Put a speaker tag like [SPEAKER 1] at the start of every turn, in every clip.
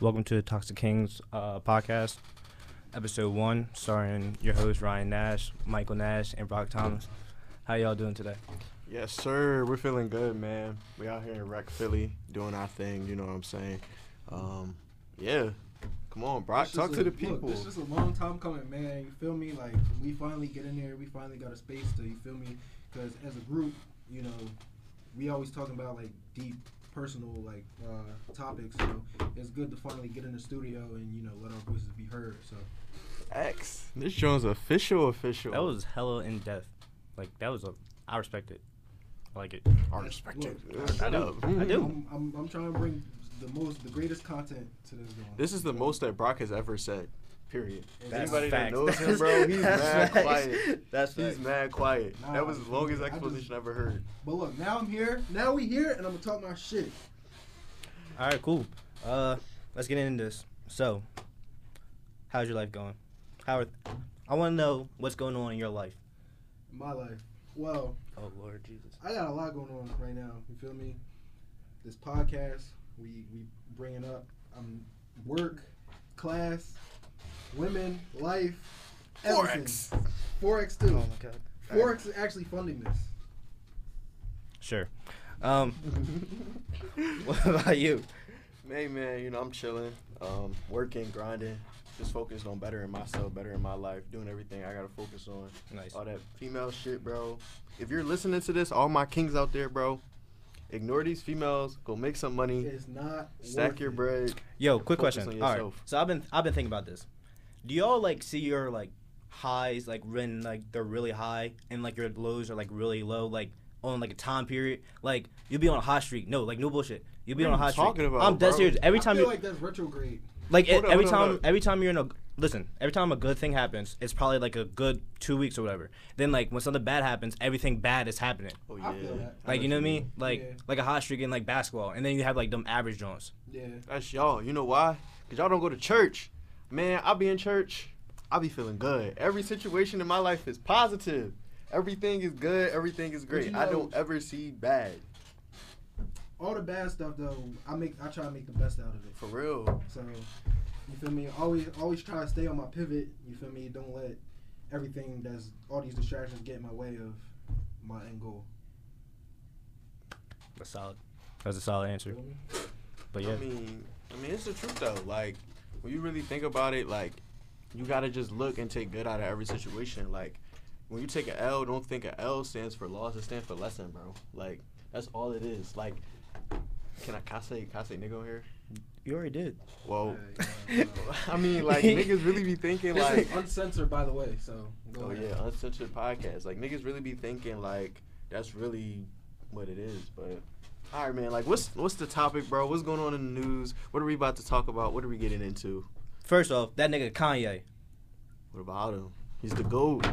[SPEAKER 1] Welcome to the Toxic Kings uh, podcast, episode one, starring your host Ryan Nash, Michael Nash, and Brock Thomas. How y'all doing today?
[SPEAKER 2] Yes, sir. We're feeling good, man. We out here in Rec Philly doing our thing. You know what I'm saying? Um, yeah. Come on, Brock.
[SPEAKER 3] It's
[SPEAKER 2] Talk
[SPEAKER 3] just
[SPEAKER 2] to
[SPEAKER 3] a-
[SPEAKER 2] the
[SPEAKER 3] look,
[SPEAKER 2] people.
[SPEAKER 3] It's just a long time coming, man. You feel me? Like we finally get in there. We finally got a space to. You feel me? Because as a group, you know, we always talking about like deep personal like uh, topics. So it's good to finally get in the studio and you know let our voices be heard. So
[SPEAKER 2] X. This Jones official, official.
[SPEAKER 1] That was hella in depth. Like that was a. I respect it. I like it.
[SPEAKER 2] I
[SPEAKER 3] respect it.
[SPEAKER 2] Shut
[SPEAKER 1] I
[SPEAKER 2] up.
[SPEAKER 1] do. I do.
[SPEAKER 3] I'm, I'm, I'm trying to bring the most the greatest content to this going.
[SPEAKER 2] This is the most that Brock has ever said. Period.
[SPEAKER 3] That's
[SPEAKER 2] Anybody that
[SPEAKER 1] facts.
[SPEAKER 2] knows
[SPEAKER 1] That's-
[SPEAKER 2] him, bro, he's
[SPEAKER 1] that's
[SPEAKER 2] mad
[SPEAKER 1] facts.
[SPEAKER 2] quiet.
[SPEAKER 1] That's
[SPEAKER 2] he's
[SPEAKER 1] facts.
[SPEAKER 2] mad quiet.
[SPEAKER 3] Nah,
[SPEAKER 2] that was the
[SPEAKER 3] I
[SPEAKER 2] longest
[SPEAKER 3] just-
[SPEAKER 2] exposition I've ever heard.
[SPEAKER 3] But look, now I'm here. Now we here, and I'm gonna talk my shit.
[SPEAKER 1] All right, cool. Uh, let's get into this. So, how's your life going? How are? I want to know what's going on in your life.
[SPEAKER 3] in My life. Well,
[SPEAKER 1] Oh Lord Jesus.
[SPEAKER 3] I got a lot going on right now. You feel me? This podcast, we we bringing up um, work, class, women, life, everything.
[SPEAKER 2] Forex.
[SPEAKER 3] Forex too.
[SPEAKER 2] Oh
[SPEAKER 1] god.
[SPEAKER 3] Forex is actually funding this.
[SPEAKER 1] Sure. Um, what about you?
[SPEAKER 2] Hey man, you know I'm chilling, um, working, grinding, just focused on bettering myself, bettering my life, doing everything I gotta focus on.
[SPEAKER 1] Nice.
[SPEAKER 2] All that female shit, bro. If you're listening to this, all my kings out there, bro, ignore these females. Go make some money,
[SPEAKER 3] It's not
[SPEAKER 2] stack
[SPEAKER 3] worth
[SPEAKER 2] your
[SPEAKER 3] it.
[SPEAKER 2] bread.
[SPEAKER 1] Yo, quick
[SPEAKER 2] Focus
[SPEAKER 1] question.
[SPEAKER 2] on
[SPEAKER 1] All right.
[SPEAKER 2] yourself.
[SPEAKER 1] So I've been I've been thinking about this. Do y'all like see your like highs like when like they're really high and like your lows are like really low like on like a time period like you'll be on a hot streak. No, like no bullshit. You'll be
[SPEAKER 2] What
[SPEAKER 1] on
[SPEAKER 2] are
[SPEAKER 1] a
[SPEAKER 2] you
[SPEAKER 1] hot
[SPEAKER 2] talking
[SPEAKER 1] streak.
[SPEAKER 2] about,
[SPEAKER 1] I'm dead
[SPEAKER 2] bro?
[SPEAKER 1] serious. Every
[SPEAKER 3] I
[SPEAKER 1] time
[SPEAKER 3] feel
[SPEAKER 1] you
[SPEAKER 3] like that's retrograde.
[SPEAKER 1] like
[SPEAKER 2] Hold
[SPEAKER 1] e-
[SPEAKER 2] up,
[SPEAKER 1] every
[SPEAKER 2] hold up,
[SPEAKER 1] time
[SPEAKER 2] hold up.
[SPEAKER 1] every time you're in a listen every time a good thing happens it's probably like a good two weeks or whatever then like when something bad happens everything bad is happening
[SPEAKER 2] Oh yeah,
[SPEAKER 3] I feel that.
[SPEAKER 1] like you know what i mean like
[SPEAKER 3] Yeah.
[SPEAKER 1] like a hot streak in like basketball and then you have like them average joints
[SPEAKER 3] Yeah.
[SPEAKER 2] That's y'all. You know why? Cause y'all don't go to church. Man, I be in church. I be feeling good. Every situation in my life is positive. Everything is good. Everything is great.
[SPEAKER 3] you
[SPEAKER 2] I
[SPEAKER 3] know-
[SPEAKER 2] don't ever see bad.
[SPEAKER 3] All the bad stuff though, I make I try to make the best out of it.
[SPEAKER 2] For real.
[SPEAKER 3] So you feel me? Always always try to stay on my pivot. You feel me? Don't let everything that's all these distractions get in my way of my end goal.
[SPEAKER 1] that's solid that's a solid
[SPEAKER 3] You
[SPEAKER 1] answer
[SPEAKER 3] feel me?
[SPEAKER 1] but yeah
[SPEAKER 2] I mean, I mean, it's the truth though. Like, when you really think about it, like, you gotta just look and take good out of every situation. Like, when you take an L, don't think an L stands for loss. It stands for lesson, bro. Like, that's all it is. Like, can I, can I say can I say nigga on here?
[SPEAKER 1] you already did
[SPEAKER 2] Whoa.
[SPEAKER 3] Yeah,
[SPEAKER 2] I mean, like, niggas really be thinking
[SPEAKER 3] This
[SPEAKER 2] like,
[SPEAKER 3] is uncensored, by the way. So go
[SPEAKER 2] oh
[SPEAKER 3] ahead.
[SPEAKER 2] yeah, uncensored podcast. Like, niggas really be thinking like that's really what it is, but. All right, man. Like, what's what's the topic, bro? What's going on in the news? What are we about to talk about? What are we getting into?
[SPEAKER 1] first off that nigga kanye
[SPEAKER 2] What about him? He's the GOAT.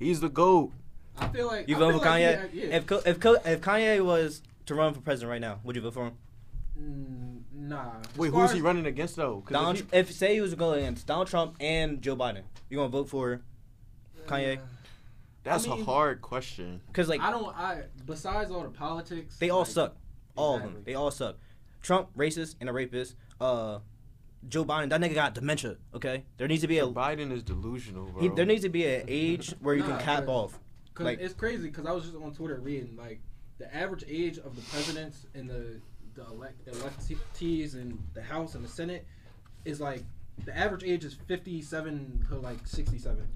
[SPEAKER 2] He's the GOAT.
[SPEAKER 3] I feel like
[SPEAKER 1] you
[SPEAKER 3] I
[SPEAKER 1] vote
[SPEAKER 3] feel
[SPEAKER 1] for
[SPEAKER 3] like he
[SPEAKER 1] kanye
[SPEAKER 3] act- yeah.
[SPEAKER 1] if, Co- if, Co- if kanye was to run for president right now would you vote for him
[SPEAKER 3] Mm, nah.
[SPEAKER 2] Wait,
[SPEAKER 3] As
[SPEAKER 2] who
[SPEAKER 3] far
[SPEAKER 2] is he
[SPEAKER 3] as-
[SPEAKER 2] running against though? 'Cause
[SPEAKER 1] donald,
[SPEAKER 2] if
[SPEAKER 1] Tr- if say he was going against donald trump and joe biden you gonna vote for Kanye?
[SPEAKER 3] Uh,
[SPEAKER 2] he- that's
[SPEAKER 3] I mean-
[SPEAKER 2] a hard question.
[SPEAKER 1] because like
[SPEAKER 3] I don't. I besides all the politics,
[SPEAKER 1] They all
[SPEAKER 3] like,
[SPEAKER 1] suck. All of them.
[SPEAKER 3] Exactly.
[SPEAKER 1] They all suck. Trump, racist and a rapist. Uh, Joe Biden, that nigga got dementia. Okay, there needs to be a
[SPEAKER 2] Biden is delusional, bro.
[SPEAKER 1] he, there needs to be an age where you can
[SPEAKER 3] Nah,
[SPEAKER 1] cap
[SPEAKER 3] but-
[SPEAKER 1] off.
[SPEAKER 3] Cause
[SPEAKER 1] Like-
[SPEAKER 3] it's crazy. Cause I was just on Twitter reading like the average age of the presidents and the the elect electees in the House and the Senate is like the average age is fifty seven to like sixty seven,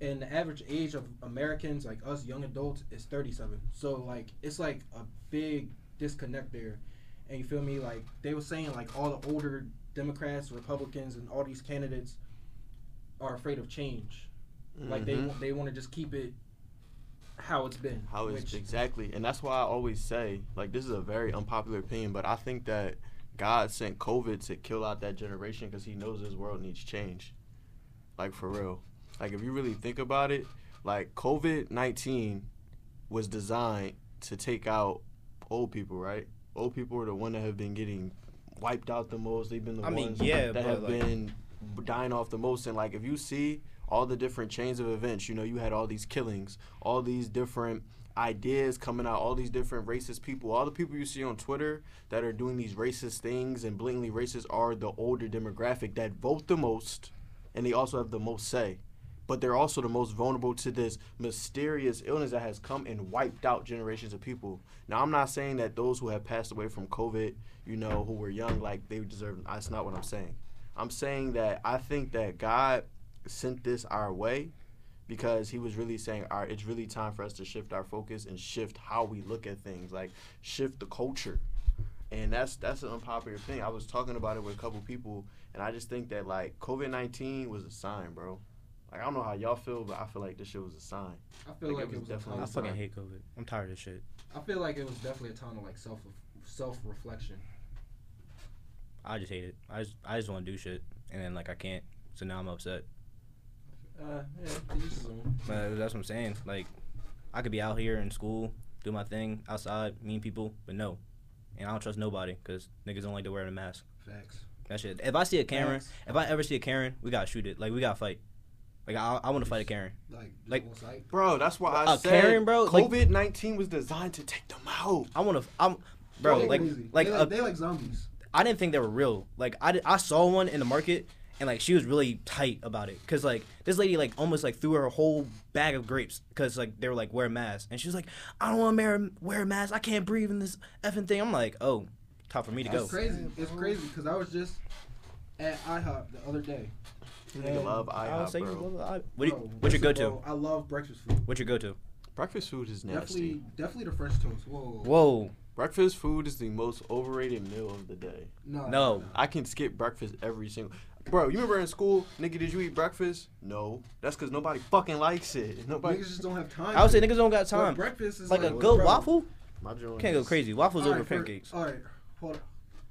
[SPEAKER 3] and the average age of Americans like us young adults is thirty seven. So like it's like a big disconnect there, and you feel me? Like they were saying like all the older Democrats, Republicans, and all these candidates are afraid of change. Like they
[SPEAKER 1] Mm-hmm.
[SPEAKER 2] Mhm.
[SPEAKER 3] wa- they want to just keep it how it's been.
[SPEAKER 2] How is
[SPEAKER 3] which-
[SPEAKER 2] exactly, and that's why I always say, like, this is a very unpopular opinion, but I think that God sent COVID to kill out that generation because He knows this world needs change, like for real. Like if you really think about it, like COVID nineteen was designed to take out old people, right? Old people are the one that have been getting wiped out the most. They've been the
[SPEAKER 1] I mean,
[SPEAKER 2] ones
[SPEAKER 1] yeah,
[SPEAKER 2] that
[SPEAKER 1] but,
[SPEAKER 2] have
[SPEAKER 1] like-
[SPEAKER 2] been dying off the most. And like if you see all the different chains of events, you know, you had all these killings, all these different ideas coming out, all these different racist people, all the people you see on Twitter that are doing these racist things and blatantly racist are the older demographic that vote the most and they also have the most say. But they're also the most vulnerable to this mysterious illness that has come and wiped out generations of people. Now, I'm not saying that those who have passed away from COVID, you know, who were young, like they deserve. That's not what I'm saying. I'm saying that I think that God sent this our way because he was really saying, "All right, it's really time for us to shift our focus and shift how we look at things, like shift the culture." And that's that's an unpopular thing. I was talking about it with a couple people, and I just think that like COVID nineteen was a sign, bro. Like I don't know how y'all feel, but I feel like this shit was a sign.
[SPEAKER 3] I feel
[SPEAKER 2] Like,
[SPEAKER 3] like,
[SPEAKER 2] it
[SPEAKER 3] it
[SPEAKER 2] was
[SPEAKER 3] was
[SPEAKER 2] definitely-
[SPEAKER 3] a
[SPEAKER 1] I
[SPEAKER 3] time.
[SPEAKER 1] fucking hate COVID. I'm tired of this shit.
[SPEAKER 3] I feel like it was definitely a time of like self self reflection.
[SPEAKER 1] I just hate it. I just I just want to do shit, and then like I can't. So now I'm upset.
[SPEAKER 3] Uh, yeah, to each his own.
[SPEAKER 1] But that's what I'm saying. Like, I could be out here in school, do my thing outside, mean people, but no. And I don't trust nobody because niggas don't like to wear a mask.
[SPEAKER 3] Facts.
[SPEAKER 1] That shit. If I see a Karen,
[SPEAKER 3] Facts.
[SPEAKER 1] if I ever see a Karen, we gotta shoot it. Like we gotta fight. Like I, I want to fight a Karen.
[SPEAKER 3] Like,
[SPEAKER 1] Like-
[SPEAKER 3] on site.
[SPEAKER 2] Bro, that's why I
[SPEAKER 1] Uh,
[SPEAKER 2] said
[SPEAKER 1] Karen, bro, like-
[SPEAKER 2] COVID nineteen was designed to take them out.
[SPEAKER 1] I want to. I'm, bro.
[SPEAKER 3] They
[SPEAKER 1] Like,
[SPEAKER 3] crazy.
[SPEAKER 1] like, uh,
[SPEAKER 3] they
[SPEAKER 1] a-
[SPEAKER 3] like, they like zombies.
[SPEAKER 1] I didn't think they were real. Like I, di- I saw one in the market, and like she was really tight about it, cause like this lady like almost like threw her whole bag of grapes, cause like they were like wear masks, and she was like, I don't want to wear wear a mask. I can't breathe in this effing thing. I'm like, oh, time for me to go.
[SPEAKER 3] It's crazy. It's crazy because I was just at IHOP the other day.
[SPEAKER 2] This nigga
[SPEAKER 3] And
[SPEAKER 2] love
[SPEAKER 1] I would
[SPEAKER 2] IHOP,
[SPEAKER 1] say you
[SPEAKER 2] bro.
[SPEAKER 1] love it. What do you,
[SPEAKER 3] Bro,
[SPEAKER 1] what's your go-to?
[SPEAKER 3] listen, bro, I love breakfast food.
[SPEAKER 1] What's your go-to?
[SPEAKER 2] Breakfast food is
[SPEAKER 3] Definitely,
[SPEAKER 2] nasty.
[SPEAKER 3] definitely the French toast. Whoa. whoa, whoa.
[SPEAKER 1] Whoa,
[SPEAKER 2] Breakfast food is the most overrated meal of the day.
[SPEAKER 3] No.
[SPEAKER 1] No.
[SPEAKER 2] I can skip breakfast every single. Bro, you remember in school, nigga, did you eat breakfast? No, that's because nobody fucking likes it. Nobody.
[SPEAKER 3] Niggas just don't have time.
[SPEAKER 1] I would
[SPEAKER 3] for
[SPEAKER 1] say
[SPEAKER 3] it.
[SPEAKER 1] niggas don't got
[SPEAKER 3] Bro,
[SPEAKER 1] time.
[SPEAKER 3] breakfast is
[SPEAKER 1] Like a
[SPEAKER 3] like,
[SPEAKER 1] good
[SPEAKER 3] bro,
[SPEAKER 1] waffle
[SPEAKER 2] My joint
[SPEAKER 1] can't go
[SPEAKER 2] is-
[SPEAKER 1] crazy. Waffles over
[SPEAKER 3] Alright, for-
[SPEAKER 1] pancakes.
[SPEAKER 3] Alright, hold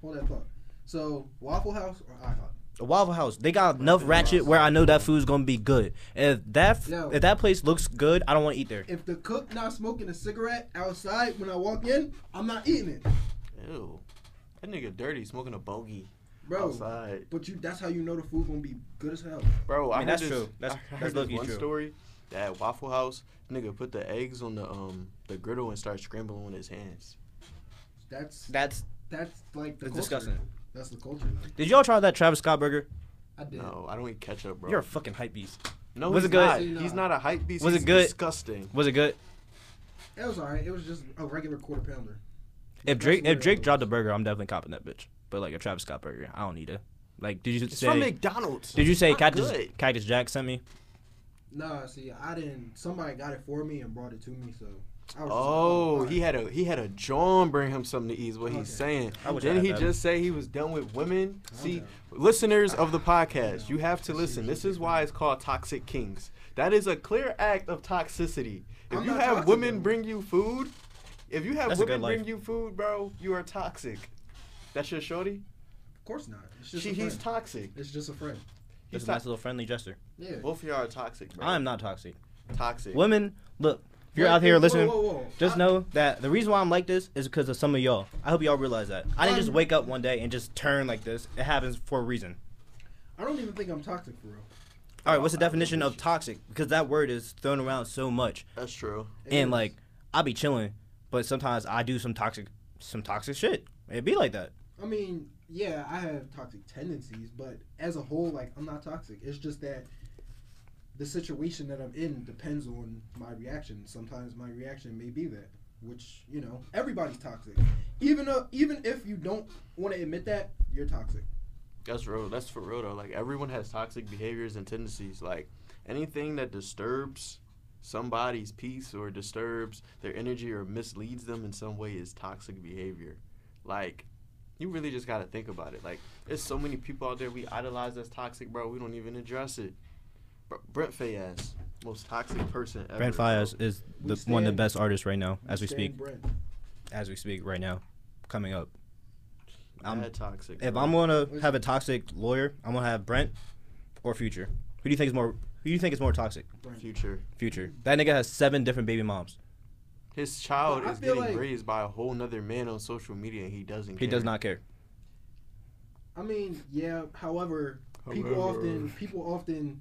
[SPEAKER 3] hold that thought. So Waffle House or IHOP?
[SPEAKER 1] The Waffle House, they got enough ratchet where I know that food's gonna be good. If that f-
[SPEAKER 3] Yo.
[SPEAKER 1] if that place looks good, I don't want to eat there.
[SPEAKER 3] If the cook not smoking a cigarette outside when I walk in, I'm not eating it,
[SPEAKER 2] Ew, that nigga dirty smoking a bogey
[SPEAKER 3] bro.
[SPEAKER 2] outside.
[SPEAKER 3] But you, that's how you know the food gonna be good as hell.
[SPEAKER 2] Bro, I,
[SPEAKER 1] mean,
[SPEAKER 2] heard
[SPEAKER 1] that's
[SPEAKER 2] this,
[SPEAKER 1] true. That's-
[SPEAKER 2] I heard
[SPEAKER 1] that's
[SPEAKER 2] this
[SPEAKER 1] low-key
[SPEAKER 2] one
[SPEAKER 1] true.
[SPEAKER 2] story that Waffle House nigga put the eggs on the um the griddle and started scrambling with his hands.
[SPEAKER 3] That's
[SPEAKER 1] That's
[SPEAKER 3] that's like the
[SPEAKER 1] That's
[SPEAKER 3] culture.
[SPEAKER 1] disgusting.
[SPEAKER 3] That's the culture. Man.
[SPEAKER 1] did y'all try that Travis Scott burger?
[SPEAKER 3] I did.
[SPEAKER 2] No, I don't eat ketchup, bro.
[SPEAKER 1] You're a fucking hype beast.
[SPEAKER 2] no,
[SPEAKER 1] Was
[SPEAKER 2] he's
[SPEAKER 1] it good?
[SPEAKER 2] Not.
[SPEAKER 3] Nah.
[SPEAKER 2] He's not a hype beast.
[SPEAKER 1] Was it
[SPEAKER 2] he's
[SPEAKER 1] good?
[SPEAKER 2] Disgusting.
[SPEAKER 1] Was it good?
[SPEAKER 3] It was alright. It was just a regular quarter pounder.
[SPEAKER 1] If Drake
[SPEAKER 3] That's
[SPEAKER 1] if Drake
[SPEAKER 3] weird.
[SPEAKER 1] dropped a burger, I'm definitely copping that bitch. But like a Travis Scott burger, I don't need it. Like did you
[SPEAKER 2] It's from
[SPEAKER 1] say
[SPEAKER 2] McDonald's.
[SPEAKER 1] did you say
[SPEAKER 2] Not
[SPEAKER 1] Cactus
[SPEAKER 2] good.
[SPEAKER 1] Cactus Jack sent me?
[SPEAKER 3] Nah, see, I didn't. Somebody got it for me and brought it to me, so. I was just like,
[SPEAKER 2] Oh, he
[SPEAKER 3] alright.
[SPEAKER 2] had a he had a John bring him something to eat. Is what
[SPEAKER 3] Okay.
[SPEAKER 2] he's saying.
[SPEAKER 1] I wish I
[SPEAKER 2] Didn't
[SPEAKER 1] had
[SPEAKER 2] he
[SPEAKER 1] that.
[SPEAKER 2] just say he was done with women? See,
[SPEAKER 3] Okay.
[SPEAKER 2] listeners of the podcast,
[SPEAKER 3] Yeah.
[SPEAKER 2] you have to
[SPEAKER 3] That's
[SPEAKER 2] listen. This
[SPEAKER 3] usually
[SPEAKER 2] is why it's called Toxic Kings. That is a clear act of toxicity. If
[SPEAKER 3] I'm
[SPEAKER 2] you
[SPEAKER 3] not
[SPEAKER 2] have
[SPEAKER 3] toxic,
[SPEAKER 2] women
[SPEAKER 3] though.
[SPEAKER 2] bring you food, if you have
[SPEAKER 1] That's a
[SPEAKER 2] women
[SPEAKER 1] good life.
[SPEAKER 2] bring you food, bro, you are toxic. That's your shorty.
[SPEAKER 3] Of course not. It's just
[SPEAKER 2] She,
[SPEAKER 3] a friend.
[SPEAKER 2] he's toxic.
[SPEAKER 3] it's just a friend.
[SPEAKER 1] That's
[SPEAKER 2] He's
[SPEAKER 1] a nice
[SPEAKER 2] toxic.
[SPEAKER 1] little friendly gesture.
[SPEAKER 3] Yeah.
[SPEAKER 2] Both of y'all are toxic. Bro.
[SPEAKER 1] I am not toxic.
[SPEAKER 2] toxic.
[SPEAKER 1] Women, look, if you're
[SPEAKER 3] Wait,
[SPEAKER 1] out here
[SPEAKER 3] whoa,
[SPEAKER 1] listening,
[SPEAKER 3] whoa, whoa.
[SPEAKER 1] just
[SPEAKER 3] I-
[SPEAKER 1] know that the reason why I'm like this is because of some of y'all. I hope y'all realize that. I didn't just
[SPEAKER 3] I'm-
[SPEAKER 1] wake up one day and just turn like this. It happens for a reason.
[SPEAKER 3] I don't even think I'm toxic for real.
[SPEAKER 1] All right, what's the
[SPEAKER 2] Oh, I
[SPEAKER 1] definition
[SPEAKER 2] love
[SPEAKER 1] of
[SPEAKER 2] this.
[SPEAKER 1] toxic? Because that word is thrown around so much,
[SPEAKER 2] That's true.
[SPEAKER 3] It
[SPEAKER 1] and
[SPEAKER 3] is.
[SPEAKER 1] like I be chilling, but sometimes I do some toxic, some toxic shit. It be like that.
[SPEAKER 3] I mean, yeah, I have toxic tendencies, but as a whole, like I'm not toxic. It's just that the situation that I'm in depends on my reaction. Sometimes my reaction may be that, which you know, everybody's toxic. Even though, even if you don't want to admit that, you're toxic.
[SPEAKER 2] That's real. That's for real though. Like everyone has toxic behaviors and tendencies. Like anything that disturbs somebody's peace or disturbs their energy or misleads them in some way is toxic behavior. Like you really just gotta think about it. Like there's so many people out there we idolize that's toxic, bro. We don't even address it. Br- Brent Fayez, most toxic person ever.
[SPEAKER 1] Brent
[SPEAKER 2] bro.
[SPEAKER 1] Fayez is
[SPEAKER 3] We
[SPEAKER 1] the, one of the
[SPEAKER 3] stand-
[SPEAKER 1] best artists right now, as we
[SPEAKER 3] Stan
[SPEAKER 1] speak,
[SPEAKER 3] Brent.
[SPEAKER 1] as we speak right now, coming up. I'm-
[SPEAKER 2] Mad toxic.
[SPEAKER 1] If
[SPEAKER 2] bro.
[SPEAKER 1] I'm gonna have a toxic lawyer, I'm gonna have Brent or Future. Who do you think is more? Who do you think is more toxic?
[SPEAKER 2] future,
[SPEAKER 1] Future. That nigga has seven different baby moms.
[SPEAKER 2] his child
[SPEAKER 3] But I
[SPEAKER 2] is
[SPEAKER 3] feel
[SPEAKER 2] getting
[SPEAKER 3] like-
[SPEAKER 2] raised by a whole nother man on social media, and he doesn't.
[SPEAKER 1] He
[SPEAKER 2] care.
[SPEAKER 1] does not care.
[SPEAKER 3] I mean, yeah. However, people
[SPEAKER 2] However.
[SPEAKER 3] often people often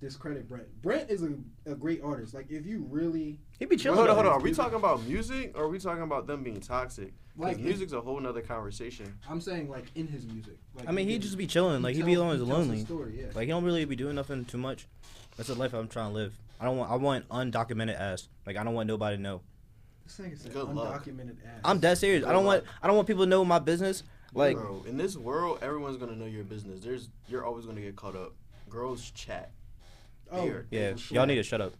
[SPEAKER 4] discredit Brent. Brent is a, a great artist. Like if you really
[SPEAKER 1] He be
[SPEAKER 2] Wait,
[SPEAKER 1] chilling.
[SPEAKER 2] hold on,
[SPEAKER 1] though.
[SPEAKER 2] hold on. Are we talking about music or are we talking about them being toxic? Like
[SPEAKER 4] like
[SPEAKER 2] music's a whole nother conversation.
[SPEAKER 4] I'm saying like in his music. Like,
[SPEAKER 1] I mean, he just be chilling. Like he be
[SPEAKER 4] tells-
[SPEAKER 1] on his
[SPEAKER 4] tells
[SPEAKER 1] lonely.
[SPEAKER 4] story, yeah.
[SPEAKER 1] Like he don't really be doing nothing too much. That's the life I'm trying to live. I don't want. I want undocumented ass. Like I don't want nobody to know.
[SPEAKER 4] This nigga said
[SPEAKER 2] Good luck.
[SPEAKER 4] undocumented ass.
[SPEAKER 1] I'm dead serious. I don't want. I don't want people to know my business. Like
[SPEAKER 2] Bro, in this world, everyone's gonna know your business. There's you're always gonna get caught up. Girls chat.
[SPEAKER 4] Oh,
[SPEAKER 2] Weird.
[SPEAKER 1] yeah,
[SPEAKER 2] for sure.
[SPEAKER 1] y'all need to shut up.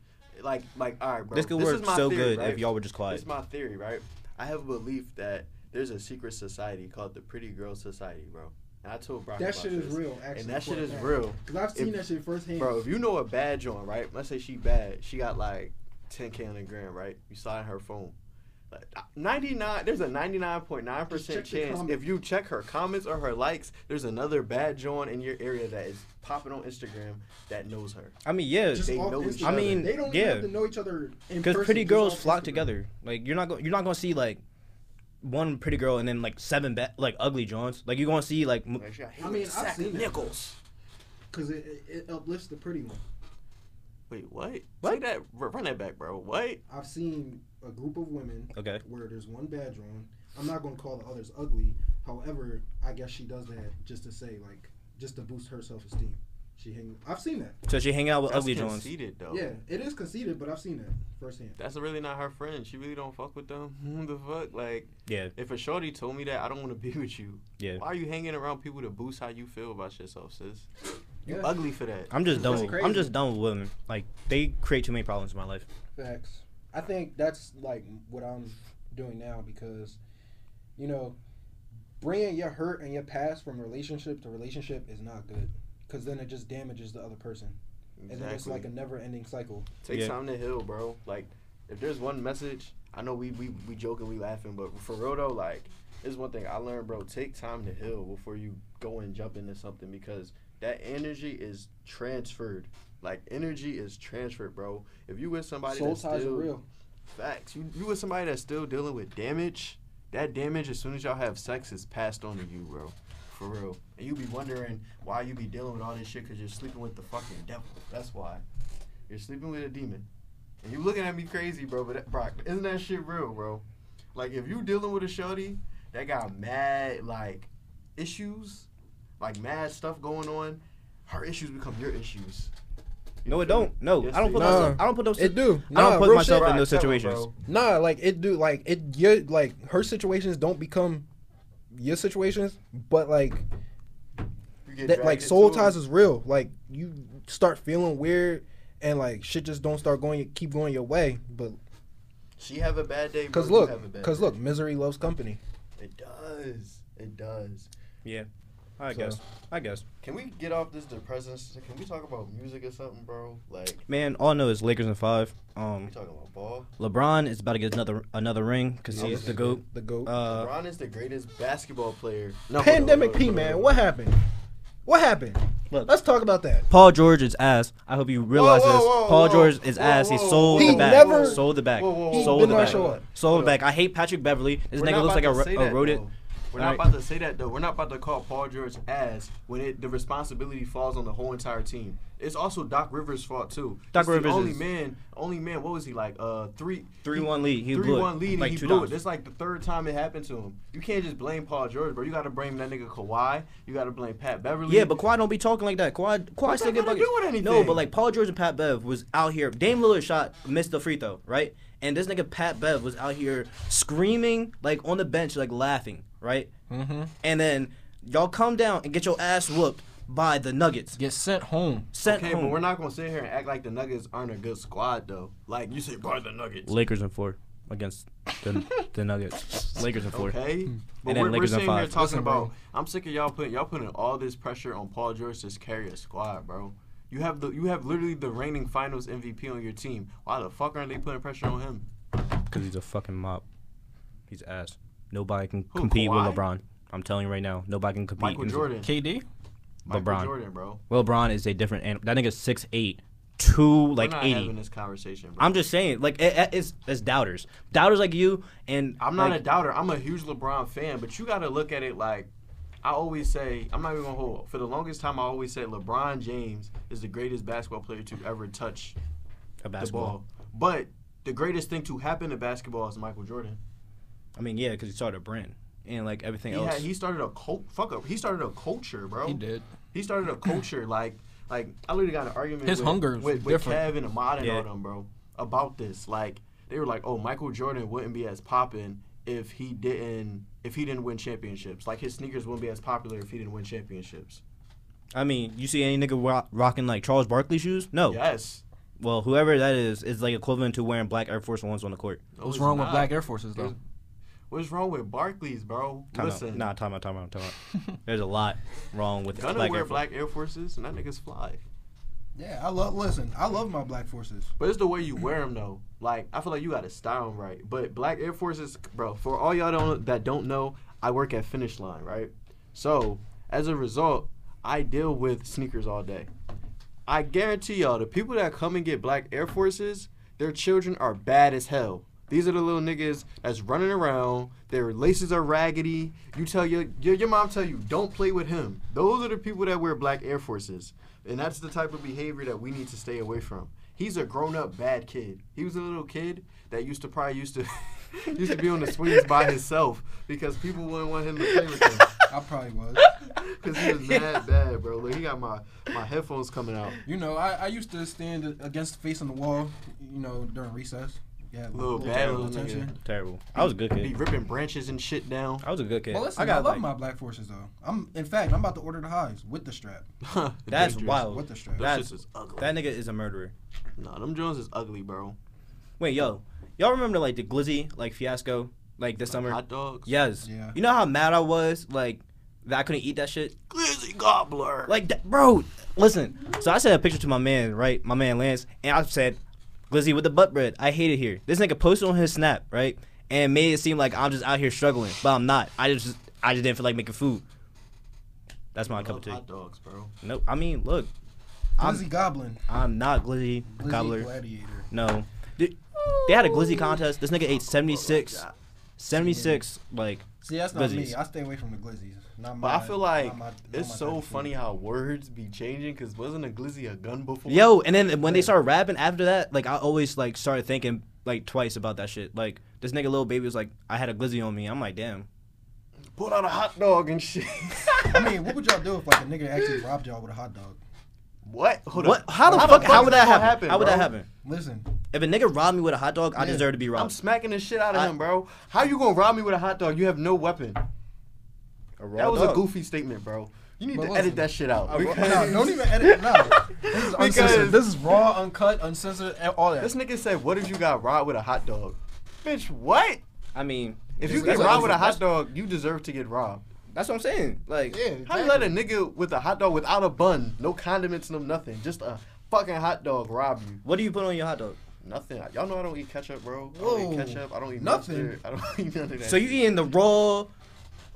[SPEAKER 2] Like like all right, bro.
[SPEAKER 1] this could
[SPEAKER 2] is
[SPEAKER 1] work
[SPEAKER 2] my
[SPEAKER 1] so
[SPEAKER 2] theory,
[SPEAKER 1] good
[SPEAKER 2] right?
[SPEAKER 1] if y'all were just quiet.
[SPEAKER 2] This is my theory, right? I have a belief that there's a secret society called the Pretty Girl Society, bro. And I told Brock
[SPEAKER 4] that
[SPEAKER 2] about
[SPEAKER 4] shit
[SPEAKER 2] this.
[SPEAKER 4] is real. Actually,
[SPEAKER 2] and that shit
[SPEAKER 4] for a
[SPEAKER 2] is
[SPEAKER 4] fact.
[SPEAKER 2] real,
[SPEAKER 4] Cause I've seen
[SPEAKER 2] If-
[SPEAKER 4] that shit firsthand.
[SPEAKER 2] bro. If you know a bad joint, right? Let's say she bad. She got like 10k on the gram, right? You saw it in her phone. Like, 99. There's a 99.9 percent
[SPEAKER 4] Just check the
[SPEAKER 2] chance
[SPEAKER 4] comments.
[SPEAKER 2] if you check her comments or her likes, there's another bad joint in your area that is popping on Instagram that knows her.
[SPEAKER 1] I mean, yeah,
[SPEAKER 4] just
[SPEAKER 2] they
[SPEAKER 4] off
[SPEAKER 2] know each
[SPEAKER 4] Instagram.
[SPEAKER 2] other. I
[SPEAKER 1] mean,
[SPEAKER 4] they don't
[SPEAKER 1] yeah.
[SPEAKER 4] even have to know each other in
[SPEAKER 1] because
[SPEAKER 4] person,
[SPEAKER 1] pretty
[SPEAKER 4] just
[SPEAKER 1] girls
[SPEAKER 4] off
[SPEAKER 1] flock
[SPEAKER 4] Instagram.
[SPEAKER 1] together. Like you're not going. You're not gonna see like one pretty girl and then like seven ba- like ugly Johns. Like you're gonna see like. M-
[SPEAKER 2] Like, she got
[SPEAKER 4] I mean,
[SPEAKER 2] Haley
[SPEAKER 4] I've
[SPEAKER 2] Sack
[SPEAKER 4] seen that.
[SPEAKER 2] Nichols.
[SPEAKER 4] Cause it, it, it uplifts the pretty one.
[SPEAKER 2] Wait, what?
[SPEAKER 1] What?
[SPEAKER 2] Say that. r- Run that back, bro. What?
[SPEAKER 4] I've seen a group of women
[SPEAKER 1] okay.
[SPEAKER 4] where there's one bad one. I'm not gonna call the others ugly. However, I guess she does that just to say like just to boost her self esteem. She hang. I've seen that.
[SPEAKER 1] So she hang out with ugly
[SPEAKER 2] That's
[SPEAKER 1] Johns.
[SPEAKER 2] conceited, though.
[SPEAKER 4] Yeah, it is conceited, but I've seen that firsthand.
[SPEAKER 2] That's really not her friend. She really don't fuck with them. Who the fuck? Like,
[SPEAKER 1] Yeah.
[SPEAKER 2] if a shorty told me that, I don't want to be with you.
[SPEAKER 1] Yeah.
[SPEAKER 2] Why are you hanging around people to boost how you feel about yourself, sis? You
[SPEAKER 4] Yeah.
[SPEAKER 2] ugly for that.
[SPEAKER 1] I'm just done.
[SPEAKER 4] That's
[SPEAKER 1] With,
[SPEAKER 4] crazy.
[SPEAKER 1] I'm just done with women. Like they create too many problems in my life.
[SPEAKER 4] Facts. I think that's like what I'm doing now because, you know, bringing your hurt and your past from relationship to relationship is not good because then it just damages the other person. And then it's
[SPEAKER 2] Exactly.
[SPEAKER 4] like a never ending cycle.
[SPEAKER 2] Take
[SPEAKER 1] Yeah.
[SPEAKER 2] time to heal, bro. Like, if there's one message, I know we we we joking, we laughing, but for real though, like, it's one thing I learned, bro. Take time to heal before you go and jump into something because that energy is transferred. Like, energy is transferred, bro. If you with somebody
[SPEAKER 4] Soul
[SPEAKER 2] that's
[SPEAKER 4] ties
[SPEAKER 2] still
[SPEAKER 4] are real.
[SPEAKER 2] facts, you you with somebody that's still dealing with damage, that damage as soon as y'all have sex is passed on to you, bro. For real. And you be wondering why you be dealing with all this shit because you're sleeping with the fucking devil. That's why. You're sleeping with a demon. And you looking at me crazy, bro, but that, Brock, isn't that shit real, bro? Like, if you dealing with a shorty that got mad, like, issues, like, mad stuff going on, her issues become your issues. You
[SPEAKER 1] No, it
[SPEAKER 2] feel me?
[SPEAKER 1] don't. No,
[SPEAKER 2] Yes,
[SPEAKER 1] I don't
[SPEAKER 2] they
[SPEAKER 1] put
[SPEAKER 2] do.
[SPEAKER 3] Nah.
[SPEAKER 1] myself. I don't put those.
[SPEAKER 3] It do.
[SPEAKER 1] I
[SPEAKER 3] Nah,
[SPEAKER 1] don't put
[SPEAKER 3] real
[SPEAKER 1] myself
[SPEAKER 3] shit.
[SPEAKER 1] in those
[SPEAKER 2] Brock, tell him,
[SPEAKER 1] situations.
[SPEAKER 2] bro.
[SPEAKER 3] Nah, like it do like it your like her situations don't become your situations, but like
[SPEAKER 2] You get
[SPEAKER 3] that like
[SPEAKER 2] dragged
[SPEAKER 3] soul
[SPEAKER 2] into it.
[SPEAKER 3] ties is real. Like you start feeling weird and like shit just don't start going keep going your way. But
[SPEAKER 2] She have a bad day. bro,
[SPEAKER 3] cause
[SPEAKER 2] you
[SPEAKER 3] look,
[SPEAKER 2] have a bad
[SPEAKER 3] cause
[SPEAKER 2] day.
[SPEAKER 3] look, misery loves company.
[SPEAKER 2] it does, it does.
[SPEAKER 1] I
[SPEAKER 3] So-
[SPEAKER 1] guess. I guess.
[SPEAKER 2] Can we get off this depressing? s- Can we talk about music or something, bro? Like
[SPEAKER 1] Man, all I know is Lakers in five. Um,
[SPEAKER 2] we talking about ball.
[SPEAKER 1] LeBron is about to get another another ring because he's the goat.
[SPEAKER 3] The goat.
[SPEAKER 1] Uh,
[SPEAKER 2] LeBron is the greatest basketball player. No, hold on,
[SPEAKER 3] Pandemic
[SPEAKER 2] hold on,
[SPEAKER 3] P
[SPEAKER 2] hold on,
[SPEAKER 3] man,
[SPEAKER 2] hold
[SPEAKER 3] what
[SPEAKER 2] on.
[SPEAKER 3] happened? What happened?
[SPEAKER 1] Look.
[SPEAKER 3] Let's talk about that.
[SPEAKER 1] Paul George is ass. I hope you realize
[SPEAKER 2] whoa,
[SPEAKER 1] this.
[SPEAKER 2] whoa,
[SPEAKER 1] Paul
[SPEAKER 2] whoa.
[SPEAKER 1] George is
[SPEAKER 2] Whoa,
[SPEAKER 1] ass. He
[SPEAKER 2] whoa,
[SPEAKER 1] sold
[SPEAKER 3] whoa,
[SPEAKER 1] the back.
[SPEAKER 3] never-
[SPEAKER 1] sold the back.
[SPEAKER 2] Whoa, whoa, whoa,
[SPEAKER 1] sold
[SPEAKER 3] did
[SPEAKER 1] the
[SPEAKER 3] not
[SPEAKER 1] back.
[SPEAKER 3] show up.
[SPEAKER 1] Sold the
[SPEAKER 2] Hold
[SPEAKER 1] back. I hate Patrick Beverly. This
[SPEAKER 2] We're
[SPEAKER 1] nigga
[SPEAKER 2] not
[SPEAKER 1] looks
[SPEAKER 2] about
[SPEAKER 1] like a,
[SPEAKER 2] to say
[SPEAKER 1] ro- a
[SPEAKER 2] that,
[SPEAKER 1] rodent.
[SPEAKER 2] though. We're
[SPEAKER 1] All
[SPEAKER 2] not
[SPEAKER 1] right.
[SPEAKER 2] about to say that though. We're not about to call Paul George ass when it the responsibility falls on the whole entire team. It's also Doc Rivers' fault too.
[SPEAKER 1] Doc
[SPEAKER 2] It's the
[SPEAKER 1] Rivers
[SPEAKER 2] only
[SPEAKER 1] is-
[SPEAKER 2] man, only man. What was he like? Uh, three,
[SPEAKER 1] Three one lead. He
[SPEAKER 2] three
[SPEAKER 1] blew
[SPEAKER 2] one
[SPEAKER 1] it.
[SPEAKER 2] lead.
[SPEAKER 1] like
[SPEAKER 2] and he
[SPEAKER 1] two
[SPEAKER 2] blew
[SPEAKER 1] times.
[SPEAKER 2] it. That's like the third time it happened to him. You can't just blame Paul George, bro. You got to blame that nigga Kawhi. You got to blame Pat Beverly.
[SPEAKER 1] Yeah, but Kawhi don't be talking like that. Kawhi, Kawhi
[SPEAKER 2] What's
[SPEAKER 1] still
[SPEAKER 2] that
[SPEAKER 1] get
[SPEAKER 2] gotta
[SPEAKER 1] buckets.
[SPEAKER 2] do with anything?
[SPEAKER 1] No, but like Paul George and Pat Bev was out here. Dame Lillard shot missed the free throw, right? And this nigga Pat Bev was out here screaming like on the bench, like laughing, right?
[SPEAKER 5] Mm-hmm.
[SPEAKER 1] And then y'all come down and get your ass whooped by the Nuggets.
[SPEAKER 5] Get sent home.
[SPEAKER 1] Sent
[SPEAKER 2] okay,
[SPEAKER 1] home.
[SPEAKER 2] but we're not gonna sit here and act like the Nuggets aren't a good squad though. Like you say, by the Nuggets.
[SPEAKER 1] Lakers in four against the, the Nuggets. Lakers in four.
[SPEAKER 2] Okay, but
[SPEAKER 1] Hmm. And then
[SPEAKER 2] we're, we're
[SPEAKER 1] Lakers in
[SPEAKER 2] sitting here
[SPEAKER 1] five.
[SPEAKER 2] talking
[SPEAKER 5] Listen, bro.
[SPEAKER 2] about. I'm sick of y'all putting y'all putting all this pressure on Paul George to carry a squad, bro. You have the you have literally the reigning Finals MVP on your team. Why the fuck aren't they putting pressure on him?
[SPEAKER 1] Because he's a fucking mop. He's ass. Nobody can
[SPEAKER 2] Who,
[SPEAKER 1] compete
[SPEAKER 2] Kawhi?
[SPEAKER 1] with LeBron. I'm telling you right now, nobody can compete.
[SPEAKER 2] Michael
[SPEAKER 1] in-
[SPEAKER 2] Jordan,
[SPEAKER 5] KD.
[SPEAKER 2] Michael
[SPEAKER 1] LeBron.
[SPEAKER 2] Jordan, bro.
[SPEAKER 1] LeBron is a different animal. That nigga's six eight, two
[SPEAKER 2] We're
[SPEAKER 1] like
[SPEAKER 2] not having
[SPEAKER 1] eighty.
[SPEAKER 2] this conversation, bro.
[SPEAKER 1] I'm just saying, like it, it- it's it's doubters, doubters like you and
[SPEAKER 2] I'm not
[SPEAKER 1] like,
[SPEAKER 2] a doubter. I'm a huge LeBron fan, but you got to look at it like I always say I'm not even gonna hold. For the longest time, I always said LeBron James is the greatest basketball player to ever touch
[SPEAKER 1] A
[SPEAKER 2] the
[SPEAKER 1] basketball.
[SPEAKER 2] ball. But the greatest thing to happen to basketball is Michael Jordan.
[SPEAKER 1] I mean, yeah, because he started a brand and like everything
[SPEAKER 2] He,
[SPEAKER 1] else.
[SPEAKER 2] had, he started a cult. Fuck up. He started a culture, bro.
[SPEAKER 5] He did.
[SPEAKER 2] He started a culture like like I literally got in an argument.
[SPEAKER 5] His
[SPEAKER 2] with,
[SPEAKER 5] hunger is
[SPEAKER 2] with, with
[SPEAKER 5] different.
[SPEAKER 2] Kev and Ahmad and
[SPEAKER 1] Yeah.
[SPEAKER 2] all them, bro, about this. Like they were like, oh, Michael Jordan wouldn't be as poppin' if he didn't if he didn't win championships. Like his sneakers wouldn't be as popular if he didn't win championships.
[SPEAKER 1] I mean, you see any nigga rock, rocking like Charles Barkley shoes? No.
[SPEAKER 5] Oh.
[SPEAKER 2] Yes.
[SPEAKER 1] Well, whoever that is is like equivalent to wearing black Air Force Ones on the court.
[SPEAKER 2] No,
[SPEAKER 5] What's
[SPEAKER 2] it's
[SPEAKER 5] wrong with
[SPEAKER 2] not.
[SPEAKER 5] black Air Forces though?
[SPEAKER 2] It's- What's wrong with Barclays, bro?
[SPEAKER 1] Time out.
[SPEAKER 2] Listen,
[SPEAKER 1] Nah, time out, time out, time out. There's a lot wrong with
[SPEAKER 2] gonna
[SPEAKER 1] black
[SPEAKER 2] wear
[SPEAKER 1] Air Force.
[SPEAKER 2] black Air Forces and that nigga's fly.
[SPEAKER 3] Yeah, I love. Listen, I love my black forces.
[SPEAKER 2] But it's the way you wear them though. Like I feel like you gotta style them right. But black Air Forces, bro. For all y'all don't, that don't know, I work at Finish Line, right? So as a result, I deal with sneakers all day. I guarantee y'all, the people that come and get black Air Forces, their children are bad as hell. These are the little niggas that's running around. Their laces are raggedy. You tell your your, your mom tell you don't play with him. Those are the people that wear black Air Forces, and that's the type of behavior that we need to stay away from. He's a grown up bad kid. He was a little kid that used to probably used to used to be on the swings by himself because people wouldn't want him to play with him
[SPEAKER 3] I probably was.
[SPEAKER 2] because he was mad bad, bro. Look, he got my my headphones coming out.
[SPEAKER 3] You know, I, I used to stand against facing the wall. You know, during recess. Yeah,
[SPEAKER 2] Little bad little nigga.
[SPEAKER 1] Terrible. I was a good
[SPEAKER 2] Be
[SPEAKER 1] kid.
[SPEAKER 2] ripping branches and shit down.
[SPEAKER 1] I was a good kid.
[SPEAKER 3] Well, listen, I,
[SPEAKER 1] I got
[SPEAKER 3] love
[SPEAKER 1] like,
[SPEAKER 3] my black forces though. I'm in fact, I'm about to order the highs with the strap.
[SPEAKER 1] That's
[SPEAKER 2] Dangerous.
[SPEAKER 1] wild.
[SPEAKER 3] With the strap.
[SPEAKER 2] Those
[SPEAKER 1] That's-
[SPEAKER 2] shits is ugly.
[SPEAKER 1] That nigga is a murderer.
[SPEAKER 2] nah, them Jones is ugly, bro.
[SPEAKER 1] Wait, yo, y'all remember like the Glizzy like fiasco like this summer?
[SPEAKER 2] Hot dogs.
[SPEAKER 1] Yes.
[SPEAKER 3] Yeah.
[SPEAKER 1] You know how mad I was like that I couldn't eat that shit.
[SPEAKER 2] Glizzy Gobbler.
[SPEAKER 1] Like, that, bro, listen. So I sent a picture to my man, right? My man Lance, and I said, Glizzy with the butt bread. I hate it here. This nigga posted on his snap, right? And made it seem like I'm just out here struggling, but I'm not. I just, I just didn't feel like making food. That's my
[SPEAKER 2] I
[SPEAKER 1] cup of
[SPEAKER 2] love
[SPEAKER 1] tea.
[SPEAKER 2] hot dogs, bro.
[SPEAKER 1] Nope. I mean, look, I'm-
[SPEAKER 3] Glizzy Goblin.
[SPEAKER 1] I'm not Glizzy
[SPEAKER 3] Glizzy
[SPEAKER 1] Gobbler.
[SPEAKER 3] Gladiator.
[SPEAKER 1] No. Dude, they had a Glizzy contest. This nigga ate 76,
[SPEAKER 2] Yeah.
[SPEAKER 1] 76 like
[SPEAKER 3] See, that's not me.
[SPEAKER 1] Glizzies.
[SPEAKER 3] I stay away from the glizzies. Not
[SPEAKER 2] But
[SPEAKER 3] my,
[SPEAKER 2] I feel like
[SPEAKER 3] not my- not my
[SPEAKER 2] it's so
[SPEAKER 3] type of food.
[SPEAKER 2] funny how words be changing. Cause wasn't a glizzy a gun before?
[SPEAKER 1] Yo, and then when they started rapping after that, like I always like started thinking like twice about that shit. Like this nigga little baby was like, I had a glizzy on me. I'm like, damn.
[SPEAKER 2] put out a hot dog and shit.
[SPEAKER 3] I mean, what would y'all do if like a nigga actually robbed y'all with a hot dog?
[SPEAKER 2] what? Hold
[SPEAKER 1] What?
[SPEAKER 2] up.
[SPEAKER 1] How the fuck? How
[SPEAKER 2] is
[SPEAKER 1] would
[SPEAKER 2] this
[SPEAKER 1] that
[SPEAKER 2] gonna
[SPEAKER 1] happen? how would that
[SPEAKER 2] bro?
[SPEAKER 1] happen?
[SPEAKER 3] Listen,
[SPEAKER 1] If a nigga robbed me with a hot dog, I
[SPEAKER 3] Yeah.
[SPEAKER 1] deserve to be
[SPEAKER 2] I'm
[SPEAKER 1] robbed.
[SPEAKER 2] smacking the shit out of
[SPEAKER 1] I-
[SPEAKER 2] him, bro. How you gonna rob me with a hot dog? You have no weapon.
[SPEAKER 1] A raw
[SPEAKER 2] That was a
[SPEAKER 1] dog.
[SPEAKER 2] goofy statement, bro. You need
[SPEAKER 3] But
[SPEAKER 2] to
[SPEAKER 3] listen,
[SPEAKER 2] edit that shit out.
[SPEAKER 3] no, don't even edit. No, this is
[SPEAKER 2] Because-
[SPEAKER 3] uncensored. This is raw, uncut, uncensored, and all that.
[SPEAKER 2] This nigga said, "What if you got robbed with a hot dog?" Bitch, what?
[SPEAKER 1] I mean,
[SPEAKER 2] If
[SPEAKER 3] That's
[SPEAKER 2] you get
[SPEAKER 3] what-
[SPEAKER 2] robbed with a
[SPEAKER 3] that's-
[SPEAKER 2] hot dog, you deserve to get robbed.
[SPEAKER 1] that's what I'm saying. Like,
[SPEAKER 3] yeah,
[SPEAKER 2] How you let a nigga with a hot dog without a bun, no condiments, no nothing, just a fucking hot dog rob you?
[SPEAKER 1] what do you put on your hot dog?
[SPEAKER 2] Nothing. Y'all know I don't eat ketchup, bro. I don't eat
[SPEAKER 3] Whoa.
[SPEAKER 2] ketchup. I don't eat
[SPEAKER 3] Nothing.
[SPEAKER 2] mustard. I don't eat none of that.
[SPEAKER 1] So you
[SPEAKER 2] shit.
[SPEAKER 1] eating the raw?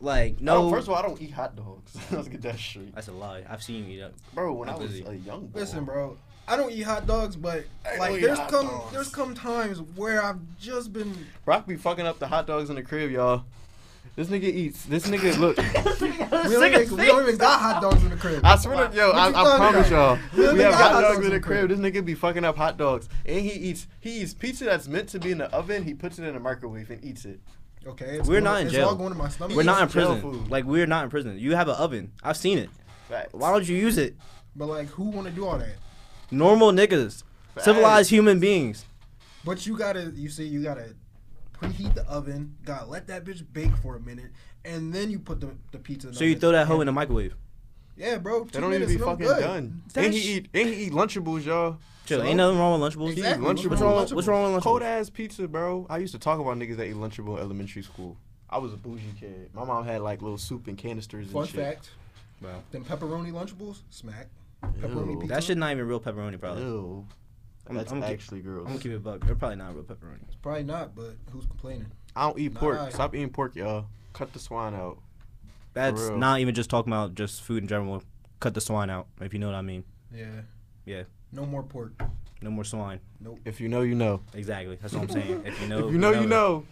[SPEAKER 1] Like
[SPEAKER 2] I don't-
[SPEAKER 1] no.
[SPEAKER 2] First of all, I don't eat hot dogs. Let's get that straight,
[SPEAKER 1] that's a lie. I've seen you eat up.
[SPEAKER 2] bro. When i
[SPEAKER 1] I'm
[SPEAKER 2] was
[SPEAKER 1] busy.
[SPEAKER 2] a young boy,
[SPEAKER 3] Listen, bro. I don't eat hot dogs, but
[SPEAKER 2] I don't
[SPEAKER 3] like
[SPEAKER 2] eat
[SPEAKER 3] there's
[SPEAKER 2] hot
[SPEAKER 3] come
[SPEAKER 2] dogs.
[SPEAKER 3] there's come times where I've just been
[SPEAKER 2] Brock be fucking up the hot dogs in the crib, y'all. This nigga eats. This nigga look.
[SPEAKER 3] we don't, even, we don't even got hot dogs in the crib.
[SPEAKER 2] I swear to yo,
[SPEAKER 3] What
[SPEAKER 2] I,
[SPEAKER 3] you
[SPEAKER 2] I
[SPEAKER 3] talking
[SPEAKER 2] promise
[SPEAKER 3] about?
[SPEAKER 2] y'all.
[SPEAKER 3] Little
[SPEAKER 2] We
[SPEAKER 3] nigga
[SPEAKER 2] have
[SPEAKER 3] got
[SPEAKER 2] hot dogs in the crib.
[SPEAKER 3] crib.
[SPEAKER 2] This nigga be fucking up hot dogs, and he eats he eats pizza that's meant to be in the oven. He puts it in the microwave and eats it.
[SPEAKER 3] Okay, it's
[SPEAKER 1] We're
[SPEAKER 3] going-
[SPEAKER 1] not in
[SPEAKER 3] it's
[SPEAKER 1] jail.
[SPEAKER 3] all going to my stomach.
[SPEAKER 1] We're not in
[SPEAKER 2] eats jail
[SPEAKER 1] prison.
[SPEAKER 2] food.
[SPEAKER 1] Like we're not in prison. You have an oven. I've seen it.
[SPEAKER 2] Facts.
[SPEAKER 1] Why don't you use it?
[SPEAKER 3] But like, who want to do all that?
[SPEAKER 1] Normal niggas,
[SPEAKER 2] Facts.
[SPEAKER 1] civilized human beings.
[SPEAKER 3] But you gotta, you see, you gotta preheat the oven. Gotta let that bitch bake for a minute, and then you put the, the pizza. in the
[SPEAKER 1] So you
[SPEAKER 3] oven.
[SPEAKER 1] throw that hoe
[SPEAKER 3] Yeah.
[SPEAKER 1] in the microwave.
[SPEAKER 3] Yeah, bro. Two
[SPEAKER 2] They don't even
[SPEAKER 3] minutes
[SPEAKER 2] be
[SPEAKER 3] and I'm
[SPEAKER 2] fucking
[SPEAKER 3] good.
[SPEAKER 2] done.
[SPEAKER 1] That
[SPEAKER 2] and
[SPEAKER 1] sh-
[SPEAKER 2] he eat and he eat Lunchables, y'all.
[SPEAKER 1] Chill,
[SPEAKER 3] So?
[SPEAKER 1] ain't nothing wrong with Lunchables.
[SPEAKER 3] Exactly.
[SPEAKER 2] Lunchables.
[SPEAKER 1] What's wrong?
[SPEAKER 3] Lunchables.
[SPEAKER 1] What's wrong with Lunchables?
[SPEAKER 2] Cold ass pizza, bro. I used to talk about niggas that eat Lunchable in elementary school. I was a bougie kid. My mom had like little soup and canisters and
[SPEAKER 3] Fun
[SPEAKER 2] shit.
[SPEAKER 3] fact.
[SPEAKER 1] Wow.
[SPEAKER 3] Them pepperoni lunchables, smack. Pepperoni
[SPEAKER 2] Ew.
[SPEAKER 3] pizza.
[SPEAKER 1] That shit not even real pepperoni, probably.
[SPEAKER 2] Ew.
[SPEAKER 1] I'm-
[SPEAKER 2] That's
[SPEAKER 1] I'm gonna keep-
[SPEAKER 2] actually gross.
[SPEAKER 1] I'm gonna keep it buck. They're probably not real pepperoni.
[SPEAKER 3] Probably not, but who's complaining?
[SPEAKER 2] I don't eat pork.
[SPEAKER 3] Nah.
[SPEAKER 2] Stop eating pork, y'all. Cut the swine out.
[SPEAKER 1] That's
[SPEAKER 2] real.
[SPEAKER 1] not even just talking about just food in general. Cut the swine out, if you know what I mean.
[SPEAKER 3] Yeah.
[SPEAKER 1] Yeah.
[SPEAKER 3] No more pork.
[SPEAKER 1] No more swine.
[SPEAKER 2] If you know, you know.
[SPEAKER 1] Exactly. That's what I'm saying. If you know,
[SPEAKER 2] if you know, you know.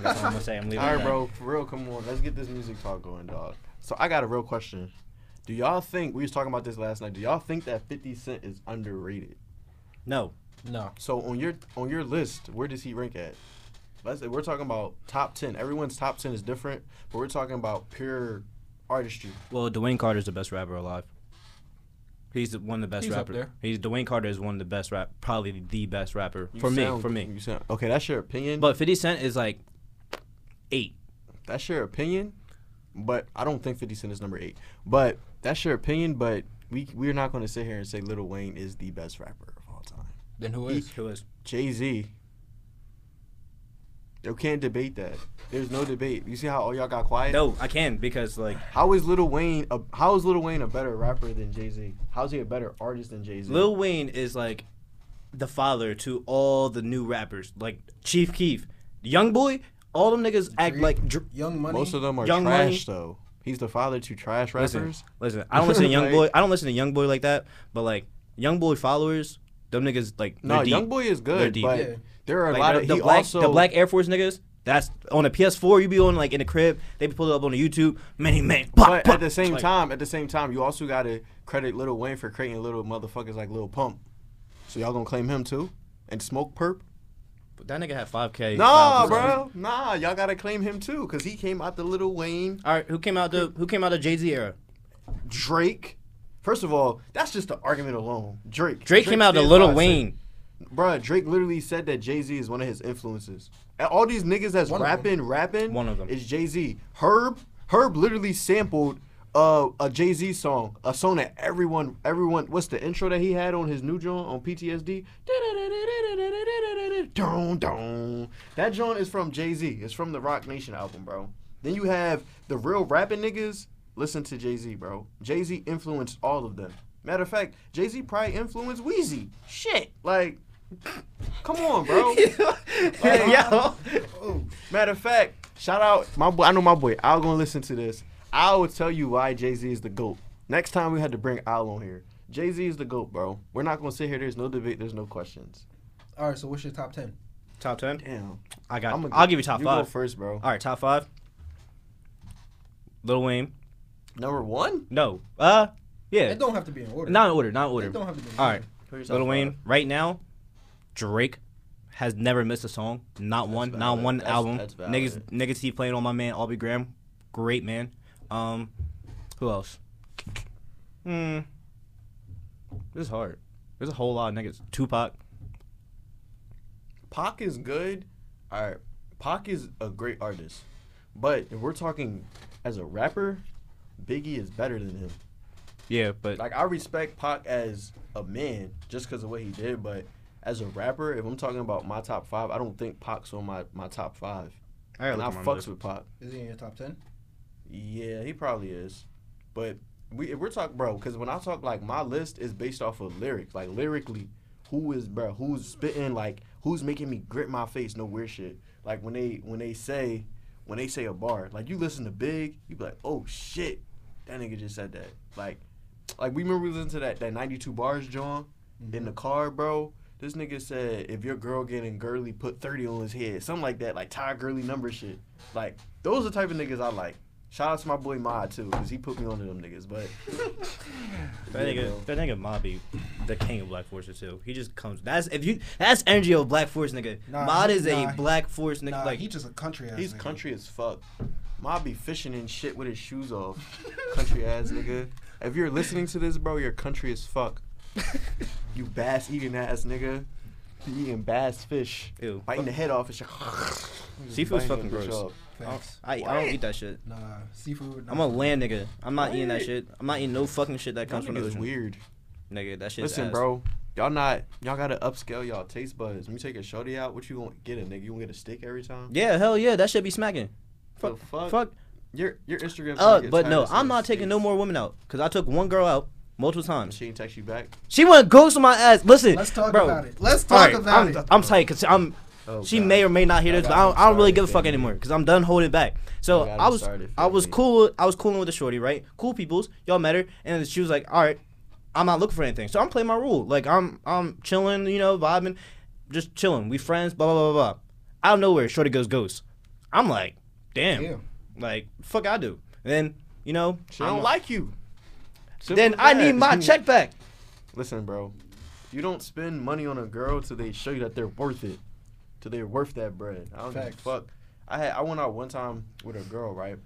[SPEAKER 1] That's what I'm gonna say. I'm leaving.
[SPEAKER 2] All
[SPEAKER 1] it
[SPEAKER 2] right,
[SPEAKER 1] at
[SPEAKER 2] bro. For real, come on. Let's get this music talk going, dog. So I got a real question. Do y'all think we was talking about this last night? Do y'all think that Fifty Cent is underrated?
[SPEAKER 1] No,
[SPEAKER 5] No.
[SPEAKER 2] So on your on your list, where does he rank at? Let's say we're talking about top ten. Everyone's top ten is different, but we're talking about pure artistry.
[SPEAKER 1] well, Dwayne Carter's the best rapper alive. He's the, one of the best
[SPEAKER 5] He's up
[SPEAKER 1] rappers.
[SPEAKER 5] there.
[SPEAKER 1] He's Dwayne Carter is one of the best rap, probably the best rapper
[SPEAKER 2] You
[SPEAKER 1] for me.
[SPEAKER 2] sound-
[SPEAKER 1] For me,
[SPEAKER 2] you sound, okay. That's your opinion.
[SPEAKER 1] but Fifty Cent is like eight.
[SPEAKER 2] that's your opinion, but I don't think 50 Cent is number eight. But that's your opinion, but we we're not going to sit here and say Lil Wayne is the best rapper of all time.
[SPEAKER 5] Then who
[SPEAKER 2] He-
[SPEAKER 5] is?
[SPEAKER 1] Who is?
[SPEAKER 2] Jay Z. You can't debate that. There's no debate. You see how all y'all got quiet?
[SPEAKER 1] No, I can because like
[SPEAKER 2] How is Lil Wayne? A, how is Lil Wayne a better rapper than Jay Z? How is he a better artist than Jay Z?
[SPEAKER 1] Lil Wayne is like the father to all the new rappers, like Chief Keef, Young Boy. All them niggas act
[SPEAKER 3] Drake.
[SPEAKER 1] like. Dr-
[SPEAKER 3] Young Money.
[SPEAKER 2] Most of them are
[SPEAKER 1] Young
[SPEAKER 2] trash though. He's the father to trash
[SPEAKER 1] Listen.
[SPEAKER 2] rappers.
[SPEAKER 1] Listen, I don't listen to Young
[SPEAKER 2] Like-
[SPEAKER 1] Boy. I don't listen to Young Boy like that. But like Young Boy followers, them niggas like
[SPEAKER 2] No,
[SPEAKER 1] they're deep.
[SPEAKER 2] Young Boy is
[SPEAKER 1] They're
[SPEAKER 2] good,
[SPEAKER 1] deep.
[SPEAKER 2] but
[SPEAKER 3] Yeah.
[SPEAKER 2] there are a
[SPEAKER 1] Like,
[SPEAKER 2] lot
[SPEAKER 1] the,
[SPEAKER 2] of
[SPEAKER 1] the
[SPEAKER 2] he
[SPEAKER 1] black
[SPEAKER 2] also
[SPEAKER 1] the black Air Force niggas. That's on a PS4. You be on like in the crib. They be pulled up on the YouTube. Many man. pop,
[SPEAKER 2] But
[SPEAKER 1] pop.
[SPEAKER 2] at the same
[SPEAKER 1] Like,
[SPEAKER 2] time, at the same time, you also gotta credit Little Wayne for creating little motherfuckers like Lil Pump. So y'all gonna claim him too? And Smoke Perp?
[SPEAKER 1] that nigga had 5K.
[SPEAKER 2] Nah,
[SPEAKER 1] followers.
[SPEAKER 2] bro. Nah, y'all gotta claim him too, cause he came out the Little Wayne,
[SPEAKER 1] All right, who came out the who came out the Jay Z era?
[SPEAKER 2] Drake. First of all, that's just the argument alone. Drake.
[SPEAKER 1] Drake, came out the
[SPEAKER 2] did
[SPEAKER 1] Little
[SPEAKER 2] what I
[SPEAKER 1] Wayne.
[SPEAKER 2] said. Bruh, Drake literally said that Jay Z is one of his influences. And all these niggas that's
[SPEAKER 3] One of them.
[SPEAKER 2] rapping, rapping,
[SPEAKER 1] One of them.
[SPEAKER 2] is Jay Z. Herb, Herb literally sampled uh, a Jay Z song, a song that everyone, everyone. What's the intro that he had on his new joint on PTSD? Dun, dun. That joint is from Jay Z. It's from the Rock Nation album, bro. Then you have the real rapping niggas. Listen to Jay Z, bro. Jay Z influenced all of them. Matter of fact, Jay Z probably influenced Wheezy. Shit, like, come on, bro.
[SPEAKER 1] Yo.
[SPEAKER 3] Oh,
[SPEAKER 2] Matter of fact, shout out my boy. I know my boy. I'll gonna listen to this. I will tell you why Jay Z is the goat. Next time we had to bring Al on here. Jay Z is the goat, bro. We're not gonna sit here. There's no debate. There's no questions.
[SPEAKER 3] all right. So what's your top ten?
[SPEAKER 1] Top ten.
[SPEAKER 2] Damn.
[SPEAKER 1] I got.
[SPEAKER 2] I'ma-
[SPEAKER 1] I'll give you top
[SPEAKER 2] you
[SPEAKER 1] five.
[SPEAKER 2] Go first, bro.
[SPEAKER 1] All right, top five. Lil Wayne.
[SPEAKER 2] Number one.
[SPEAKER 1] No. Uh, yeah.
[SPEAKER 3] It don't have to be in order.
[SPEAKER 1] Not in order. Not in
[SPEAKER 3] It don't
[SPEAKER 1] order.
[SPEAKER 3] have to be. In
[SPEAKER 1] All
[SPEAKER 3] order.
[SPEAKER 1] right,
[SPEAKER 2] Who your top
[SPEAKER 1] Lil
[SPEAKER 2] five?
[SPEAKER 1] Wayne. Right now, Drake has never missed a song. Not
[SPEAKER 2] That's
[SPEAKER 1] one. Not
[SPEAKER 2] valid.
[SPEAKER 1] one
[SPEAKER 2] That's-
[SPEAKER 1] album.
[SPEAKER 2] that's valid.
[SPEAKER 1] niggas, niggas keep playing on my man Aubrey Graham. Great man. Um, who else? Hmm. This is hard. There's a whole lot of niggas. Tupac.
[SPEAKER 2] Pac is good. All right. Pac is a great artist, but if we're talking as a rapper, Biggie is better than him.
[SPEAKER 1] Yeah, but
[SPEAKER 2] Like I respect Pac as a man just because of what he did, but as a rapper, if I'm talking about my top five, I don't think Pac's on my, my top five.
[SPEAKER 1] I
[SPEAKER 2] and I
[SPEAKER 1] gotta
[SPEAKER 2] fucks
[SPEAKER 1] look at
[SPEAKER 2] with Pac.
[SPEAKER 3] Is he in your top ten?
[SPEAKER 2] Yeah, he probably is. But we if we're talking, bro, because when I talk, like my list is based off of lyrics, like lyrically, who is bro, who's spitting, like who's making me grit my face, no weird shit. Like when they when they say when they say a bar, like you listen to Big, you be like, oh shit, that nigga just said that. Like like we remember we listened to that that 92 bars John in the car, bro. This nigga said if your girl getting girly, put 30 on his head, something like that, like Ty Girly number shit. Like those are the type of niggas I like. Shout out to my boy Ma too, cause he put me onto them niggas. But
[SPEAKER 1] That
[SPEAKER 2] Yeah,
[SPEAKER 1] nigga, that nigga Mobby, the king of Black Forces too. He just comes. That's if you. That's energy of Black Force nigga.
[SPEAKER 3] Nah,
[SPEAKER 1] Mod
[SPEAKER 3] he-
[SPEAKER 1] is
[SPEAKER 3] nah,
[SPEAKER 1] a Black Force nigga.
[SPEAKER 3] Nah,
[SPEAKER 1] like
[SPEAKER 3] he just a country ass.
[SPEAKER 2] he's
[SPEAKER 3] nigga.
[SPEAKER 2] country as fuck. Ma be fishing and shit with his shoes off. country ass nigga. If you're listening to this, bro, you're country as fuck. You bass eating ass nigga. You eating bass fish.
[SPEAKER 1] Ew.
[SPEAKER 2] Biting the head off and shit.
[SPEAKER 1] Seafood's
[SPEAKER 2] Biting
[SPEAKER 1] fucking
[SPEAKER 2] the bitch
[SPEAKER 1] gross.
[SPEAKER 2] off.
[SPEAKER 3] Facts.
[SPEAKER 2] Oh.
[SPEAKER 1] I, I don't eat that shit.
[SPEAKER 3] Nah, seafood.
[SPEAKER 1] I'm a land nigga. I'm not eating that
[SPEAKER 2] What?
[SPEAKER 1] shit. I'm not eating no fucking shit that
[SPEAKER 2] Y'all
[SPEAKER 1] comes from the
[SPEAKER 2] niggas
[SPEAKER 1] ocean.
[SPEAKER 2] weird.
[SPEAKER 1] Nigga, that shit's
[SPEAKER 2] Listen,
[SPEAKER 1] ass.
[SPEAKER 2] bro. Y'all not. Y'all gotta upscale y'all taste buds. When you take a shorty out, what you gonna get a nigga? You gonna get a stick every time?
[SPEAKER 1] Yeah, hell yeah, that should be smacking.
[SPEAKER 2] The
[SPEAKER 1] Fuck,
[SPEAKER 2] fuck.
[SPEAKER 1] fuck.
[SPEAKER 2] Your your Instagram.
[SPEAKER 1] Uh, but no, I'm not taking no more women out because I took one girl out multiple times.
[SPEAKER 2] She didn't text you back.
[SPEAKER 1] She went ghost on my ass. Listen,
[SPEAKER 3] Let's talk
[SPEAKER 1] bro.
[SPEAKER 3] about it. Let's
[SPEAKER 1] All
[SPEAKER 3] talk
[SPEAKER 1] right,
[SPEAKER 3] about
[SPEAKER 1] I'm,
[SPEAKER 3] it.
[SPEAKER 1] I'm tight because I'm.
[SPEAKER 2] Oh,
[SPEAKER 1] she
[SPEAKER 2] God.
[SPEAKER 1] may or may not hear this, but I don't, I don't really give a fuck anymore because I'm done holding back. So
[SPEAKER 2] I got
[SPEAKER 1] I
[SPEAKER 2] him
[SPEAKER 1] was,
[SPEAKER 2] started,
[SPEAKER 1] I was
[SPEAKER 2] fam.
[SPEAKER 1] cool. I was cooling with the shorty, right? Cool peoples. Y'all met her, and she was like, "All right, I'm not looking for anything." So I'm playing my rule. Like I'm, I'm chilling, you know, vibing, just chilling. We friends, blah blah blah blah. Out of nowhere, shorty goes ghost. I'm like, damn,
[SPEAKER 3] Damn.
[SPEAKER 1] like fuck, I do. And then You know?
[SPEAKER 2] I don't like you. Simple
[SPEAKER 1] Then
[SPEAKER 2] as
[SPEAKER 1] I
[SPEAKER 2] that.
[SPEAKER 1] need my check back.
[SPEAKER 2] Listen, bro. You don't spend money on a girl till they show you that they're worth it. Till they're worth that bread. I don't give a
[SPEAKER 3] Facts.
[SPEAKER 2] fuck. I had I went out one time with a girl, right?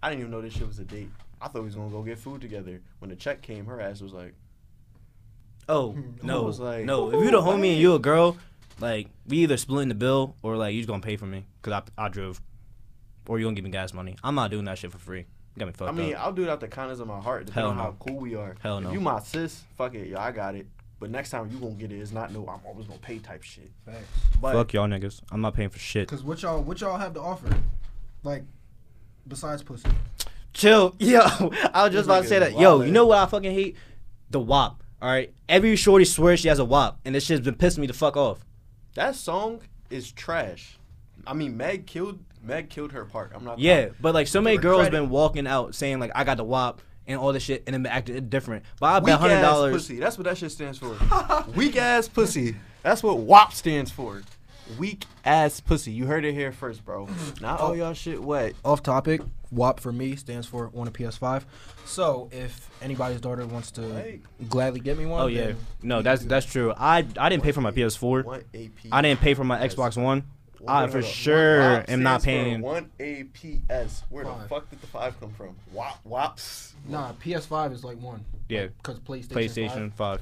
[SPEAKER 2] I didn't even know this shit was a date. I thought we was gonna go get food together. When the check came, her ass was like,
[SPEAKER 1] Oh
[SPEAKER 3] Hmm.
[SPEAKER 1] no,
[SPEAKER 2] I was like,
[SPEAKER 1] no. If you the homie and you a girl, like we either splitting the bill or like you just gonna pay for me because I I drove, or you gonna give me gas money. I'm not doing that shit for free. You got me fucked
[SPEAKER 2] I mean,
[SPEAKER 1] up.
[SPEAKER 2] I'll do it out the kindness of my heart,
[SPEAKER 1] Hell
[SPEAKER 2] depending
[SPEAKER 1] no.
[SPEAKER 2] on how cool we are.
[SPEAKER 1] Hell
[SPEAKER 2] if
[SPEAKER 1] no.
[SPEAKER 2] you my sis, fuck it, yo, I got it. But next time you gonna get it, it's not no, I'm always gonna pay type shit.
[SPEAKER 3] Facts.
[SPEAKER 2] But
[SPEAKER 1] Fuck y'all niggas. I'm not paying for shit.
[SPEAKER 3] Cause what y'all what y'all have to offer, like, besides pussy.
[SPEAKER 1] Chill, yo. I was just about to say that. Yo, you know what I fucking hate? The WAP. All right. Every shorty swears she has a WAP, and this shit's been pissing me the fuck off.
[SPEAKER 2] that song is trash. I mean, Meg killed Meg killed her part. I'm not.
[SPEAKER 1] Yeah, but like so many
[SPEAKER 2] her
[SPEAKER 1] girls
[SPEAKER 2] credit.
[SPEAKER 1] been walking out saying like I got the WAP and all this shit, and then been acting different. But I
[SPEAKER 2] Weak
[SPEAKER 1] bet hundred
[SPEAKER 2] ass
[SPEAKER 1] dollars.
[SPEAKER 2] pussy. That's what that shit stands for. Weak ass pussy. That's what WAP stands for. Weak ass pussy. You heard it here first, bro. Not
[SPEAKER 1] Oh.
[SPEAKER 2] all y'all shit wet.
[SPEAKER 3] Off topic. WAP for me stands for on a PS5. So if anybody's daughter wants to
[SPEAKER 2] Hey.
[SPEAKER 3] gladly get me one,
[SPEAKER 1] Oh yeah, no, that's that's true. I I didn't pay for my PS4.
[SPEAKER 2] One AP.
[SPEAKER 1] I didn't pay for my
[SPEAKER 2] Yes.
[SPEAKER 1] Xbox One.
[SPEAKER 2] One-
[SPEAKER 1] I
[SPEAKER 2] hold
[SPEAKER 1] for
[SPEAKER 2] up. One-
[SPEAKER 1] sure
[SPEAKER 2] WAP
[SPEAKER 1] am not paying.
[SPEAKER 2] stands for One APS. Where the
[SPEAKER 3] Five.
[SPEAKER 2] fuck did the five come from? WAP. WAPs.
[SPEAKER 3] Nah, PS5 is like one.
[SPEAKER 1] Yeah,
[SPEAKER 3] Cause PlayStation.
[SPEAKER 1] PlayStation
[SPEAKER 3] 5.
[SPEAKER 1] Five.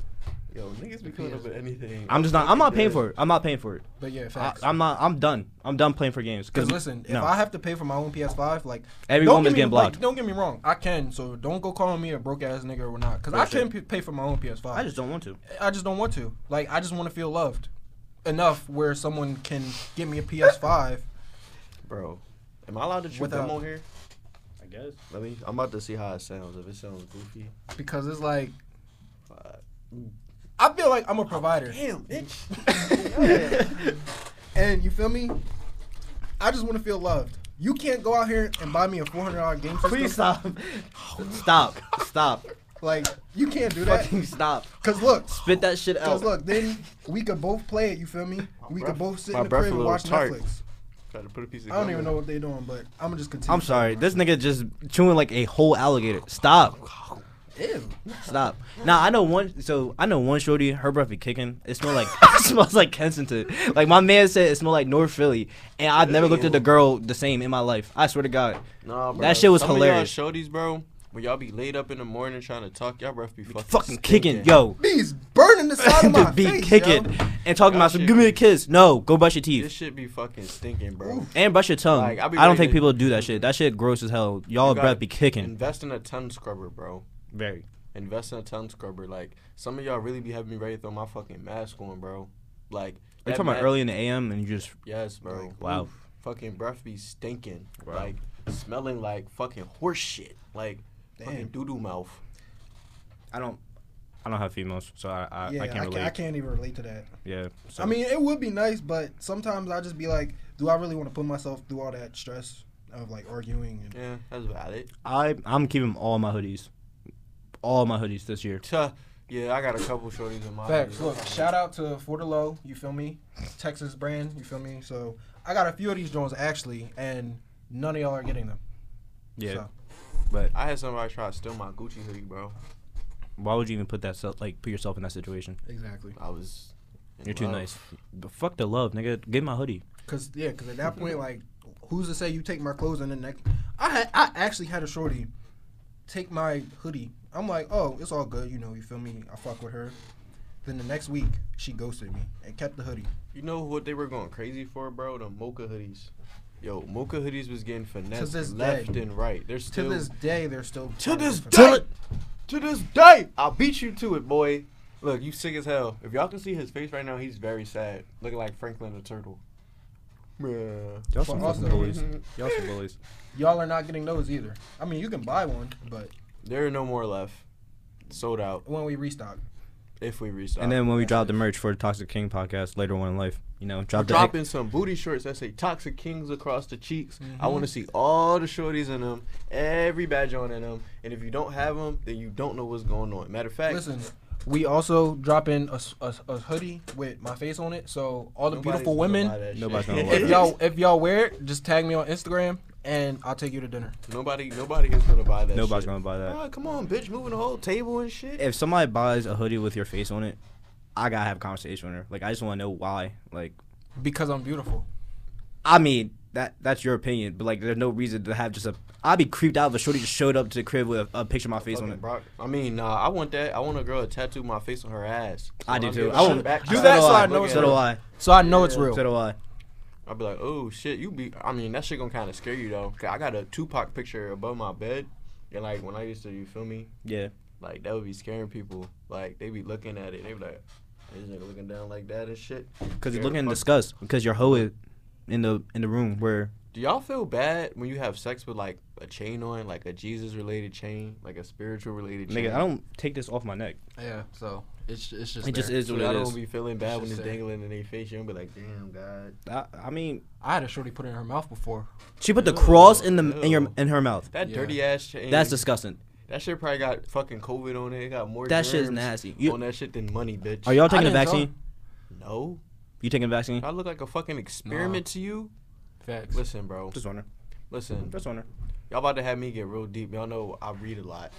[SPEAKER 2] Yo, niggas be coming up with anything.
[SPEAKER 1] I'm just not. I'm not paying for it. I'm not paying for it.
[SPEAKER 3] But yeah,
[SPEAKER 1] I,
[SPEAKER 3] facts.
[SPEAKER 1] I'm not. I'm done. I'm done playing for games.
[SPEAKER 3] Cause listen, if
[SPEAKER 1] no.
[SPEAKER 3] I have to pay for my own PS5, like
[SPEAKER 1] every
[SPEAKER 3] don't
[SPEAKER 1] woman's
[SPEAKER 3] get me,
[SPEAKER 1] getting
[SPEAKER 3] like,
[SPEAKER 1] blocked.
[SPEAKER 3] don't get me wrong, I can. So don't go calling me a broke ass nigga or not, cause
[SPEAKER 1] Real
[SPEAKER 3] I
[SPEAKER 1] shit.
[SPEAKER 3] can p- pay for my own PS5.
[SPEAKER 1] I just don't want to.
[SPEAKER 3] I just don't want to. Like, I just want to feel loved enough where someone can give me a PS5.
[SPEAKER 2] Bro, am I allowed to chew
[SPEAKER 3] Without-
[SPEAKER 2] gum on here?
[SPEAKER 1] I guess.
[SPEAKER 2] Let me. I'm about to see how it sounds. If it sounds goofy.
[SPEAKER 3] because it's like
[SPEAKER 2] Uh,
[SPEAKER 3] I feel like I'm a provider,
[SPEAKER 2] Damn, bitch.
[SPEAKER 3] and you feel me? I just want to feel loved. You can't go out here and buy me a four hundred dollar game system.
[SPEAKER 1] Please stop. Stop. Stop.
[SPEAKER 3] Like you can't do that.
[SPEAKER 1] Fucking stop.
[SPEAKER 3] Cause look,
[SPEAKER 1] Spit that shit
[SPEAKER 3] cause
[SPEAKER 1] out.
[SPEAKER 3] look, then we could both play it. You feel me? We could
[SPEAKER 2] breath-
[SPEAKER 3] both sit
[SPEAKER 2] my
[SPEAKER 3] in the
[SPEAKER 2] breath
[SPEAKER 3] crib
[SPEAKER 2] a
[SPEAKER 3] and
[SPEAKER 2] little
[SPEAKER 3] watch
[SPEAKER 2] tart.
[SPEAKER 3] Netflix.
[SPEAKER 2] Try to put a piece of
[SPEAKER 3] I don't
[SPEAKER 2] gum
[SPEAKER 3] even
[SPEAKER 2] in.
[SPEAKER 3] know what they're doing, but I'm gonna just continue.
[SPEAKER 1] I'm sorry. This nigga just chewing like a whole alligator. Stop.
[SPEAKER 3] Ew.
[SPEAKER 1] Stop. Now I know one. So I know one shorty. Her breath be kicking. It smell like it smells like Kensington. Like my man said, it smelled like North Philly. And I've never looked at the girl the same in my life. I swear to God.
[SPEAKER 2] Nah, bro.
[SPEAKER 1] That shit was
[SPEAKER 2] Some
[SPEAKER 1] hilarious.
[SPEAKER 2] Of y'all shorties, bro. When y'all be laid up in the morning trying to talk, y'all breath be fucking,
[SPEAKER 1] Fucking kicking,
[SPEAKER 2] stinking.
[SPEAKER 1] yo.
[SPEAKER 3] Bees burning the side of my
[SPEAKER 1] Just be
[SPEAKER 3] face,
[SPEAKER 1] kicking
[SPEAKER 3] yo.
[SPEAKER 1] and talking
[SPEAKER 2] Y'all
[SPEAKER 1] about some.
[SPEAKER 2] shit
[SPEAKER 1] Give me
[SPEAKER 2] be-
[SPEAKER 1] a kiss. No, go brush your
[SPEAKER 2] This
[SPEAKER 1] teeth
[SPEAKER 2] shit be fucking stinking, bro.
[SPEAKER 3] Oof.
[SPEAKER 1] and brush your tongue.
[SPEAKER 2] Like,
[SPEAKER 1] I
[SPEAKER 2] I be
[SPEAKER 1] don't
[SPEAKER 2] ready
[SPEAKER 1] think
[SPEAKER 2] to-
[SPEAKER 1] people do that shit. That shit gross as hell. Y'all
[SPEAKER 2] You gotta
[SPEAKER 1] breath be kicking.
[SPEAKER 2] Invest in a tongue scrubber, bro.
[SPEAKER 1] Very.
[SPEAKER 2] Invest in a tongue scrubber. Like some of y'all really be having me ready to throw my fucking mask on, bro. Like
[SPEAKER 1] Are you
[SPEAKER 2] that
[SPEAKER 1] talking about
[SPEAKER 2] mask-
[SPEAKER 1] early in the AM and you just
[SPEAKER 2] Yes, bro.
[SPEAKER 3] Like,
[SPEAKER 1] wow.
[SPEAKER 2] Oof. Fucking breath be stinking.
[SPEAKER 1] Wow.
[SPEAKER 2] Like smelling like fucking horse shit. Like fucking
[SPEAKER 3] Damn.
[SPEAKER 2] doo doo mouth.
[SPEAKER 1] I don't. I don't have females, so I I,
[SPEAKER 3] Yeah,
[SPEAKER 1] I can't relate.
[SPEAKER 3] I can't even relate to that.
[SPEAKER 1] Yeah. So.
[SPEAKER 3] I mean, it would be nice, but sometimes I just be like, do I really want to put myself through all that stress of like arguing? And
[SPEAKER 2] Yeah, that's about it.
[SPEAKER 1] I I'm keeping all my hoodies, all my hoodies this year.
[SPEAKER 2] Tuh. Yeah, I got a couple shorties in my
[SPEAKER 3] facts. Look, shout out to For the Low. You feel me? Texas brand. You feel me? So I got a few of these drones actually, and none of y'all are getting them.
[SPEAKER 1] Yeah.
[SPEAKER 3] So,
[SPEAKER 2] I had somebody try to steal my Gucci hoodie, bro.
[SPEAKER 1] Why would you even put that self like put yourself in that situation?
[SPEAKER 3] exactly.
[SPEAKER 2] I was. in
[SPEAKER 1] You're too
[SPEAKER 2] love.
[SPEAKER 1] nice. But fuck the love, nigga. Give my hoodie.
[SPEAKER 3] Cause yeah, cause at that point, like, who's to say you take my clothes and the next? I had I actually had a shorty take my hoodie. I'm like, oh, it's all good, you know. You feel me? I fuck with her. Then the next week, she ghosted me and kept the hoodie.
[SPEAKER 2] You know what they were going crazy for, bro? The mocha hoodies. Yo, mocha hoodies was getting finessed
[SPEAKER 3] this
[SPEAKER 2] left
[SPEAKER 3] day.
[SPEAKER 2] and right. They're
[SPEAKER 3] To
[SPEAKER 2] still
[SPEAKER 3] this day, they're still
[SPEAKER 2] To this
[SPEAKER 3] fighting for
[SPEAKER 2] day,
[SPEAKER 3] that.
[SPEAKER 2] to this day, I'll beat you to it, boy. Look, you sick as hell. If y'all can see his face right now, he's very sad, looking like Franklin the Turtle. Yeah.
[SPEAKER 1] Y'all
[SPEAKER 3] some fucking also- bullies.
[SPEAKER 1] Y'all some bullies.
[SPEAKER 2] Mm-hmm.
[SPEAKER 3] Y'all are not getting those either. I mean, you can buy one, but
[SPEAKER 2] There are no more left. Sold out.
[SPEAKER 3] when we restock,
[SPEAKER 2] If we restock.
[SPEAKER 1] And then when we drop the merch for the Toxic King podcast later on in life, you know, drop the
[SPEAKER 2] dropping some booty shorts that say "Toxic Kings" across the cheeks. I
[SPEAKER 3] Mhm.
[SPEAKER 2] want to see all the shorties in them, every badge on in them. And if you don't have them, then you don't know what's going on. Matter of fact,
[SPEAKER 3] listen. We also drop in a, s- a s- a hoodie with my face on it. So all the
[SPEAKER 2] nobody's
[SPEAKER 3] beautiful
[SPEAKER 2] gonna
[SPEAKER 3] women,
[SPEAKER 2] buy that shit.
[SPEAKER 1] Nobody's gonna buy
[SPEAKER 3] if y'all if y'all wear it, just tag me on Instagram and I'll take you to dinner.
[SPEAKER 2] Nobody, nobody is gonna buy that.
[SPEAKER 1] Nobody's
[SPEAKER 2] shit.
[SPEAKER 1] gonna buy that.
[SPEAKER 2] Ah, come on, bitch, moving the whole table and shit.
[SPEAKER 1] If somebody buys a hoodie with your face on it, I gotta have a conversation with her. Like I just want to know why. Like
[SPEAKER 3] Because I'm beautiful.
[SPEAKER 1] I mean that that's your opinion, but like there's no reason to have just a. I'd be creeped out if a shorty just showed up to the crib with a, a picture of my face on
[SPEAKER 2] Fucking
[SPEAKER 1] it.
[SPEAKER 2] Brock- I mean, nah, I want that. I want a girl to tattoo my face on her ass. So
[SPEAKER 1] I
[SPEAKER 2] when
[SPEAKER 1] do
[SPEAKER 2] I'm
[SPEAKER 1] too.
[SPEAKER 2] giving
[SPEAKER 1] I
[SPEAKER 2] shit
[SPEAKER 1] want
[SPEAKER 2] back,
[SPEAKER 3] Do
[SPEAKER 1] so
[SPEAKER 2] I'll
[SPEAKER 3] that
[SPEAKER 1] do
[SPEAKER 2] be
[SPEAKER 3] so I
[SPEAKER 2] like,
[SPEAKER 3] know
[SPEAKER 2] look
[SPEAKER 3] it's
[SPEAKER 2] at
[SPEAKER 1] So
[SPEAKER 2] her.
[SPEAKER 1] do I.
[SPEAKER 3] So I know it's
[SPEAKER 1] So
[SPEAKER 3] real.
[SPEAKER 1] do I.
[SPEAKER 2] I'll be like, oh shit, you be. I mean, that shit gonna kind of scare you though. 'Cause I got a Tupac picture above my bed, and like when I used to, you feel me?
[SPEAKER 1] Yeah.
[SPEAKER 2] Like that would be scaring people. Like they be looking at it, they be like, this nigga looking down like that and shit.
[SPEAKER 1] Because
[SPEAKER 2] Scared
[SPEAKER 1] you're looking
[SPEAKER 2] the
[SPEAKER 1] in
[SPEAKER 2] fuck-
[SPEAKER 1] disgust because your hoe is in the in the room where
[SPEAKER 2] Do y'all feel bad when you have sex with like a chain on, like a Jesus related chain, like a spiritual related chain?
[SPEAKER 1] nigga I don't take this off my neck.
[SPEAKER 5] Yeah, so it's it's just
[SPEAKER 1] It just
[SPEAKER 5] there.
[SPEAKER 1] is
[SPEAKER 2] So
[SPEAKER 1] what
[SPEAKER 2] y'all
[SPEAKER 1] it
[SPEAKER 2] don't
[SPEAKER 1] is.
[SPEAKER 2] be feeling bad
[SPEAKER 5] It's
[SPEAKER 2] when
[SPEAKER 5] just
[SPEAKER 2] it's
[SPEAKER 5] there.
[SPEAKER 2] dangling in their face. You don't be like, damn God.
[SPEAKER 1] I, I mean
[SPEAKER 3] I had a shorty put it in her mouth before.
[SPEAKER 1] she put the
[SPEAKER 2] Ew,
[SPEAKER 1] cross in the in your
[SPEAKER 2] ew.
[SPEAKER 1] in her mouth.
[SPEAKER 2] That
[SPEAKER 5] Yeah.
[SPEAKER 2] dirty ass chain.
[SPEAKER 1] That's disgusting.
[SPEAKER 2] that shit probably got fucking COVID on it. It got more.
[SPEAKER 1] That shit's
[SPEAKER 2] germs
[SPEAKER 1] nasty.
[SPEAKER 2] on
[SPEAKER 1] You,
[SPEAKER 2] that shit than money, bitch.
[SPEAKER 1] are y'all
[SPEAKER 3] I
[SPEAKER 1] taking a
[SPEAKER 3] didn't tell
[SPEAKER 1] vaccine?
[SPEAKER 2] No,
[SPEAKER 1] You taking a vaccine?
[SPEAKER 2] I look like a fucking experiment to you.
[SPEAKER 5] facts.
[SPEAKER 2] Listen, bro.
[SPEAKER 1] Just wondering.
[SPEAKER 2] Listen,
[SPEAKER 1] Just wondering.
[SPEAKER 2] y'all about to have me get real deep. Y'all know I read a lot.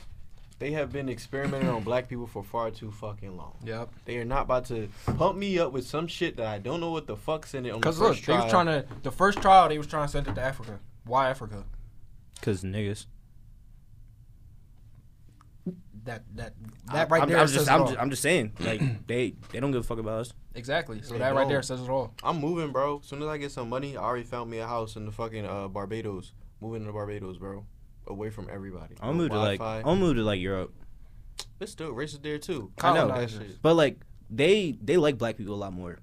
[SPEAKER 2] They have been experimenting on black people for far too fucking long.
[SPEAKER 5] Yep.
[SPEAKER 2] They are not about to pump me up with some shit that I don't know what the fuck's in it. On the
[SPEAKER 3] Cause
[SPEAKER 2] first
[SPEAKER 3] look, they
[SPEAKER 2] trial.
[SPEAKER 3] was trying to the first trial they was trying to send it to Africa. Why Africa?
[SPEAKER 1] Cause niggas.
[SPEAKER 3] That that that
[SPEAKER 1] I-
[SPEAKER 3] right
[SPEAKER 1] I'm,
[SPEAKER 3] there
[SPEAKER 1] I'm
[SPEAKER 3] says
[SPEAKER 1] just,
[SPEAKER 3] it
[SPEAKER 1] I'm
[SPEAKER 3] all.
[SPEAKER 1] just, I'm just saying, like they, they don't give a fuck about us.
[SPEAKER 3] exactly. So
[SPEAKER 2] They
[SPEAKER 3] that right there
[SPEAKER 2] don't.
[SPEAKER 3] says it all.
[SPEAKER 2] I'm moving, bro. Soon as I get some money, I already found me a house in the fucking uh, Barbados. Moving to Barbados, bro. Away from everybody.
[SPEAKER 1] I'll
[SPEAKER 2] No
[SPEAKER 1] move to like,
[SPEAKER 2] Wi-Fi.
[SPEAKER 1] I'll move to like Europe.
[SPEAKER 2] It's still racist there too.
[SPEAKER 1] I know.
[SPEAKER 2] That
[SPEAKER 3] Colonizers.
[SPEAKER 2] shit.
[SPEAKER 1] But like they, they like black people a lot more.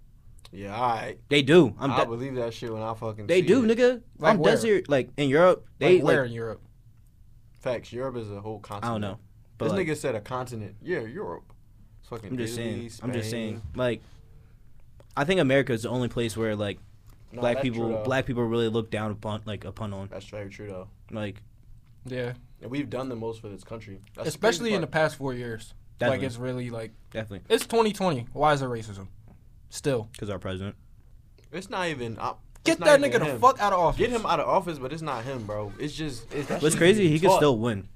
[SPEAKER 2] Yeah, all right.
[SPEAKER 1] They do. I'm.
[SPEAKER 2] I
[SPEAKER 1] de-
[SPEAKER 2] believe that shit when I fucking.
[SPEAKER 1] they
[SPEAKER 2] see
[SPEAKER 1] do,
[SPEAKER 2] it.
[SPEAKER 1] nigga.
[SPEAKER 3] Like
[SPEAKER 1] I'm
[SPEAKER 3] where?
[SPEAKER 1] dead serious. Like in Europe, they
[SPEAKER 3] like where
[SPEAKER 1] like,
[SPEAKER 3] in Europe?
[SPEAKER 2] Facts. Europe is a whole continent.
[SPEAKER 1] I don't know. But
[SPEAKER 2] This
[SPEAKER 1] like,
[SPEAKER 2] nigga said a continent. Yeah, Europe. It's fucking.
[SPEAKER 1] I'm just saying.
[SPEAKER 2] Italy,
[SPEAKER 1] I'm just saying.
[SPEAKER 2] Spain.
[SPEAKER 1] Like, I think America is the only place where like
[SPEAKER 2] Nah,
[SPEAKER 1] black
[SPEAKER 2] that's
[SPEAKER 1] people,
[SPEAKER 2] true, though.
[SPEAKER 1] black people really look down upon, like upon on,
[SPEAKER 2] That's very true though.
[SPEAKER 1] like
[SPEAKER 3] Yeah,
[SPEAKER 2] And we've done the most for this country. That's the
[SPEAKER 3] especially
[SPEAKER 2] crazy
[SPEAKER 3] in the
[SPEAKER 2] part.
[SPEAKER 3] past four years.
[SPEAKER 1] definitely,
[SPEAKER 3] Like it's really like
[SPEAKER 1] definitely,
[SPEAKER 3] it's 2020. Why is there racism? Still,
[SPEAKER 1] because our president.
[SPEAKER 2] It's not even. I,
[SPEAKER 3] get
[SPEAKER 2] it's not
[SPEAKER 3] that
[SPEAKER 2] even
[SPEAKER 3] nigga the
[SPEAKER 2] him.
[SPEAKER 3] fuck out of office.
[SPEAKER 2] Get him out of office, but it's not him, bro. It's just. It's, that
[SPEAKER 1] What's
[SPEAKER 2] shit
[SPEAKER 1] crazy?
[SPEAKER 2] being
[SPEAKER 1] He can
[SPEAKER 2] taught.
[SPEAKER 1] still win.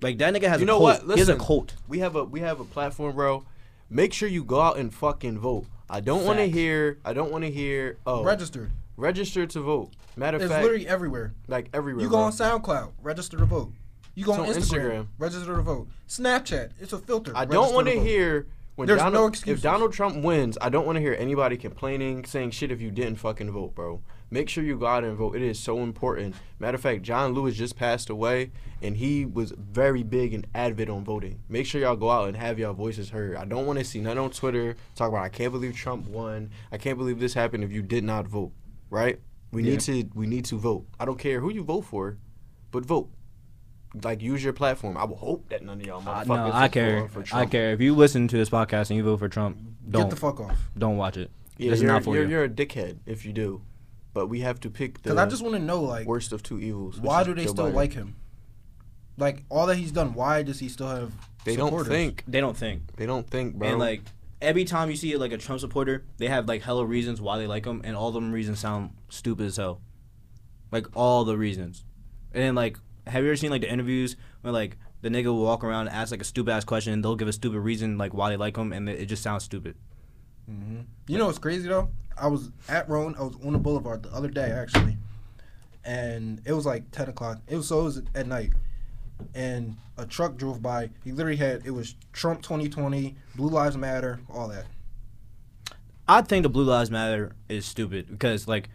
[SPEAKER 1] Like that nigga has
[SPEAKER 2] You
[SPEAKER 1] a
[SPEAKER 2] know
[SPEAKER 1] cult.
[SPEAKER 2] what?
[SPEAKER 1] He has a
[SPEAKER 2] Listen.
[SPEAKER 1] cult.
[SPEAKER 2] We have a we have a platform, bro. Make sure you go out and fucking vote. I don't want to
[SPEAKER 1] Facts.
[SPEAKER 2] hear. I don't want to hear. Oh,
[SPEAKER 3] Registered.
[SPEAKER 2] register to vote. Matter of
[SPEAKER 3] It's
[SPEAKER 2] fact,
[SPEAKER 3] literally everywhere.
[SPEAKER 2] like everywhere.
[SPEAKER 3] You go
[SPEAKER 2] bro.
[SPEAKER 3] on SoundCloud, register to vote. You go on,
[SPEAKER 2] It's on
[SPEAKER 3] Instagram,
[SPEAKER 2] Instagram.
[SPEAKER 3] register to vote. Snapchat, it's a filter.
[SPEAKER 2] I
[SPEAKER 3] register
[SPEAKER 2] don't want to
[SPEAKER 3] vote.
[SPEAKER 2] hear when
[SPEAKER 3] There's
[SPEAKER 2] Donald,
[SPEAKER 3] no
[SPEAKER 2] if
[SPEAKER 3] excuses.
[SPEAKER 2] Donald Trump wins. I don't want to hear anybody complaining, saying shit if you didn't fucking vote, bro. Make sure you go out and vote. It is so important. Matter of fact, John Lewis just passed away, and he was very big and avid on voting. Make sure y'all go out and have y'all voices heard. I don't want to see none on Twitter talk about I can't believe Trump won. I can't believe this happened if you did not vote. Right? We need to we need to vote. I don't care who you vote for, but vote. Like use your platform. I would hope that none of y'all
[SPEAKER 1] I,
[SPEAKER 2] motherfuckers
[SPEAKER 1] Uh, no, I
[SPEAKER 2] is
[SPEAKER 1] care.
[SPEAKER 2] voting for
[SPEAKER 1] I
[SPEAKER 2] Trump.
[SPEAKER 1] care. If you listen to this podcast and you vote for Trump,
[SPEAKER 3] Get
[SPEAKER 1] don't
[SPEAKER 3] the fuck off.
[SPEAKER 1] don't watch it.
[SPEAKER 2] Yeah,
[SPEAKER 1] This is
[SPEAKER 2] you're,
[SPEAKER 1] not for
[SPEAKER 2] you're,
[SPEAKER 1] you.
[SPEAKER 2] you're a dickhead if you do. But we have to pick the
[SPEAKER 3] Because I just want to know, like,
[SPEAKER 2] worst of two evils. which
[SPEAKER 3] why
[SPEAKER 2] is
[SPEAKER 3] do they
[SPEAKER 2] Joe
[SPEAKER 3] still
[SPEAKER 2] Biden.
[SPEAKER 3] like him? Like all that he's done, why does he still have?
[SPEAKER 2] They
[SPEAKER 3] supporters?
[SPEAKER 2] don't think.
[SPEAKER 1] They don't think.
[SPEAKER 2] They don't think, bro.
[SPEAKER 1] And like every time you see like a Trump supporter, they have like hella reasons why they like him, and all them reasons sound stupid as hell. Like all the reasons. And then, like, have you ever seen like the interviews where like the nigga will walk around and ask like a stupid ass question, and they'll give a stupid reason like why they like him, and it, it just sounds stupid.
[SPEAKER 3] You know what's crazy though? I was at Roan. I was on the boulevard the other day actually, and it was like ten o'clock. It was so it was at night, and a truck drove by. He literally had it was Trump twenty twenty, Blue Lives Matter, all that.
[SPEAKER 1] I think the Blue Lives Matter is stupid because like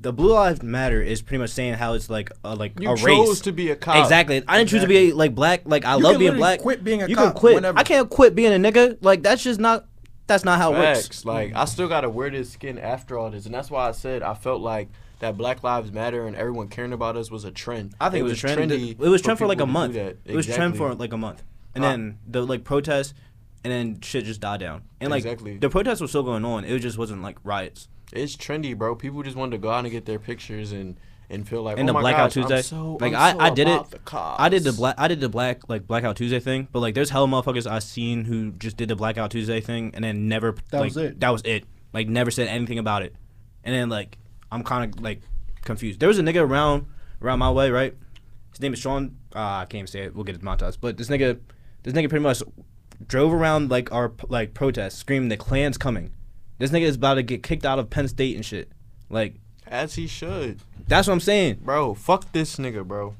[SPEAKER 1] the Blue Lives Matter is pretty much saying how it's like a like
[SPEAKER 2] you
[SPEAKER 1] a
[SPEAKER 2] chose
[SPEAKER 1] race.
[SPEAKER 2] to be a cop.
[SPEAKER 1] Exactly. I didn't choose to
[SPEAKER 3] Exactly.
[SPEAKER 1] be like black. Like I
[SPEAKER 3] You
[SPEAKER 1] love
[SPEAKER 3] can
[SPEAKER 1] being
[SPEAKER 3] literally
[SPEAKER 1] black.
[SPEAKER 3] Quit being a
[SPEAKER 1] you
[SPEAKER 3] cop.
[SPEAKER 1] can quit.
[SPEAKER 3] Whenever.
[SPEAKER 1] I can't quit being a nigga. Like that's just not. That's not how it works.
[SPEAKER 2] Facts. Like I still gotta wear this skin after all this, and that's why I said I felt like that Black Lives Matter and everyone caring about us was a trend.
[SPEAKER 1] I think it was, a trend.
[SPEAKER 2] trendy
[SPEAKER 1] It was trend for like
[SPEAKER 2] people
[SPEAKER 1] a
[SPEAKER 2] to
[SPEAKER 1] month.
[SPEAKER 2] do that.
[SPEAKER 1] It was trend for
[SPEAKER 2] Exactly.
[SPEAKER 1] like a month, and
[SPEAKER 2] Huh.
[SPEAKER 1] then the like protests, and then shit just died down. And like
[SPEAKER 2] Exactly.
[SPEAKER 1] the protests were still going on. It just wasn't like riots.
[SPEAKER 2] It's trendy, bro. People just wanted to go out and get their pictures and and feel like
[SPEAKER 1] And
[SPEAKER 2] oh
[SPEAKER 1] the
[SPEAKER 2] my
[SPEAKER 1] Blackout
[SPEAKER 2] gosh, I'm
[SPEAKER 1] Tuesday.
[SPEAKER 2] so-
[SPEAKER 1] Like,
[SPEAKER 2] I'm
[SPEAKER 1] I-
[SPEAKER 2] so
[SPEAKER 1] I did it.
[SPEAKER 2] about the cops.
[SPEAKER 1] I did the black. I did the black like blackout Tuesday thing, but like there's hella motherfuckers I seen who just did the blackout Tuesday thing and then never.
[SPEAKER 3] That
[SPEAKER 1] like,
[SPEAKER 3] was it.
[SPEAKER 1] That was it. Like never said anything about it, and then like I'm kind of like confused. There was a nigga around around my way, right? His name is Sean. Uh, I can't even say it. We'll get it monetized. But this nigga, this nigga pretty much drove around like our like protest, screaming the Klan's coming. This nigga is about to get kicked out of Penn State and shit. Like
[SPEAKER 2] As he should,
[SPEAKER 1] that's what I'm saying.
[SPEAKER 2] bro. Fuck this nigga, bro.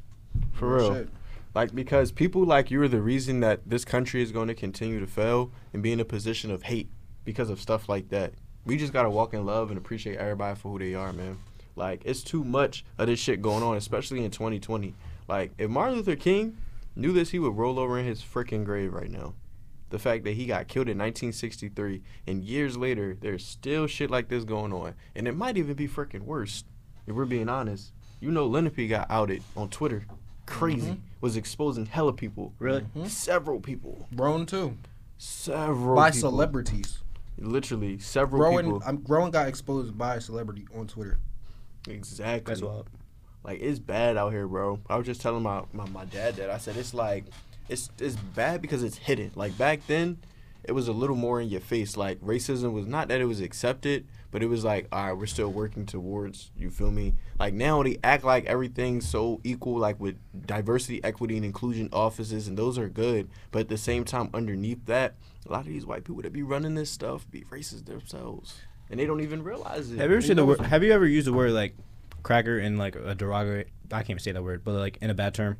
[SPEAKER 2] For
[SPEAKER 3] Oh,
[SPEAKER 2] real.
[SPEAKER 3] shit.
[SPEAKER 2] Like because people like you are the reason that this country is going to continue to fail and be in a position of hate because of stuff like that. We just gotta walk in love and appreciate everybody for who they are, man. Like it's too much of this shit going on, especially in 2020. Like if Martin Luther King knew this, he would roll over in his freaking grave right now. The fact that he got killed in 1963 and years later, there's still shit like this going on, and it might even be freaking worse. If we're being honest, you know, Lenape got outed on Twitter. Crazy was exposing hella people, Mm-hmm.
[SPEAKER 1] Really?
[SPEAKER 2] several people,
[SPEAKER 3] Brown too
[SPEAKER 2] several
[SPEAKER 3] by
[SPEAKER 2] people.
[SPEAKER 3] celebrities.
[SPEAKER 2] literally several
[SPEAKER 3] Rowan,
[SPEAKER 2] people.
[SPEAKER 3] I'm, Rowan got exposed by a celebrity on Twitter.
[SPEAKER 2] Exactly.
[SPEAKER 1] That's wild.
[SPEAKER 2] Like it's bad out here, bro. I was just telling my, my, my dad that I said it's like it's it's bad because it's hidden. Like back then, it was a little more in your face. Like racism was not that it was accepted, but it was like, all right, we're still working towards. You feel me? Like now they act like everything's so equal, like with diversity, equity, and inclusion offices, and those are good. But at the same time, underneath that, a lot of these white people that be running this stuff be racist themselves, and they don't even realize it.
[SPEAKER 1] Have you ever
[SPEAKER 2] They
[SPEAKER 1] seen the
[SPEAKER 2] know
[SPEAKER 1] word? Have you ever used the word like cracker in like a derogatory? I can't even say that word, but like in a bad term.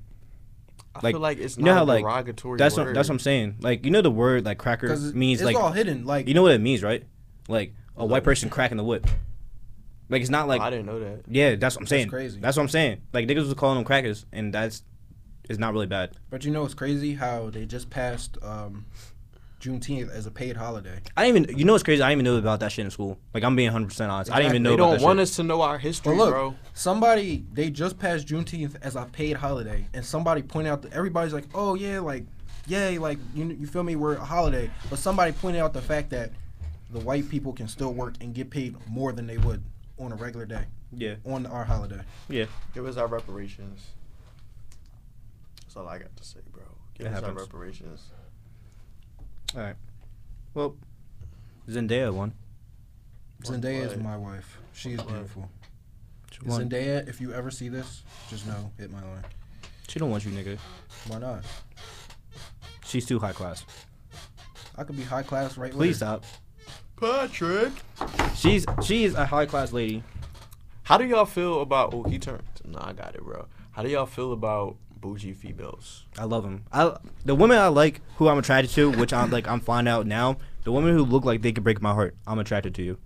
[SPEAKER 2] I
[SPEAKER 1] Like,
[SPEAKER 2] feel like it's
[SPEAKER 1] you know
[SPEAKER 2] not
[SPEAKER 1] how,
[SPEAKER 2] a
[SPEAKER 1] like,
[SPEAKER 2] derogatory.
[SPEAKER 1] That's
[SPEAKER 2] word.
[SPEAKER 1] what that's what I'm saying. Like you know the word like cracker
[SPEAKER 3] Because
[SPEAKER 1] means
[SPEAKER 3] it's
[SPEAKER 1] like
[SPEAKER 3] all hidden. Like
[SPEAKER 1] you know what it means, right? Like a white
[SPEAKER 2] No.
[SPEAKER 1] person cracking the whip. Like it's not like
[SPEAKER 2] Oh, I didn't know that.
[SPEAKER 1] yeah, that's what I'm saying.
[SPEAKER 3] crazy.
[SPEAKER 1] That's what I'm saying. Like niggas was calling them crackers, and that's it's not really bad.
[SPEAKER 3] But you know it's crazy how they just passed um, Juneteenth as a paid holiday.
[SPEAKER 1] I didn't even you know what's crazy. I didn't even know about that shit in school. Like I'm being 100 percent honest. I didn't even know
[SPEAKER 2] They
[SPEAKER 1] about
[SPEAKER 2] don't
[SPEAKER 1] that
[SPEAKER 2] want
[SPEAKER 1] shit.
[SPEAKER 2] us to know our history,
[SPEAKER 3] But look,
[SPEAKER 2] bro.
[SPEAKER 3] somebody they just passed Juneteenth as a paid holiday, and somebody pointed out that everybody's like, "Oh yeah, like, yay, like you you feel me? We're a holiday." But somebody pointed out the fact that the white people can still work and get paid more than they would on a regular day
[SPEAKER 1] Yeah,
[SPEAKER 3] on our holiday.
[SPEAKER 2] Give us our reparations. That's all I got to say, bro. Give
[SPEAKER 1] It
[SPEAKER 2] us our
[SPEAKER 1] happens.
[SPEAKER 2] reparations.
[SPEAKER 1] Zendaya won.
[SPEAKER 3] Zendaya is
[SPEAKER 2] Right.
[SPEAKER 3] my wife. She is
[SPEAKER 2] Right.
[SPEAKER 3] beautiful.
[SPEAKER 1] She, won.
[SPEAKER 3] Zendaya, if you ever see this, just know hit my line.
[SPEAKER 1] she don't want you, nigga.
[SPEAKER 3] Why not?
[SPEAKER 1] She's too high class.
[SPEAKER 3] I could be high class right
[SPEAKER 1] Please
[SPEAKER 3] later.
[SPEAKER 1] stop.
[SPEAKER 2] Patrick,
[SPEAKER 1] She's she's a high class lady.
[SPEAKER 2] how do y'all feel about? Oh, he turned. Nah, I got it, bro. How do y'all feel about bougie females?
[SPEAKER 1] I love them. I the women I like who I'm attracted to, which I'm like I'm finding out now. The women who look like they could break my heart, I'm attracted to you.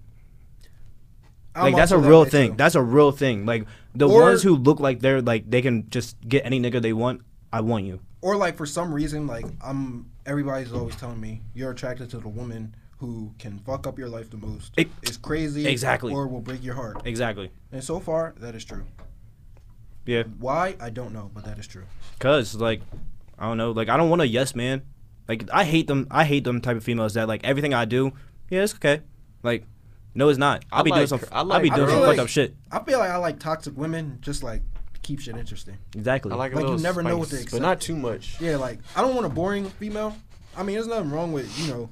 [SPEAKER 3] I'm
[SPEAKER 1] like that's a
[SPEAKER 3] also that
[SPEAKER 1] real
[SPEAKER 3] way,
[SPEAKER 1] thing.
[SPEAKER 3] too.
[SPEAKER 1] That's a real thing. Like the
[SPEAKER 3] Or-
[SPEAKER 1] ones who look like they're like they can just get any nigga they want. I want you.
[SPEAKER 3] or like for some reason, like I'm everybody's always telling me you're attracted to the woman who can fuck up your life the most.
[SPEAKER 1] Ex-
[SPEAKER 3] It's crazy,
[SPEAKER 1] exactly.
[SPEAKER 3] or will break your heart.
[SPEAKER 1] Exactly.
[SPEAKER 3] And so far, that is true.
[SPEAKER 1] Yeah.
[SPEAKER 3] Why I don't know, but that is true.
[SPEAKER 1] Cause like I don't know. Like I don't want a yes man. Like I hate them. I hate them type of females that like everything I do. Yeah, it's okay. Like no, it's not. I'll
[SPEAKER 2] I
[SPEAKER 1] be doing
[SPEAKER 2] like-
[SPEAKER 1] some.
[SPEAKER 2] I
[SPEAKER 1] I
[SPEAKER 2] like-
[SPEAKER 1] will be
[SPEAKER 2] I
[SPEAKER 1] doing some
[SPEAKER 3] really
[SPEAKER 1] fucked
[SPEAKER 3] like-
[SPEAKER 1] up shit.
[SPEAKER 3] I feel like I like toxic women, just like to keep shit interesting.
[SPEAKER 1] Exactly.
[SPEAKER 2] I like a
[SPEAKER 3] Like, you
[SPEAKER 2] little
[SPEAKER 3] never know what
[SPEAKER 2] spice,
[SPEAKER 3] to
[SPEAKER 2] but not too much.
[SPEAKER 3] Yeah, like I don't want a boring female. I mean, there's nothing wrong with you know.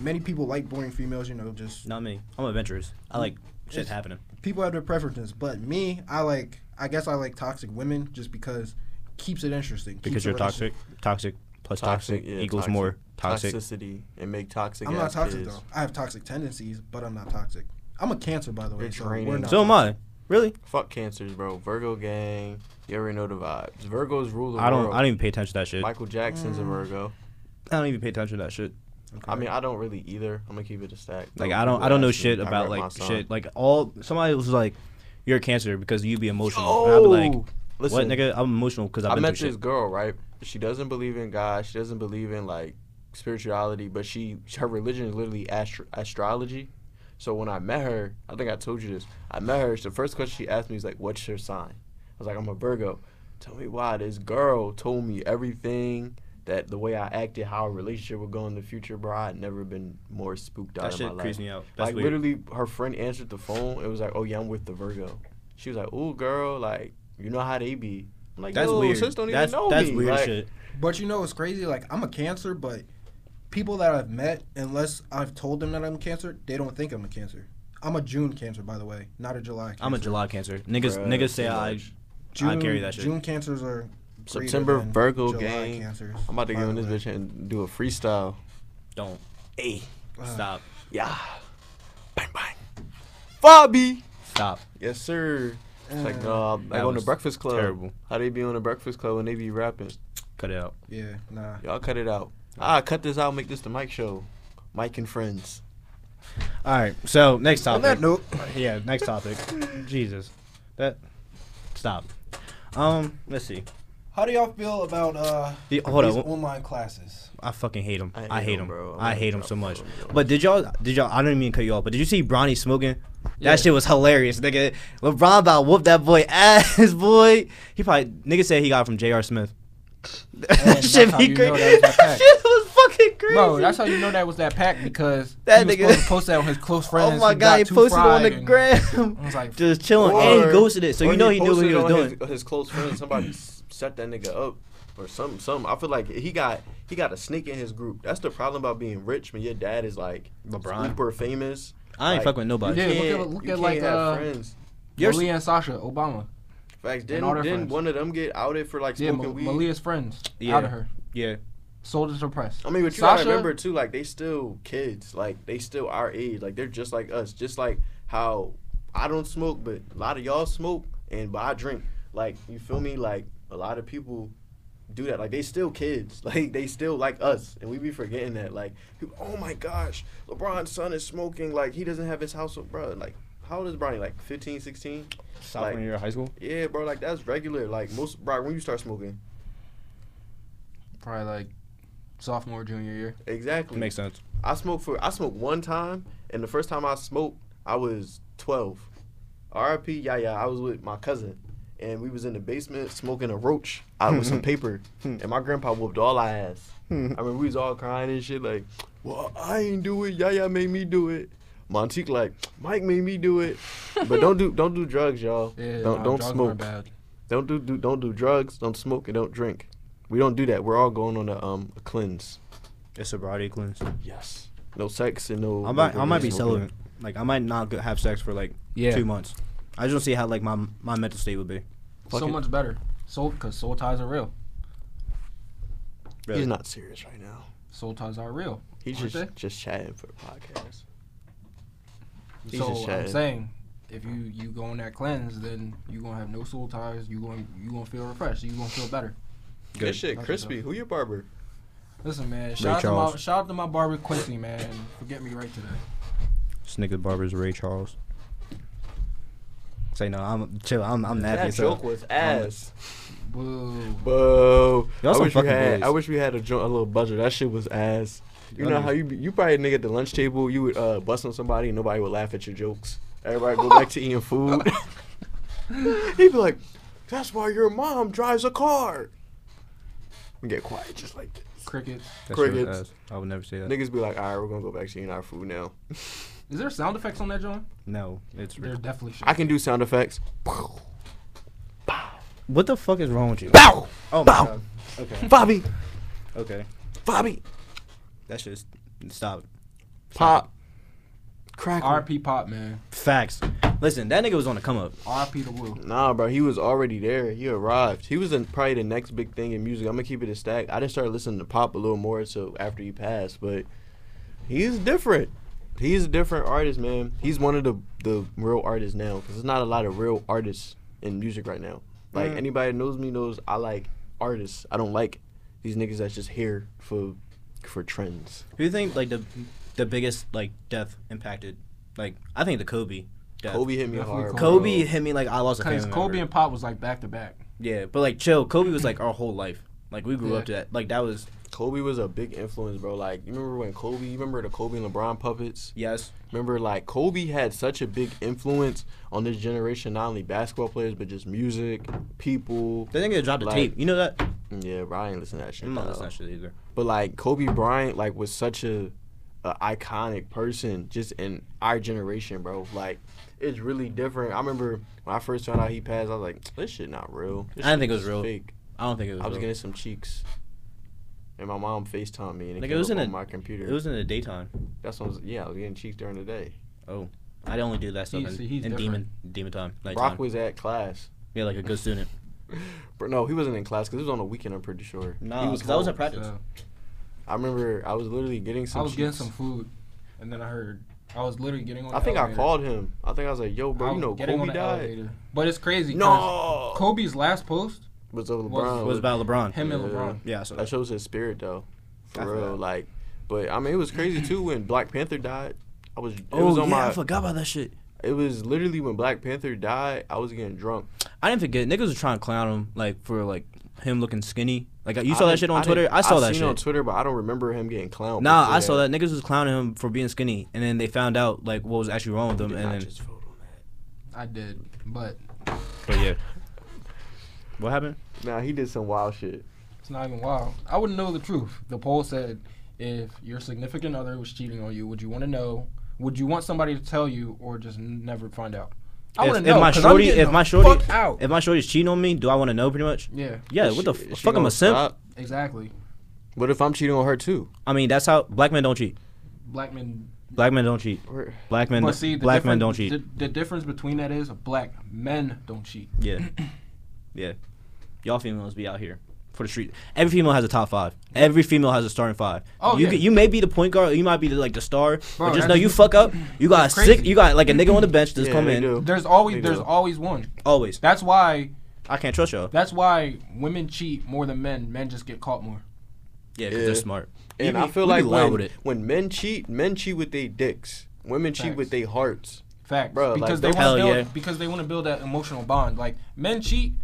[SPEAKER 3] Many people like boring females, you know, just
[SPEAKER 1] not me. I'm adventurous. I like shit
[SPEAKER 3] It's-
[SPEAKER 1] happening.
[SPEAKER 3] people have their preferences, but me, I like. I guess I like toxic women just because keeps it interesting. keeps
[SPEAKER 1] Because
[SPEAKER 3] the
[SPEAKER 1] you're
[SPEAKER 3] relationship-
[SPEAKER 1] toxic. Toxic plus toxic,
[SPEAKER 2] yeah,
[SPEAKER 1] equals
[SPEAKER 2] toxic.
[SPEAKER 1] more toxic.
[SPEAKER 2] toxicity and make toxic.
[SPEAKER 3] I'm not
[SPEAKER 2] ass
[SPEAKER 3] toxic
[SPEAKER 2] kids.
[SPEAKER 3] though. I have toxic tendencies, but I'm not toxic. I'm a cancer, by the way.
[SPEAKER 2] You're
[SPEAKER 3] So
[SPEAKER 2] draining.
[SPEAKER 3] we're not
[SPEAKER 1] So am I. Really?
[SPEAKER 2] Fuck cancers, bro. Virgo gang. You already know the vibes. Virgos rule the
[SPEAKER 1] I don't.
[SPEAKER 2] world.
[SPEAKER 1] I don't even pay attention to that shit. I
[SPEAKER 2] Michael Jackson's a
[SPEAKER 3] Mm.
[SPEAKER 2] Virgo.
[SPEAKER 1] don't even pay attention to that shit.
[SPEAKER 3] Okay.
[SPEAKER 2] I mean, I don't really either. I'm gonna keep it a stack.
[SPEAKER 1] Like
[SPEAKER 2] Those
[SPEAKER 1] I don't.
[SPEAKER 2] people
[SPEAKER 1] I don't know
[SPEAKER 2] ask me,
[SPEAKER 1] shit
[SPEAKER 2] I
[SPEAKER 1] about
[SPEAKER 2] rep my
[SPEAKER 1] like
[SPEAKER 2] son.
[SPEAKER 1] shit. Like all somebody was like, "You're a cancer because you be emotional."
[SPEAKER 2] Oh,
[SPEAKER 1] And I'd be like,
[SPEAKER 2] listen,
[SPEAKER 1] "What, nigga? I'm emotional because I've
[SPEAKER 2] I
[SPEAKER 1] been
[SPEAKER 2] met
[SPEAKER 1] through
[SPEAKER 2] this
[SPEAKER 1] shit."
[SPEAKER 2] girl, right? She doesn't believe in God. She doesn't believe in like spirituality, but she her religion is literally astro- astrology. So when I met her, I think I told you this. I met her. The first question she asked me was like, "What's your sign?" I was like, "I'm a Virgo." Tell me why this girl told me everything that the way I acted, how our relationship would go in the future, bro. I'd never been more spooked out
[SPEAKER 1] That
[SPEAKER 2] in
[SPEAKER 1] shit
[SPEAKER 2] my life
[SPEAKER 1] creeps me out. That's
[SPEAKER 2] like
[SPEAKER 1] weird.
[SPEAKER 2] literally, her friend answered the phone. It was like, "Oh yeah, I'm with the Virgo." She was like, "Ooh, girl, like you know how they be." I'm like,
[SPEAKER 1] That's
[SPEAKER 2] "Yo,
[SPEAKER 1] weird.
[SPEAKER 2] sis don't even
[SPEAKER 1] that's
[SPEAKER 2] know
[SPEAKER 1] that's
[SPEAKER 2] me."
[SPEAKER 1] weird
[SPEAKER 2] Like,
[SPEAKER 1] shit.
[SPEAKER 3] but you know, it's crazy. Like I'm a cancer, but people that I've met, unless I've told them that I'm a cancer, they don't think I'm a cancer. I'm a June cancer, by the way, not a July. Cancer.
[SPEAKER 1] I'm a July cancer. Niggas
[SPEAKER 2] bruh,
[SPEAKER 1] niggas
[SPEAKER 2] too
[SPEAKER 1] say I
[SPEAKER 2] much.
[SPEAKER 1] I carry that shit.
[SPEAKER 3] June cancers are greater
[SPEAKER 2] September
[SPEAKER 3] than
[SPEAKER 2] Virgo
[SPEAKER 3] July
[SPEAKER 2] gang.
[SPEAKER 3] Cancers.
[SPEAKER 2] I'm about to get
[SPEAKER 3] By
[SPEAKER 2] on
[SPEAKER 3] the
[SPEAKER 2] this
[SPEAKER 3] way.
[SPEAKER 2] bitch and do a freestyle.
[SPEAKER 1] Don't
[SPEAKER 2] Hey,
[SPEAKER 3] Uh,
[SPEAKER 1] stop,
[SPEAKER 2] yeah, bang bang, Fabi.
[SPEAKER 1] stop.
[SPEAKER 2] Yes, sir. It's like
[SPEAKER 3] uh,
[SPEAKER 2] no, like
[SPEAKER 1] That
[SPEAKER 2] on the
[SPEAKER 1] was
[SPEAKER 2] Breakfast Club.
[SPEAKER 1] terrible.
[SPEAKER 2] How they be on the Breakfast Club and they be rapping?
[SPEAKER 1] Cut it out.
[SPEAKER 3] Yeah, nah.
[SPEAKER 2] Y'all cut it out. Ah, cut this out. Make this the Mike Show. Mike and friends.
[SPEAKER 1] All right. So next
[SPEAKER 3] On
[SPEAKER 1] topic.
[SPEAKER 3] that note,
[SPEAKER 1] yeah, next topic. Jesus, that stop. Um, let's see.
[SPEAKER 3] how do y'all feel about uh
[SPEAKER 1] The- hold
[SPEAKER 3] these
[SPEAKER 1] on.
[SPEAKER 3] online classes?
[SPEAKER 1] I fucking hate him.
[SPEAKER 2] I hate
[SPEAKER 1] I hate
[SPEAKER 2] him,
[SPEAKER 1] him.
[SPEAKER 2] bro. I'm
[SPEAKER 1] I
[SPEAKER 2] gonna
[SPEAKER 1] hate him
[SPEAKER 2] drop
[SPEAKER 1] so
[SPEAKER 2] the
[SPEAKER 1] much.
[SPEAKER 2] phone, yo.
[SPEAKER 1] But did y'all? Did y'all? I don't even mean to cut you off. But did you see Bronny smoking?
[SPEAKER 5] Yeah.
[SPEAKER 1] That shit was hilarious, nigga. LeBron about whooped that boy ass, boy. He probably nigga said he got it from J.R. Smith. That
[SPEAKER 5] that's
[SPEAKER 1] shit
[SPEAKER 5] how
[SPEAKER 1] be
[SPEAKER 5] you
[SPEAKER 1] crazy.
[SPEAKER 5] know that was my
[SPEAKER 1] That
[SPEAKER 5] pack.
[SPEAKER 1] shit was fucking crazy.
[SPEAKER 5] No, that's how you know that was that pack because
[SPEAKER 1] That
[SPEAKER 5] he was
[SPEAKER 1] nigga-
[SPEAKER 5] supposed to post that on his close friends.
[SPEAKER 1] Oh my
[SPEAKER 5] who
[SPEAKER 1] god,
[SPEAKER 5] got
[SPEAKER 1] he
[SPEAKER 5] too
[SPEAKER 1] posted it on
[SPEAKER 5] fried
[SPEAKER 1] the
[SPEAKER 5] and-
[SPEAKER 1] gram,
[SPEAKER 5] I was like,
[SPEAKER 1] just chilling, and he ghosted it. So
[SPEAKER 2] or
[SPEAKER 1] you know he, knew what
[SPEAKER 2] posted
[SPEAKER 1] he was
[SPEAKER 2] on
[SPEAKER 1] doing.
[SPEAKER 2] His, his close friend, somebody s- set that nigga up or something. Something. I feel like he got he got a sneak in his group. That's the problem about being rich when your dad is like
[SPEAKER 1] LeBron.
[SPEAKER 2] super famous.
[SPEAKER 1] I ain't
[SPEAKER 2] Like,
[SPEAKER 1] fucking with nobody.
[SPEAKER 5] Yeah,
[SPEAKER 2] You
[SPEAKER 5] look at-
[SPEAKER 2] can't-
[SPEAKER 5] look
[SPEAKER 2] you
[SPEAKER 5] at,
[SPEAKER 2] can't
[SPEAKER 5] like,
[SPEAKER 2] have
[SPEAKER 5] uh,
[SPEAKER 2] friends.
[SPEAKER 1] You're-
[SPEAKER 5] Malia and Sasha Obama.
[SPEAKER 2] Facts.
[SPEAKER 5] all
[SPEAKER 2] Didn't,
[SPEAKER 5] their
[SPEAKER 2] didn't
[SPEAKER 5] friends.
[SPEAKER 2] one of them get outed for like
[SPEAKER 5] Yeah,
[SPEAKER 2] smoking
[SPEAKER 5] Ma-
[SPEAKER 2] weed?
[SPEAKER 5] Malia's friends.
[SPEAKER 1] Yeah.
[SPEAKER 5] Out of her.
[SPEAKER 1] Yeah.
[SPEAKER 5] Sold it to the press.
[SPEAKER 2] I mean, but you
[SPEAKER 5] Sasha-
[SPEAKER 2] gotta remember too, like they still kids, like they still our age, like they're just like us, just like how I don't smoke, but a lot of y'all smoke, and but I drink. Like you feel me? Like a lot of people do that. Like they still kids, like they still like us, and we be forgetting that. Like, people, oh my gosh, LeBron's son is smoking. Like he doesn't have his house, bro. Like how old is Bronny? Like 15, 16?
[SPEAKER 1] Sophomore
[SPEAKER 2] Like-
[SPEAKER 1] year of high school.
[SPEAKER 2] Yeah, bro. Like that's regular. Like most, bro. When you start smoking,
[SPEAKER 5] Probably like sophomore, junior year.
[SPEAKER 2] exactly.
[SPEAKER 1] Makes sense.
[SPEAKER 2] I smoked for I smoked one time, and the first time I smoked, I was twelve. RIP, yeah, yeah. I was with my cousin, and we was in the basement smoking a roach out with some paper, and my grandpa whooped all our ass. I mean, we was all crying and shit like, "Well, I ain't do it. Yaya made me do it." Montique like, "Mike made me do it." But don't do don't do drugs, y'all.
[SPEAKER 5] Yeah,
[SPEAKER 2] don't don't
[SPEAKER 5] nah, drugs are
[SPEAKER 2] smoke.
[SPEAKER 5] Bad.
[SPEAKER 2] Don't do, do don't do drugs. Don't smoke and don't drink. We don't do that. We're all going on a um a cleanse.
[SPEAKER 1] It's a sobriety cleanse.
[SPEAKER 2] Yes. No sex and no.
[SPEAKER 1] I might,
[SPEAKER 2] no
[SPEAKER 1] I might be
[SPEAKER 2] no-
[SPEAKER 1] celibate. Like I might not go- have sex for like
[SPEAKER 5] Yeah.
[SPEAKER 1] two months. I just don't see how like my my mental state would be.
[SPEAKER 2] Fuck
[SPEAKER 5] so
[SPEAKER 2] it.
[SPEAKER 5] much better. Soul because soul ties are real.
[SPEAKER 1] Really.
[SPEAKER 2] He's not serious right now.
[SPEAKER 5] Soul ties are real.
[SPEAKER 2] He's
[SPEAKER 5] Aren't
[SPEAKER 2] just just chatting for the podcast. He's
[SPEAKER 5] so
[SPEAKER 2] just
[SPEAKER 5] I'm
[SPEAKER 2] chatting.
[SPEAKER 5] saying, if you you go on that cleanse, then you gonna have no soul ties. You going you gonna feel refreshed. You gonna feel better.
[SPEAKER 2] Good, shit,
[SPEAKER 5] Okay,
[SPEAKER 2] crispy. Who your barber?
[SPEAKER 5] Listen, man. Shout out, to my,
[SPEAKER 1] Charles.
[SPEAKER 5] shout out to my barber Quincy, man. Forget me right today.
[SPEAKER 1] Snickers Barber's Ray Charles. Say no, I'm chill. I'm I'm nappy.
[SPEAKER 2] That
[SPEAKER 1] as
[SPEAKER 2] joke
[SPEAKER 1] hell.
[SPEAKER 2] was ass.
[SPEAKER 5] Boo.
[SPEAKER 2] Boo.
[SPEAKER 1] Y'all
[SPEAKER 2] I
[SPEAKER 1] some
[SPEAKER 2] wish we
[SPEAKER 1] fucking
[SPEAKER 2] had.
[SPEAKER 1] bullies.
[SPEAKER 2] I wish we had a joint, a little budget. That shit was ass. You
[SPEAKER 1] Y'all
[SPEAKER 2] know
[SPEAKER 1] niggas-
[SPEAKER 2] how you be, you probably a nigga at the lunch table you would uh, bust on somebody and nobody would laugh at your jokes. Everybody go back to eating food. He'd be like, "That's why your mom drives a car." And get quiet just like this.
[SPEAKER 5] Crickets.
[SPEAKER 1] That shit was
[SPEAKER 2] crickets.
[SPEAKER 1] ass. I would never say that.
[SPEAKER 2] Niggas be like, "All right, we're gonna go back to eating our food now."
[SPEAKER 5] Is there sound effects on that joint?
[SPEAKER 1] No, it's
[SPEAKER 5] There definitely should.
[SPEAKER 2] I can do sound effects.
[SPEAKER 1] what the fuck is wrong with you?
[SPEAKER 2] Bow,
[SPEAKER 1] Oh my
[SPEAKER 2] Bow.
[SPEAKER 1] god. Okay,
[SPEAKER 2] Bobby,
[SPEAKER 1] okay.
[SPEAKER 2] Bobby,
[SPEAKER 1] That's just stop.
[SPEAKER 2] pop, crack.
[SPEAKER 5] R.P. Pop, man.
[SPEAKER 1] Facts. Listen, that nigga was on the come up.
[SPEAKER 5] R.P. The Woo.
[SPEAKER 2] Nah, bro, he was already there. He arrived. He was in probably the next big thing in music. I'm gonna keep it a stack. I didn't start listening to pop a little more so after he passed, but he's different. He's a different artist, man. He's one of the the real artists now because there's not a lot of real artists in music right now. Like
[SPEAKER 1] Mm.
[SPEAKER 2] anybody that knows me knows I like artists. I don't like these niggas that's just here for for trends.
[SPEAKER 1] Who you think like the the biggest like death impacted? Like I think the Kobe. Death.
[SPEAKER 2] Kobe hit me
[SPEAKER 5] Definitely
[SPEAKER 2] hard. bro.
[SPEAKER 1] Kobe hit me like I lost a family
[SPEAKER 5] Because
[SPEAKER 1] member.
[SPEAKER 5] Kobe and Pop was like back to back.
[SPEAKER 1] Yeah, but like chill. Kobe was like our whole life. Like we grew
[SPEAKER 5] Yeah.
[SPEAKER 1] up to that. Like that was
[SPEAKER 2] Kobe was a big influence, bro. Like, you remember when Kobe, you remember the Kobe and LeBron puppets?
[SPEAKER 1] yes.
[SPEAKER 2] Remember, like, Kobe had such a big influence on this generation, not only basketball players, but just music, people.
[SPEAKER 1] That nigga dropped a
[SPEAKER 2] Like-
[SPEAKER 1] tape. You know that?
[SPEAKER 2] Yeah, bro, I ain't listen to that shit.
[SPEAKER 1] I'm not
[SPEAKER 2] though.
[SPEAKER 1] listening to that shit either.
[SPEAKER 2] But, like, Kobe Bryant, like, was such a, a iconic person just in our generation, bro. Like, it's really different. I remember when I first found out he passed, I was like, this shit not real. This
[SPEAKER 1] I didn't
[SPEAKER 2] shit
[SPEAKER 1] think it was
[SPEAKER 2] is
[SPEAKER 1] real.
[SPEAKER 2] Fake.
[SPEAKER 1] I don't think it was.
[SPEAKER 2] I was
[SPEAKER 1] real.
[SPEAKER 2] getting some cheeks. And my mom FaceTimed me and it,
[SPEAKER 1] Like, it
[SPEAKER 2] came
[SPEAKER 1] was
[SPEAKER 2] up
[SPEAKER 1] in
[SPEAKER 2] on
[SPEAKER 1] a-
[SPEAKER 2] my computer.
[SPEAKER 1] It was in the daytime.
[SPEAKER 2] That's what I was, yeah, I was getting cheeks during the day.
[SPEAKER 1] I only do that stuff
[SPEAKER 5] He's-
[SPEAKER 1] in,
[SPEAKER 5] he's
[SPEAKER 1] in
[SPEAKER 5] different.
[SPEAKER 1] demon demon time. Like
[SPEAKER 2] Brock was at class.
[SPEAKER 1] yeah, like a good student.
[SPEAKER 2] Bro, no, he wasn't in class because it was on a weekend. I'm pretty sure.
[SPEAKER 1] Nah,
[SPEAKER 2] he
[SPEAKER 1] 'cause I was
[SPEAKER 2] home.
[SPEAKER 1] at practice.
[SPEAKER 5] So,
[SPEAKER 2] I remember I was literally getting some.
[SPEAKER 5] I was getting
[SPEAKER 2] sheets.
[SPEAKER 5] some food, and then I heard I was literally getting on.
[SPEAKER 2] I
[SPEAKER 5] the
[SPEAKER 2] think I
[SPEAKER 5] elevator.
[SPEAKER 2] called him. I think I was like, "Yo, bro,
[SPEAKER 5] I
[SPEAKER 2] you
[SPEAKER 5] was
[SPEAKER 2] know
[SPEAKER 5] getting on
[SPEAKER 2] Kobe
[SPEAKER 5] the
[SPEAKER 2] died."
[SPEAKER 5] elevator. But it's crazy. 'cause
[SPEAKER 2] No,
[SPEAKER 5] Kobe's last post,
[SPEAKER 2] was of
[SPEAKER 5] was-
[SPEAKER 2] LeBron.
[SPEAKER 1] was about LeBron.
[SPEAKER 5] him and
[SPEAKER 2] Yeah.
[SPEAKER 5] LeBron.
[SPEAKER 1] Yeah, so
[SPEAKER 2] that shows his spirit though, for
[SPEAKER 1] I
[SPEAKER 2] real.
[SPEAKER 1] forgot.
[SPEAKER 2] Like, but I mean, it was crazy too when Black Panther died. I was it
[SPEAKER 1] Oh
[SPEAKER 2] was on
[SPEAKER 1] yeah,
[SPEAKER 2] my
[SPEAKER 1] I forgot about that shit.
[SPEAKER 2] it was literally when Black Panther died. I was getting drunk.
[SPEAKER 1] I didn't forget. Niggas was trying to clown him like for like him looking skinny. Like you
[SPEAKER 2] I
[SPEAKER 1] saw that
[SPEAKER 2] didn't-
[SPEAKER 1] shit on
[SPEAKER 2] I
[SPEAKER 1] Twitter.
[SPEAKER 2] didn't-
[SPEAKER 1] I saw that
[SPEAKER 2] seen it on
[SPEAKER 1] shit.
[SPEAKER 2] Twitter, but I don't remember him getting clowned.
[SPEAKER 1] Nah,
[SPEAKER 2] before
[SPEAKER 1] I saw that niggas was clowning him for being skinny, and then they found out like what was actually wrong with him,
[SPEAKER 2] Did
[SPEAKER 1] and
[SPEAKER 2] not
[SPEAKER 1] then
[SPEAKER 2] just vote on
[SPEAKER 5] I did, but
[SPEAKER 1] but yeah. What happened?
[SPEAKER 2] that. Nah, he did some wild shit.
[SPEAKER 5] it's not even wild. I wouldn't know the truth. The poll said, if your significant other was cheating on you, would you want to know? Would you want somebody to tell you, or just n- never find out? I
[SPEAKER 1] If-
[SPEAKER 5] want to
[SPEAKER 1] if
[SPEAKER 5] know.
[SPEAKER 1] my
[SPEAKER 5] 'cause I'm
[SPEAKER 1] shorty-
[SPEAKER 5] getting
[SPEAKER 1] if
[SPEAKER 5] the
[SPEAKER 1] my shorty-
[SPEAKER 5] fuck out.
[SPEAKER 1] If my shorty's cheating on me, do I want to know? Pretty much.
[SPEAKER 5] Yeah,
[SPEAKER 1] Yeah.
[SPEAKER 2] Is
[SPEAKER 1] what the
[SPEAKER 2] she-
[SPEAKER 1] f-
[SPEAKER 2] is she
[SPEAKER 1] fuck? I'm
[SPEAKER 2] gonna
[SPEAKER 1] a simp.
[SPEAKER 2] stop?
[SPEAKER 5] exactly.
[SPEAKER 2] What if I'm cheating on her too?
[SPEAKER 1] I mean, that's how black men don't cheat.
[SPEAKER 5] Black men
[SPEAKER 1] Black men don't cheat.
[SPEAKER 2] Or-
[SPEAKER 1] Black men.
[SPEAKER 5] But see, the
[SPEAKER 1] black men don't
[SPEAKER 5] difference-
[SPEAKER 1] cheat.
[SPEAKER 5] The, the difference between that is black men don't cheat.
[SPEAKER 1] Yeah. Yeah. Y'all females be out here for the street. Every female has a top five. Every female has a starting five.
[SPEAKER 5] Oh,
[SPEAKER 1] you
[SPEAKER 5] yeah.
[SPEAKER 1] g- you may be the point guard, or you might be the, like the star,
[SPEAKER 5] Bro,
[SPEAKER 1] but just
[SPEAKER 5] that's-
[SPEAKER 1] know you fuck up. You got a
[SPEAKER 5] that's crazy.
[SPEAKER 1] sick. You got like a nigga on the bench that's
[SPEAKER 2] Yeah,
[SPEAKER 1] come
[SPEAKER 2] they
[SPEAKER 1] in
[SPEAKER 2] do.
[SPEAKER 5] There's
[SPEAKER 2] They
[SPEAKER 5] always there's
[SPEAKER 2] do.
[SPEAKER 5] always one.
[SPEAKER 1] always.
[SPEAKER 5] That's why
[SPEAKER 1] I can't trust y'all.
[SPEAKER 5] that's why women cheat more than men. Men just get caught more.
[SPEAKER 1] Yeah, 'cause
[SPEAKER 2] Yeah.
[SPEAKER 1] they're smart.
[SPEAKER 2] And
[SPEAKER 1] You
[SPEAKER 2] I
[SPEAKER 1] be-
[SPEAKER 2] feel
[SPEAKER 1] you be
[SPEAKER 2] like
[SPEAKER 1] loud
[SPEAKER 2] when,
[SPEAKER 1] with it.
[SPEAKER 2] when men cheat, men cheat with their dicks. Women cheat
[SPEAKER 5] Facts.
[SPEAKER 2] with their hearts.
[SPEAKER 5] Facts.
[SPEAKER 2] Bro, like, those-
[SPEAKER 5] because they want to
[SPEAKER 1] Hell
[SPEAKER 5] build
[SPEAKER 1] yeah.
[SPEAKER 5] because they want to build that emotional bond. Like men cheat,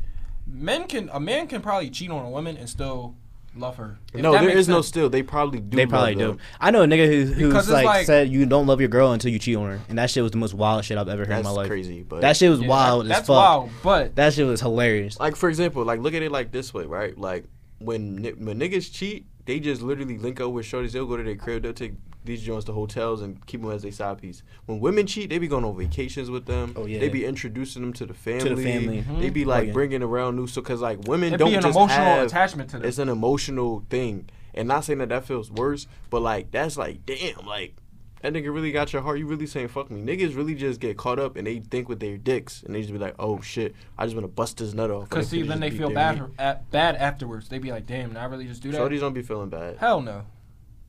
[SPEAKER 5] men can a man can probably cheat on a woman and still love her. If
[SPEAKER 2] no,
[SPEAKER 5] that
[SPEAKER 2] there
[SPEAKER 5] makes
[SPEAKER 2] is no
[SPEAKER 5] sense.
[SPEAKER 2] still. They probably do.
[SPEAKER 1] They
[SPEAKER 2] love
[SPEAKER 1] probably do.
[SPEAKER 2] them.
[SPEAKER 1] I know a nigga who
[SPEAKER 5] Because
[SPEAKER 1] who's
[SPEAKER 5] it's
[SPEAKER 1] like,
[SPEAKER 5] like-
[SPEAKER 1] said you don't love your girl until you cheat on her, and that shit was the most wild shit I've ever heard in
[SPEAKER 2] That's
[SPEAKER 1] my life.
[SPEAKER 2] crazy, but
[SPEAKER 1] That shit was
[SPEAKER 5] Yeah,
[SPEAKER 1] wild
[SPEAKER 5] that-
[SPEAKER 1] as
[SPEAKER 5] that's
[SPEAKER 1] fuck.
[SPEAKER 5] wild, but
[SPEAKER 1] That shit was hilarious.
[SPEAKER 2] like for example, like look at it like this way, right? Like when ni- when niggas cheat, they just literally link up with shorties. They'll go to their crib. They'll take these joints to hotels and keep them as their side piece. When women cheat, they be going on vacations with them.
[SPEAKER 1] Oh, yeah.
[SPEAKER 2] They be introducing them to the family.
[SPEAKER 1] family.
[SPEAKER 2] They be
[SPEAKER 1] Mhm.
[SPEAKER 2] like
[SPEAKER 1] Oh, yeah.
[SPEAKER 2] bringing around new so because like women
[SPEAKER 5] it'd
[SPEAKER 2] don't
[SPEAKER 5] be an
[SPEAKER 2] just
[SPEAKER 5] emotional
[SPEAKER 2] have.
[SPEAKER 5] attachment to them.
[SPEAKER 2] It's an emotional thing, and not saying that that feels worse, but like that's like damn, like. That nigga really got your heart. You really saying fuck me. Niggas really just get caught up and they think with their dicks and they just be like, oh shit, I just want to bust this nut off. and
[SPEAKER 5] Because see,
[SPEAKER 2] coulda
[SPEAKER 5] then
[SPEAKER 2] just
[SPEAKER 5] they
[SPEAKER 2] beat
[SPEAKER 5] feel
[SPEAKER 2] their
[SPEAKER 5] bad
[SPEAKER 2] meat.
[SPEAKER 5] at, bad afterwards. They be like, damn, did I really just do that?
[SPEAKER 2] Shorties don't be feeling bad.
[SPEAKER 5] Hell no.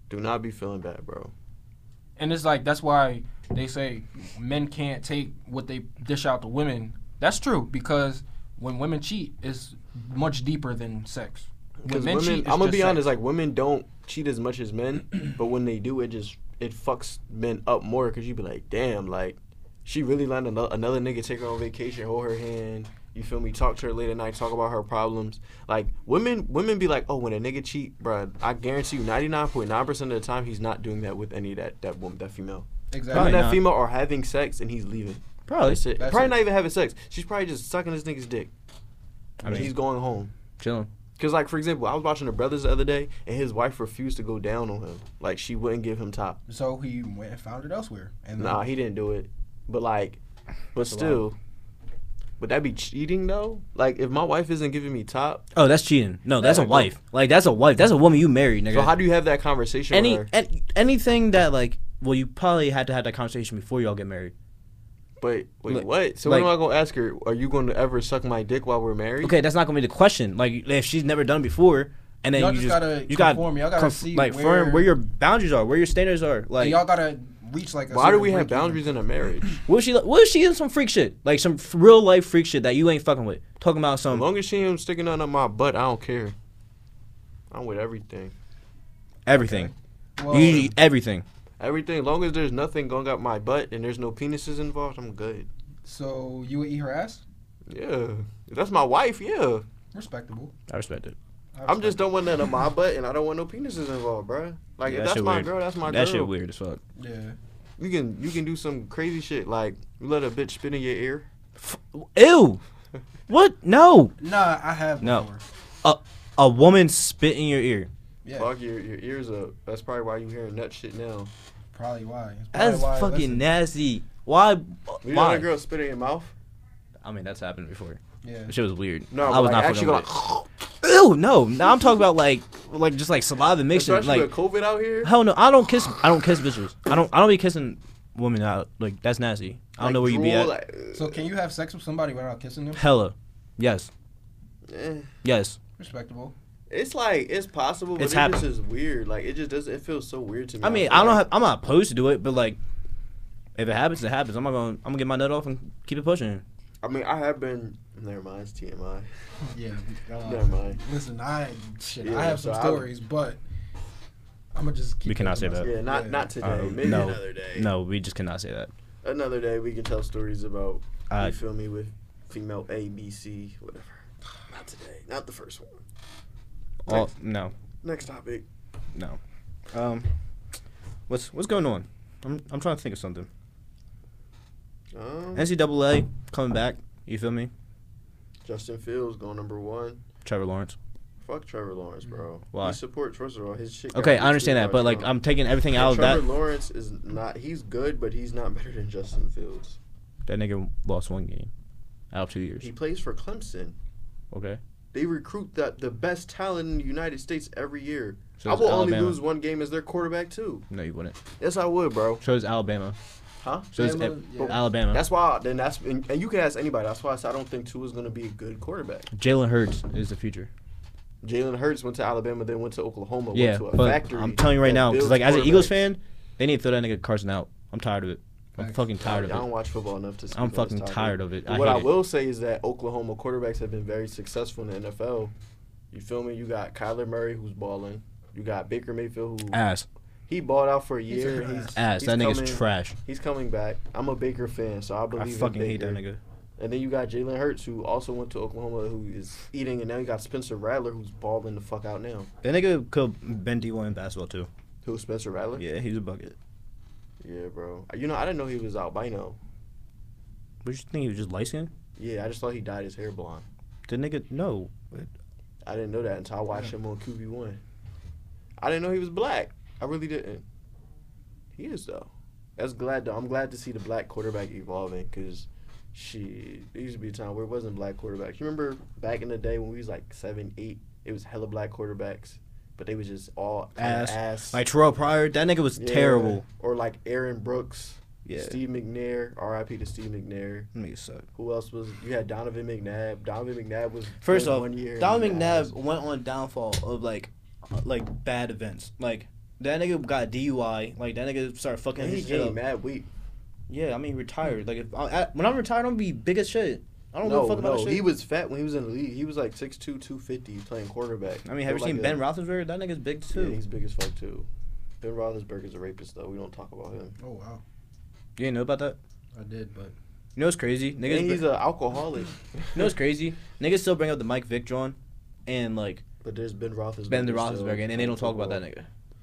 [SPEAKER 2] Do not be feeling bad, bro.
[SPEAKER 5] And it's like that's why they say men can't take what they dish out to women. That's true because when women cheat, it's much deeper than sex. When
[SPEAKER 2] Because
[SPEAKER 5] men
[SPEAKER 2] women,
[SPEAKER 5] cheat, it's
[SPEAKER 2] I'm gonna
[SPEAKER 5] just
[SPEAKER 2] be
[SPEAKER 5] sex.
[SPEAKER 2] honest. Like women don't cheat as much as men, but when they do, it just it fucks men up more. Cause you be like, damn, like she really let another, another nigga take her on vacation, hold her hand. You feel me? Talk to her late at night, talk about her problems. Like women, women be like, oh, when a nigga cheat, bruh, I guarantee you, 99.9% of the time, he's not doing that with any of that that woman, that female. Him
[SPEAKER 5] exactly.
[SPEAKER 1] Probably
[SPEAKER 2] and that
[SPEAKER 1] not.
[SPEAKER 2] female are having sex and he's leaving.
[SPEAKER 1] Probably.
[SPEAKER 2] That's it.
[SPEAKER 5] That's
[SPEAKER 2] probably
[SPEAKER 5] it.
[SPEAKER 2] not even having sex. She's probably just sucking this nigga's dick.
[SPEAKER 1] I mean-
[SPEAKER 2] She's going home.
[SPEAKER 1] Chilling.
[SPEAKER 2] Cause like for example, I was watching the brothers the other day, and his wife refused to go down on him. Like she wouldn't give him top.
[SPEAKER 3] So he went and found it elsewhere. And
[SPEAKER 2] Nah, he didn't do it. But like, but still, would that be cheating though? Like if my wife isn't giving me top,
[SPEAKER 1] Oh, that's cheating. No, that's a
[SPEAKER 2] like,
[SPEAKER 1] wife. Like that's a wife. That's a woman you married, nigga.
[SPEAKER 2] so how do you have that conversation
[SPEAKER 1] any,
[SPEAKER 2] with her?
[SPEAKER 1] an anything that like well you probably had to have that conversation before y'all get married
[SPEAKER 2] But wait,
[SPEAKER 1] like-
[SPEAKER 2] what? So when am
[SPEAKER 1] like-
[SPEAKER 2] I gonna ask her? Are you going to ever suck my dick while we're married?
[SPEAKER 1] okay that's not gonna be the question like if she's never done it before and then
[SPEAKER 3] Y'all
[SPEAKER 1] you
[SPEAKER 3] just
[SPEAKER 1] just
[SPEAKER 3] gotta
[SPEAKER 1] you gotta
[SPEAKER 3] conform. Y'all gotta
[SPEAKER 1] conf-
[SPEAKER 3] see
[SPEAKER 1] like
[SPEAKER 3] where-
[SPEAKER 1] firm where your boundaries are where your standards are like
[SPEAKER 3] y'all gotta reach like. A
[SPEAKER 2] Why do
[SPEAKER 3] certain
[SPEAKER 2] we have
[SPEAKER 3] break even.
[SPEAKER 2] boundaries in a marriage?
[SPEAKER 1] what if she what if she in some freak shit like some f- real life freak shit that you ain't fucking with talking about
[SPEAKER 2] As
[SPEAKER 1] some
[SPEAKER 2] long as she ain't sticking nothing up my butt, I don't care. I'm with everything.
[SPEAKER 1] everything
[SPEAKER 3] Well,
[SPEAKER 2] um,
[SPEAKER 1] you, everything
[SPEAKER 2] Everything. long as there's nothing going up my butt and there's no penises involved, I'm good.
[SPEAKER 3] So you E would eat her ass?
[SPEAKER 2] Yeah. If that's my wife, yeah.
[SPEAKER 3] Respectable.
[SPEAKER 1] I respect it
[SPEAKER 3] I
[SPEAKER 2] I'm just
[SPEAKER 3] respect
[SPEAKER 2] don't want nothing up my butt and I don't want no penises involved, bruh. Like
[SPEAKER 1] Yeah, that
[SPEAKER 2] if that's
[SPEAKER 1] shit
[SPEAKER 2] my
[SPEAKER 1] weird.
[SPEAKER 2] girl, that's my
[SPEAKER 1] that
[SPEAKER 2] girl.
[SPEAKER 1] shit weird as fuck
[SPEAKER 3] it. Yeah.
[SPEAKER 2] You can you can do some crazy shit like you let a bitch spit in your ear.
[SPEAKER 1] ew what no
[SPEAKER 3] Nah, I have.
[SPEAKER 1] No.
[SPEAKER 3] before.
[SPEAKER 1] a woman spit in your ear
[SPEAKER 3] Yeah.
[SPEAKER 2] Fuck your your ears up. That's probably why you hearing nut shit now.
[SPEAKER 3] Probably why. It's probably
[SPEAKER 1] that's
[SPEAKER 3] why-
[SPEAKER 1] fucking
[SPEAKER 3] listen,
[SPEAKER 1] nasty why
[SPEAKER 2] You
[SPEAKER 1] why
[SPEAKER 2] let a girl spit in your mouth?
[SPEAKER 1] I mean that's happened before
[SPEAKER 3] Yeah.
[SPEAKER 1] That shit was weird.
[SPEAKER 2] No,
[SPEAKER 1] I
[SPEAKER 2] but,
[SPEAKER 1] was
[SPEAKER 2] like,
[SPEAKER 1] not
[SPEAKER 2] actually
[SPEAKER 1] fucking
[SPEAKER 2] going
[SPEAKER 1] with it. Ew, no. Now I'm talking about like, like just like saliva mixing.
[SPEAKER 2] especially
[SPEAKER 1] Like,
[SPEAKER 2] with COVID out here.
[SPEAKER 1] hell no. I don't kiss. I don't kiss bitches. I don't. I don't be kissing women out. Like that's nasty. I don't
[SPEAKER 2] Like,
[SPEAKER 1] know where you be
[SPEAKER 2] drool,
[SPEAKER 1] at.
[SPEAKER 2] like,
[SPEAKER 3] So can you have sex with somebody without kissing them?
[SPEAKER 1] Hella, yes.
[SPEAKER 2] eh,
[SPEAKER 1] Yes.
[SPEAKER 3] Respectable.
[SPEAKER 2] it's like it's possible, but
[SPEAKER 1] It's
[SPEAKER 2] it
[SPEAKER 1] happening.
[SPEAKER 2] just is weird. Like it just doesn't. It feels so weird to me.
[SPEAKER 1] I mean,
[SPEAKER 2] feel
[SPEAKER 1] I don't
[SPEAKER 2] like-
[SPEAKER 1] have, I'm not opposed to do it, but like, if it happens, it happens. I'm not gonna, I'm gonna get my nut off and keep it pushing.
[SPEAKER 2] I mean, I have been. Never mind. It's TMI.
[SPEAKER 3] Yeah.
[SPEAKER 2] Never mind.
[SPEAKER 3] Listen, I shit,
[SPEAKER 2] Yeah,
[SPEAKER 3] I have some
[SPEAKER 2] so I-
[SPEAKER 3] stories, but I'm gonna just. Keep
[SPEAKER 1] We cannot
[SPEAKER 3] that to
[SPEAKER 1] say that.
[SPEAKER 3] myself.
[SPEAKER 2] Yeah, not
[SPEAKER 3] Yeah.
[SPEAKER 2] not today.
[SPEAKER 1] Uh,
[SPEAKER 2] Maybe
[SPEAKER 1] no.
[SPEAKER 2] another day.
[SPEAKER 1] No, we just cannot say that.
[SPEAKER 2] Another day we can tell stories about.
[SPEAKER 1] Uh,
[SPEAKER 2] you feel me with female A, B, C, whatever. Not today. Not the first one.
[SPEAKER 1] all, uh, no,
[SPEAKER 2] Next topic.
[SPEAKER 1] no. Um, what's what's going on? I'm I'm trying to think of something.
[SPEAKER 2] Um,
[SPEAKER 1] NCAA coming back. You feel me?
[SPEAKER 2] Justin Fields going number one.
[SPEAKER 1] Trevor Lawrence.
[SPEAKER 2] Fuck Trevor Lawrence, bro.
[SPEAKER 1] Why?
[SPEAKER 2] He supports first of all his shit. got
[SPEAKER 1] Okay,
[SPEAKER 2] me
[SPEAKER 1] I understand
[SPEAKER 2] too
[SPEAKER 1] that, but
[SPEAKER 2] much,
[SPEAKER 1] like,
[SPEAKER 2] bro.
[SPEAKER 1] I'm taking everything
[SPEAKER 2] And
[SPEAKER 1] out of
[SPEAKER 2] Trevor
[SPEAKER 1] that.
[SPEAKER 2] Lawrence is not. He's good, but he's not better than Justin Fields.
[SPEAKER 1] That nigga lost one game out of two years.
[SPEAKER 2] He plays for Clemson.
[SPEAKER 1] Okay.
[SPEAKER 2] They recruit that the best talent in the United States every year.
[SPEAKER 1] So
[SPEAKER 2] I
[SPEAKER 1] it's
[SPEAKER 2] will only
[SPEAKER 1] Alabama.
[SPEAKER 2] lose one game as their quarterback too.
[SPEAKER 1] No, you wouldn't.
[SPEAKER 2] Yes, I would, bro.
[SPEAKER 1] So is Alabama.
[SPEAKER 2] Huh?
[SPEAKER 1] So is
[SPEAKER 3] Alabama,
[SPEAKER 1] ev-
[SPEAKER 3] yeah.
[SPEAKER 1] Alabama.
[SPEAKER 2] That's why. Then that's and and you can ask anybody. That's why I said I don't think Tua's going to be a good quarterback.
[SPEAKER 1] Jalen Hurts is the future.
[SPEAKER 2] Jalen Hurts went to Alabama, then went to Oklahoma.
[SPEAKER 1] Yeah,
[SPEAKER 2] went to a
[SPEAKER 1] but
[SPEAKER 2] factory
[SPEAKER 1] I'm telling you right
[SPEAKER 2] that
[SPEAKER 1] now, 'cause,
[SPEAKER 2] builds
[SPEAKER 1] like as an Eagles
[SPEAKER 2] quarterbacks.
[SPEAKER 1] fan, they need to throw that nigga Carson out. I'm tired of it. I'm
[SPEAKER 3] Facts.
[SPEAKER 1] fucking
[SPEAKER 2] I
[SPEAKER 1] tired
[SPEAKER 2] don't, I
[SPEAKER 1] of
[SPEAKER 2] don't
[SPEAKER 1] it.
[SPEAKER 2] watch football enough to. Speak
[SPEAKER 1] I'm
[SPEAKER 2] on this
[SPEAKER 1] fucking
[SPEAKER 2] topic.
[SPEAKER 1] tired of it.
[SPEAKER 2] But
[SPEAKER 1] I
[SPEAKER 2] what
[SPEAKER 1] hate
[SPEAKER 2] I
[SPEAKER 1] it.
[SPEAKER 2] will say is that Oklahoma quarterbacks have been very successful in the NFL. You feel me? You got Kyler Murray who's balling. You got Baker Mayfield who
[SPEAKER 1] Ass,
[SPEAKER 2] he balled out for a year.
[SPEAKER 3] a
[SPEAKER 2] He's,
[SPEAKER 1] ass.
[SPEAKER 2] he's
[SPEAKER 1] that nigga's
[SPEAKER 2] coming-
[SPEAKER 1] trash.
[SPEAKER 2] He's coming back. I'm a Baker fan, so I
[SPEAKER 1] I
[SPEAKER 2] believe.
[SPEAKER 1] fucking
[SPEAKER 2] in
[SPEAKER 1] hate
[SPEAKER 2] Baker.
[SPEAKER 1] that nigga.
[SPEAKER 2] And then you got Jalen Hurts who also went to Oklahoma, who is eating, and now you got Spencer Rattler who's balling the fuck out now.
[SPEAKER 1] That nigga could bend D1 in basketball too.
[SPEAKER 2] Who's Spencer Rattler?
[SPEAKER 1] Yeah, he's a bucket.
[SPEAKER 2] Yeah, bro. You know, I didn't know he was albino.
[SPEAKER 1] What you think he was just light skinned?
[SPEAKER 2] Yeah, I just thought he dyed his hair blonde.
[SPEAKER 1] The nigga no.
[SPEAKER 2] I didn't know that until I watched him on QB one. I didn't know he was black. I really didn't. He is though. That's glad though. I'm glad to see the black quarterback evolving because, shit, there used to be a time where it wasn't black quarterbacks. You remember back in the day when we was like seven, eight, it was hella black quarterbacks, but they was just all kinda
[SPEAKER 1] Ass. Like Terrell Pryor, that nigga was
[SPEAKER 2] Yeah.
[SPEAKER 1] terrible.
[SPEAKER 2] Or like Aaron Brooks,
[SPEAKER 1] Yeah.
[SPEAKER 2] Steve McNair, R.I.P. to Steve McNair.
[SPEAKER 1] Nigga suck.
[SPEAKER 2] Who else was you had Donovan McNabb? Donovan McNabb was
[SPEAKER 1] First
[SPEAKER 2] good
[SPEAKER 1] off,
[SPEAKER 2] one year and
[SPEAKER 1] Don
[SPEAKER 2] then ass.
[SPEAKER 1] McNabb went on downfall of like, uh, like bad events. Like that nigga got DUI. Like that nigga started fucking
[SPEAKER 2] And he
[SPEAKER 1] his shit
[SPEAKER 2] gave
[SPEAKER 1] up.
[SPEAKER 2] mad weak.
[SPEAKER 1] Yeah, I mean retired. Like if I, I, when I'm retired, I'm gonna be big as shit. I don't give a
[SPEAKER 2] Hmm. No,
[SPEAKER 1] fuck about
[SPEAKER 2] no,
[SPEAKER 1] that shit.
[SPEAKER 2] he was fat when he was in the league. He was like 6'2", 250 playing quarterback.
[SPEAKER 1] I mean, have you
[SPEAKER 2] Looked
[SPEAKER 1] seen
[SPEAKER 2] like
[SPEAKER 1] Ben
[SPEAKER 2] a-
[SPEAKER 1] Roethlisberger? That nigga's big
[SPEAKER 2] Yeah,
[SPEAKER 1] too.
[SPEAKER 2] he's big as fuck too. Ben Roethlisberger's a rapist though. We don't talk about him.
[SPEAKER 3] Oh wow,
[SPEAKER 1] you ain't know about that?
[SPEAKER 3] I did, but
[SPEAKER 1] You know what's crazy? Niggas,
[SPEAKER 2] and he's
[SPEAKER 1] he's
[SPEAKER 2] an alcoholic.
[SPEAKER 1] you know what's crazy? Niggas still bring up the Mike Vick John, and like
[SPEAKER 2] But there's Ben Roethlisberger.
[SPEAKER 1] Ben the
[SPEAKER 2] still
[SPEAKER 1] Roethlisberger, and, and they don't talk about that
[SPEAKER 2] playing
[SPEAKER 1] nigga.
[SPEAKER 2] football.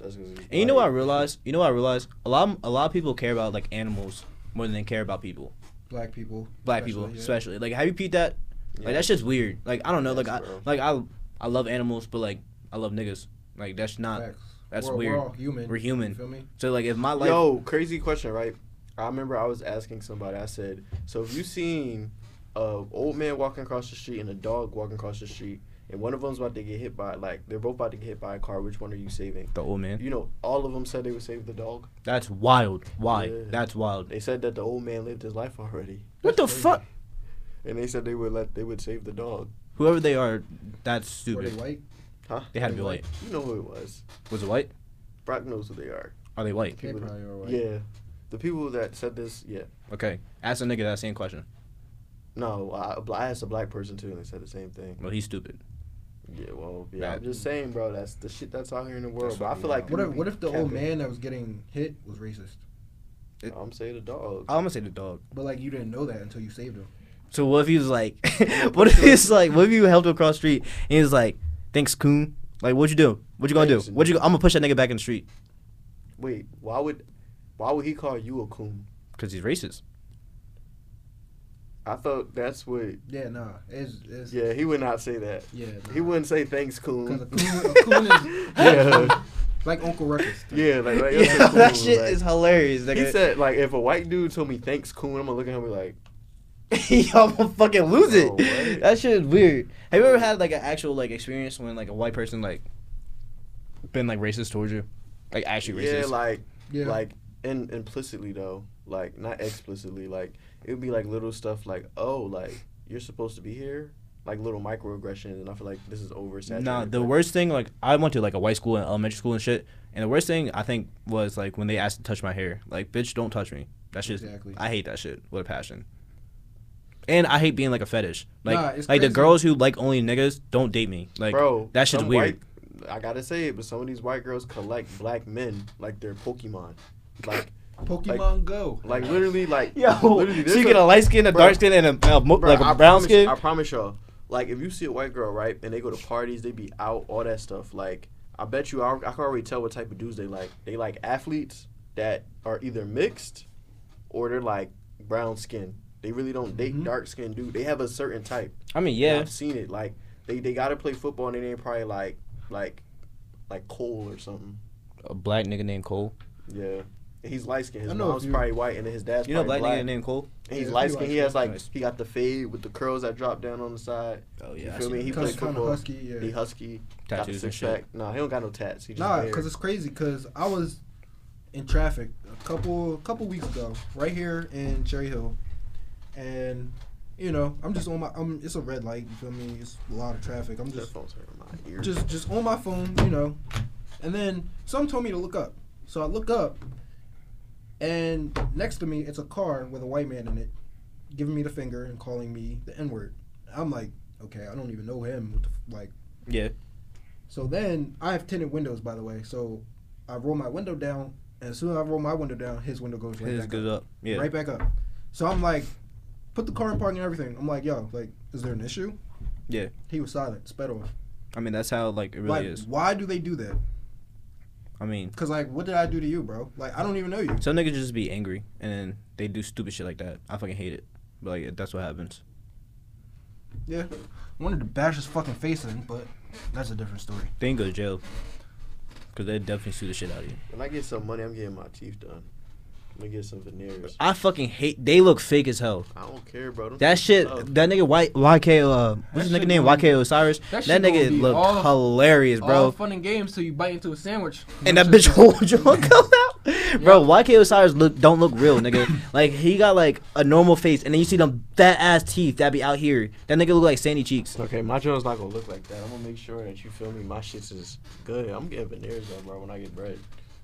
[SPEAKER 2] That's 'cause he's
[SPEAKER 1] And you know what I
[SPEAKER 2] black.
[SPEAKER 1] realized? You know what I realized? A lot, of, a lot of people care about like animals more than they care about people.
[SPEAKER 3] black people,
[SPEAKER 1] Black people, especially. Like, have you peed that?
[SPEAKER 2] Yeah.
[SPEAKER 1] Like that's just weird. Like I don't know. Like
[SPEAKER 2] Yes,
[SPEAKER 1] I,
[SPEAKER 2] bro.
[SPEAKER 1] like I, I love animals, but like I love niggas. Like that's not.
[SPEAKER 3] Facts.
[SPEAKER 1] That's
[SPEAKER 3] we're,
[SPEAKER 1] weird.
[SPEAKER 3] We're all human.
[SPEAKER 1] We're human.
[SPEAKER 3] You feel me?
[SPEAKER 1] So like if my life,
[SPEAKER 2] Yo, crazy question, right? I remember I was asking somebody. I said, "So if you seen a old man walking across the street and a dog walking across the street, and one of them's about to get hit by like they're both about to get hit by a car, which one are you saving?"
[SPEAKER 1] the old man,
[SPEAKER 2] You know, all of them said they would save the dog.
[SPEAKER 1] that's wild. Why?
[SPEAKER 2] Yeah.
[SPEAKER 1] That's wild.
[SPEAKER 2] They said that the old man lived his life already,
[SPEAKER 1] What the fuck?
[SPEAKER 2] and they said they would let they would save the dog.
[SPEAKER 1] Whoever they are, that's
[SPEAKER 3] Were they
[SPEAKER 1] stupid.
[SPEAKER 3] white?
[SPEAKER 2] Huh?
[SPEAKER 1] They had to be white.
[SPEAKER 2] You know who it was.
[SPEAKER 1] Was it white?
[SPEAKER 2] Brock knows who they are.
[SPEAKER 1] Are they white?
[SPEAKER 3] They
[SPEAKER 2] People-
[SPEAKER 3] probably were white.
[SPEAKER 2] Yeah, the people that said this. Yeah,
[SPEAKER 1] Okay. Ask a nigga that same question.
[SPEAKER 2] no, I, I asked a black person too, and they said the same thing.
[SPEAKER 1] Well, he's stupid.
[SPEAKER 2] Yeah, well, yeah.
[SPEAKER 1] That-
[SPEAKER 2] I'm just saying, bro. That's the shit that's out here in the world.
[SPEAKER 1] That's
[SPEAKER 2] But I
[SPEAKER 1] what we
[SPEAKER 2] feel like
[SPEAKER 1] are.
[SPEAKER 3] What if,
[SPEAKER 2] people
[SPEAKER 3] what if the
[SPEAKER 2] be
[SPEAKER 3] old
[SPEAKER 2] capping.
[SPEAKER 3] man that was getting hit was racist?
[SPEAKER 2] I'm saying the dog.
[SPEAKER 1] I'm gonna say the dog.
[SPEAKER 3] But like you didn't know that until you saved him.
[SPEAKER 1] So what if he was like, what if he's like, what if you helped him across the street and he was like, thanks, coon. Like, what you do? What you gonna do?
[SPEAKER 2] Thanks,
[SPEAKER 1] What you? I'm gonna push that nigga back in the street
[SPEAKER 2] Wait, why would, why would he call you a coon?
[SPEAKER 1] because he's racist.
[SPEAKER 2] I thought that's what.
[SPEAKER 3] Yeah, nah. It's, it's,
[SPEAKER 2] Yeah, he would not say that.
[SPEAKER 3] yeah. Nah.
[SPEAKER 2] He wouldn't say thanks, coon.
[SPEAKER 3] 'Cause a coon, a coon is
[SPEAKER 2] yeah,
[SPEAKER 3] like Uncle Ruckus.
[SPEAKER 2] yeah, like, like
[SPEAKER 1] Yo,
[SPEAKER 2] that's a
[SPEAKER 1] that
[SPEAKER 2] coon,
[SPEAKER 1] shit
[SPEAKER 2] like-
[SPEAKER 1] is hilarious.
[SPEAKER 2] He
[SPEAKER 1] Nigga.
[SPEAKER 2] said like if a white dude told me thanks, coon, I'm gonna look at him and be like,
[SPEAKER 1] Yo, I'm gonna fucking lose it.
[SPEAKER 2] No way.
[SPEAKER 1] That shit is weird. Have you ever had like an actual like experience when like a white person like been like racist towards you, like actually
[SPEAKER 2] yeah,
[SPEAKER 1] racist?
[SPEAKER 2] like
[SPEAKER 3] Yeah.
[SPEAKER 2] like in, implicitly though, like not explicitly. Like it would be like little stuff like, oh, like you're supposed to be here. like little microaggressions, and I feel like this is oversaturated.
[SPEAKER 1] Nah, the
[SPEAKER 2] but-
[SPEAKER 1] worst thing, like, I went to like a white school and elementary school and shit. And the worst thing I think was like when they asked to touch my hair. Like, bitch, don't touch me. That's just
[SPEAKER 3] Exactly.
[SPEAKER 1] I hate that shit with a passion. And I hate being like a fetish. Like,
[SPEAKER 3] Nah, it's
[SPEAKER 1] like the
[SPEAKER 3] crazy.
[SPEAKER 1] girls who like only niggas don't date me. Like,
[SPEAKER 2] bro,
[SPEAKER 1] that shit's
[SPEAKER 2] some
[SPEAKER 1] weird.
[SPEAKER 2] White, I gotta say it, but some of these white girls collect black men like they're Pokemon, like
[SPEAKER 3] Pokemon Go.
[SPEAKER 2] like literally like literally, this
[SPEAKER 1] she
[SPEAKER 2] a-
[SPEAKER 1] get a light skin, a
[SPEAKER 2] Bro.
[SPEAKER 1] dark skin, and a, a mo-
[SPEAKER 2] Bro,
[SPEAKER 1] like a
[SPEAKER 2] I
[SPEAKER 1] brown
[SPEAKER 2] promise-
[SPEAKER 1] skin.
[SPEAKER 2] I promise y'all, like if you see a white girl right, and they go to parties, they be out, all that stuff. Like I bet you, I, I can already tell what type of dudes they like. They like athletes that are either mixed, or they're like brown skin. They really don't date
[SPEAKER 3] Mhm.
[SPEAKER 2] dark skinned dude. They have a certain type.
[SPEAKER 1] I mean,
[SPEAKER 2] And
[SPEAKER 1] Mm-hmm. yeah,
[SPEAKER 2] I've seen it. Like they they gotta play football, and they ain't probably like like like Cole or something.
[SPEAKER 1] a black nigga named Cole.
[SPEAKER 2] Yeah. He's light skinned.
[SPEAKER 3] I
[SPEAKER 2] His
[SPEAKER 3] know a
[SPEAKER 2] mom's
[SPEAKER 3] few.
[SPEAKER 2] probably white, and then his dad's
[SPEAKER 1] You know, a
[SPEAKER 2] probably
[SPEAKER 1] black,
[SPEAKER 2] black.
[SPEAKER 1] nigga named Cole.
[SPEAKER 2] And
[SPEAKER 3] Yeah,
[SPEAKER 2] he's
[SPEAKER 3] he
[SPEAKER 2] light
[SPEAKER 3] light
[SPEAKER 2] skinned. He has like
[SPEAKER 1] Nice.
[SPEAKER 2] he got the fade with the curls that drop down on the side.
[SPEAKER 1] Oh
[SPEAKER 2] You
[SPEAKER 1] yeah, I
[SPEAKER 2] feel
[SPEAKER 1] see.
[SPEAKER 2] me? He
[SPEAKER 3] Cause
[SPEAKER 2] plays
[SPEAKER 3] it's kind
[SPEAKER 2] football.
[SPEAKER 3] of husky, yeah.
[SPEAKER 2] He husky. got the
[SPEAKER 1] tattoos and
[SPEAKER 2] six
[SPEAKER 1] shit.
[SPEAKER 2] pack. Nah, he don't got no tats. He just
[SPEAKER 3] Nah,
[SPEAKER 2] bare.
[SPEAKER 3] cause it's crazy. Cause I was in traffic a couple couple weeks ago, right here in Cherry Hill, and you know I'm just on my. I'm, it's a red light. You feel me? It's a lot of traffic. I'm just
[SPEAKER 2] Headphones hurt my ear.
[SPEAKER 3] just just on my phone, you know. And then some told me to look up, so I look up, and next to me it's a car with a white man in it, giving me the finger and calling me the N word. I'm like, okay, I don't even know him. What the f- like.
[SPEAKER 1] Yeah,
[SPEAKER 3] So then I have tinted windows, by the way. So I roll my window down, and as soon as I roll my window down, his window goes right
[SPEAKER 1] his
[SPEAKER 3] back
[SPEAKER 1] goes
[SPEAKER 3] up,
[SPEAKER 1] up. Yeah,
[SPEAKER 3] right back up. So I'm like, put the car in park and everything. I'm like, yo, like, is there an issue?
[SPEAKER 1] Yeah.
[SPEAKER 3] He was silent, sped off.
[SPEAKER 1] I mean that's how like it really
[SPEAKER 3] like,
[SPEAKER 1] is.
[SPEAKER 3] why do they do that?
[SPEAKER 1] I mean,
[SPEAKER 3] Cause like, what did I do to you, bro? Like, I don't even know you.
[SPEAKER 1] some niggas just be angry and then they do stupid shit like that. I fucking hate it, but like that's what happens.
[SPEAKER 3] Yeah.
[SPEAKER 5] wanted to bash his fucking face in, but that's a different story.
[SPEAKER 1] They ain't go to jail. Cause they definitely sue the shit out of you.
[SPEAKER 2] When I get some money, I'm getting my teeth done. I'm gonna get some veneers.
[SPEAKER 1] I fucking hate. They look fake as hell.
[SPEAKER 2] I don't care, bro. Them
[SPEAKER 1] That
[SPEAKER 2] shits
[SPEAKER 1] shit.
[SPEAKER 2] tough.
[SPEAKER 1] That nigga White YK. Uh, what's his
[SPEAKER 5] Oh.
[SPEAKER 1] nigga
[SPEAKER 5] That shit
[SPEAKER 1] name?
[SPEAKER 5] gonna-
[SPEAKER 1] YK Osiris.
[SPEAKER 5] that
[SPEAKER 1] That,
[SPEAKER 5] shit gonna be
[SPEAKER 1] nigga look
[SPEAKER 5] all-
[SPEAKER 1] hilarious,
[SPEAKER 5] All
[SPEAKER 1] bro.
[SPEAKER 5] fun and games till you bite into a sandwich.
[SPEAKER 1] And that bitch hold your come out, bro. YK Osiris look don't look real, nigga. like he got like a normal face, and then you see them fat ass teeth that be out here. That nigga look like sandy cheeks.
[SPEAKER 2] Okay, my joint's not gonna look like that. I'm gonna make sure that you feel me. My shit's is good. I'm getting veneers though, bro. When I get bread,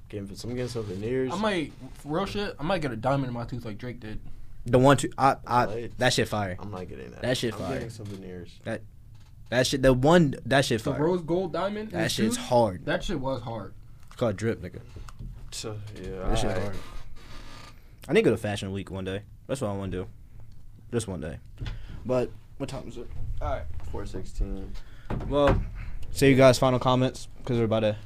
[SPEAKER 2] getting I'm getting some veneers.
[SPEAKER 5] I might, for real shit, I might get a diamond in my tooth like Drake did.
[SPEAKER 1] The one two, I, I,
[SPEAKER 2] Right.
[SPEAKER 1] that shit fire.
[SPEAKER 2] I'm not getting that.
[SPEAKER 1] That shit
[SPEAKER 2] I'm
[SPEAKER 1] fire.
[SPEAKER 2] getting some veneers.
[SPEAKER 1] That shit, the one, that shit
[SPEAKER 5] The
[SPEAKER 1] fire.
[SPEAKER 5] rose gold diamond. in
[SPEAKER 1] That
[SPEAKER 5] his
[SPEAKER 1] shit's
[SPEAKER 5] tooth?
[SPEAKER 1] hard.
[SPEAKER 5] That shit was hard.
[SPEAKER 1] It's called drip, nigga.
[SPEAKER 2] So, yeah,
[SPEAKER 1] That shit's
[SPEAKER 2] alright.
[SPEAKER 1] hard. I need to go to Fashion Week one day. That's what I want to do. Just one day. But what time is it?
[SPEAKER 2] 416.
[SPEAKER 1] Well, say you guys final comments because we're about to.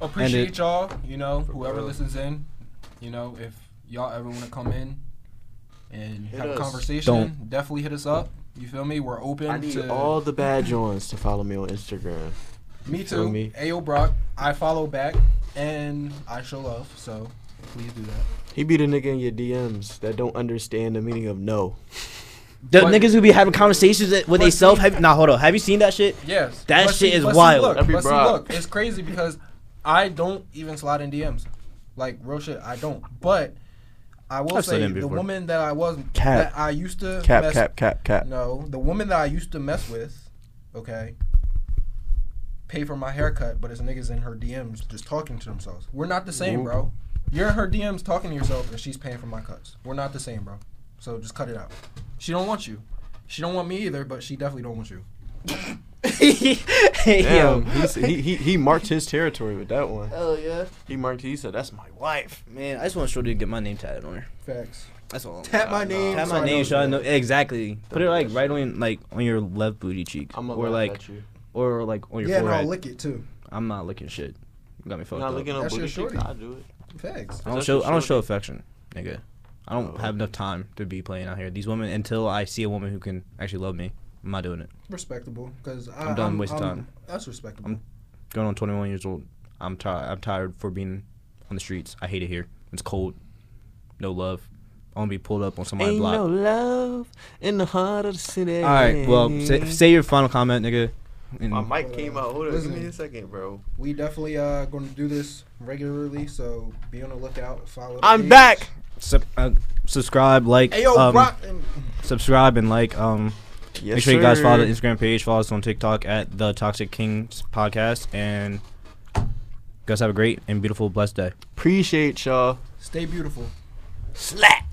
[SPEAKER 5] Appreciate
[SPEAKER 1] it-
[SPEAKER 5] y'all. You know, whoever
[SPEAKER 2] real.
[SPEAKER 5] listens in. You know, if y'all ever want to come in and
[SPEAKER 2] Hit
[SPEAKER 5] have
[SPEAKER 2] us.
[SPEAKER 5] a conversation,
[SPEAKER 1] Don't.
[SPEAKER 5] definitely hit us up. You feel me? We're open
[SPEAKER 2] I need
[SPEAKER 5] to
[SPEAKER 2] all the bad joints to follow me on Instagram.
[SPEAKER 5] me
[SPEAKER 2] feel
[SPEAKER 5] too.
[SPEAKER 2] me?
[SPEAKER 5] Ayo Brock, I follow back and I show love. So please do that.
[SPEAKER 2] He be the nigga in your DMs that don't understand the meaning of no.
[SPEAKER 1] The
[SPEAKER 5] But-
[SPEAKER 1] niggas who be having conversations that- with
[SPEAKER 5] But
[SPEAKER 1] themselves.
[SPEAKER 5] see-
[SPEAKER 1] Have nah, hold on. Have you seen that shit?
[SPEAKER 5] Yes.
[SPEAKER 1] That
[SPEAKER 5] But
[SPEAKER 1] shit
[SPEAKER 5] see-
[SPEAKER 1] is
[SPEAKER 5] but see,
[SPEAKER 1] wild.
[SPEAKER 5] look,
[SPEAKER 2] That'd be
[SPEAKER 5] but see,
[SPEAKER 2] broad.
[SPEAKER 5] look, it's crazy because I don't even slide in DMs. Like real shit, I don't. But I will
[SPEAKER 1] I've slid
[SPEAKER 5] say
[SPEAKER 1] in
[SPEAKER 5] the
[SPEAKER 1] before.
[SPEAKER 5] woman that I was
[SPEAKER 2] Cap.
[SPEAKER 5] that I used to mess,
[SPEAKER 2] cap, cap.
[SPEAKER 5] No, the woman that I used to mess with, okay, pay for my haircut, but it's niggas in her DMs just talking to themselves. We're not the same,
[SPEAKER 2] Ooh.
[SPEAKER 5] bro. You're in her DMs talking to yourself, and she's paying for my cuts. We're not the same, bro. So just cut it out. She don't want you. She don't want me either, but she definitely don't want you.
[SPEAKER 2] Damn,
[SPEAKER 1] Damn.
[SPEAKER 2] he's, he, he he marked his territory with that one.
[SPEAKER 1] Hell yeah.
[SPEAKER 2] He marked. He said, "That's my wife."
[SPEAKER 1] Man, I just want Shorty to get my name tatted on her.
[SPEAKER 5] Facts.
[SPEAKER 1] That's all.
[SPEAKER 3] Tap my
[SPEAKER 2] Nah,
[SPEAKER 3] name.
[SPEAKER 1] Tap
[SPEAKER 3] so I
[SPEAKER 1] Uh, my
[SPEAKER 3] know
[SPEAKER 1] name,
[SPEAKER 3] it's
[SPEAKER 1] so I
[SPEAKER 3] you.
[SPEAKER 1] know exactly. Put it like right on, like on your left booty cheek,
[SPEAKER 2] I'm gonna
[SPEAKER 1] or
[SPEAKER 2] laugh
[SPEAKER 1] like,
[SPEAKER 2] at you.
[SPEAKER 1] or like on your
[SPEAKER 3] Yeah, and
[SPEAKER 1] forehead.
[SPEAKER 3] I'll lick it too.
[SPEAKER 1] I'm not looking shit. You got me
[SPEAKER 2] You're
[SPEAKER 1] fucked
[SPEAKER 2] not
[SPEAKER 1] up.
[SPEAKER 2] looking up
[SPEAKER 3] That's your
[SPEAKER 2] booty
[SPEAKER 3] shorty.
[SPEAKER 2] shit. I do it.
[SPEAKER 3] Facts.
[SPEAKER 1] I don't
[SPEAKER 2] That's
[SPEAKER 1] show.
[SPEAKER 2] your
[SPEAKER 1] I don't
[SPEAKER 2] shorty.
[SPEAKER 1] show affection, nigga. I don't
[SPEAKER 2] Oh.
[SPEAKER 1] have enough time to be playing out here. These women, until I see a woman who can actually love me, I'm not doing it.
[SPEAKER 3] Respectable, cause I,
[SPEAKER 1] I'm done wasting
[SPEAKER 3] I'm-
[SPEAKER 1] time.
[SPEAKER 3] That's respectable.
[SPEAKER 1] I'm- Going on 21 years old. I'm tired. I'm tired for being on the streets. I hate it here. It's cold. No love. I want to be pulled up on somebody's
[SPEAKER 2] Ain't
[SPEAKER 1] block.
[SPEAKER 2] no love in the heart of the city.
[SPEAKER 1] All right. Well, say, say your final comment, nigga. And
[SPEAKER 2] my mic came out. Hold on, give me
[SPEAKER 3] Listen.
[SPEAKER 2] a second, bro.
[SPEAKER 3] we definitely uh going to do this regularly, so be on the lookout. Follow. the
[SPEAKER 2] I'm
[SPEAKER 3] page.
[SPEAKER 2] back.
[SPEAKER 1] sub- uh, subscribe, like,
[SPEAKER 3] Hey yo,
[SPEAKER 1] um,
[SPEAKER 3] Brock. And,
[SPEAKER 1] subscribe and like. Um,
[SPEAKER 2] Yes,
[SPEAKER 1] Make sure you guys follow the
[SPEAKER 2] sir.
[SPEAKER 1] Instagram page, follow us on TikTok at the Toxic Kings Podcast, and you guys have a great and beautiful, blessed day.
[SPEAKER 2] Appreciate y'all.
[SPEAKER 3] Stay beautiful.
[SPEAKER 1] Slap.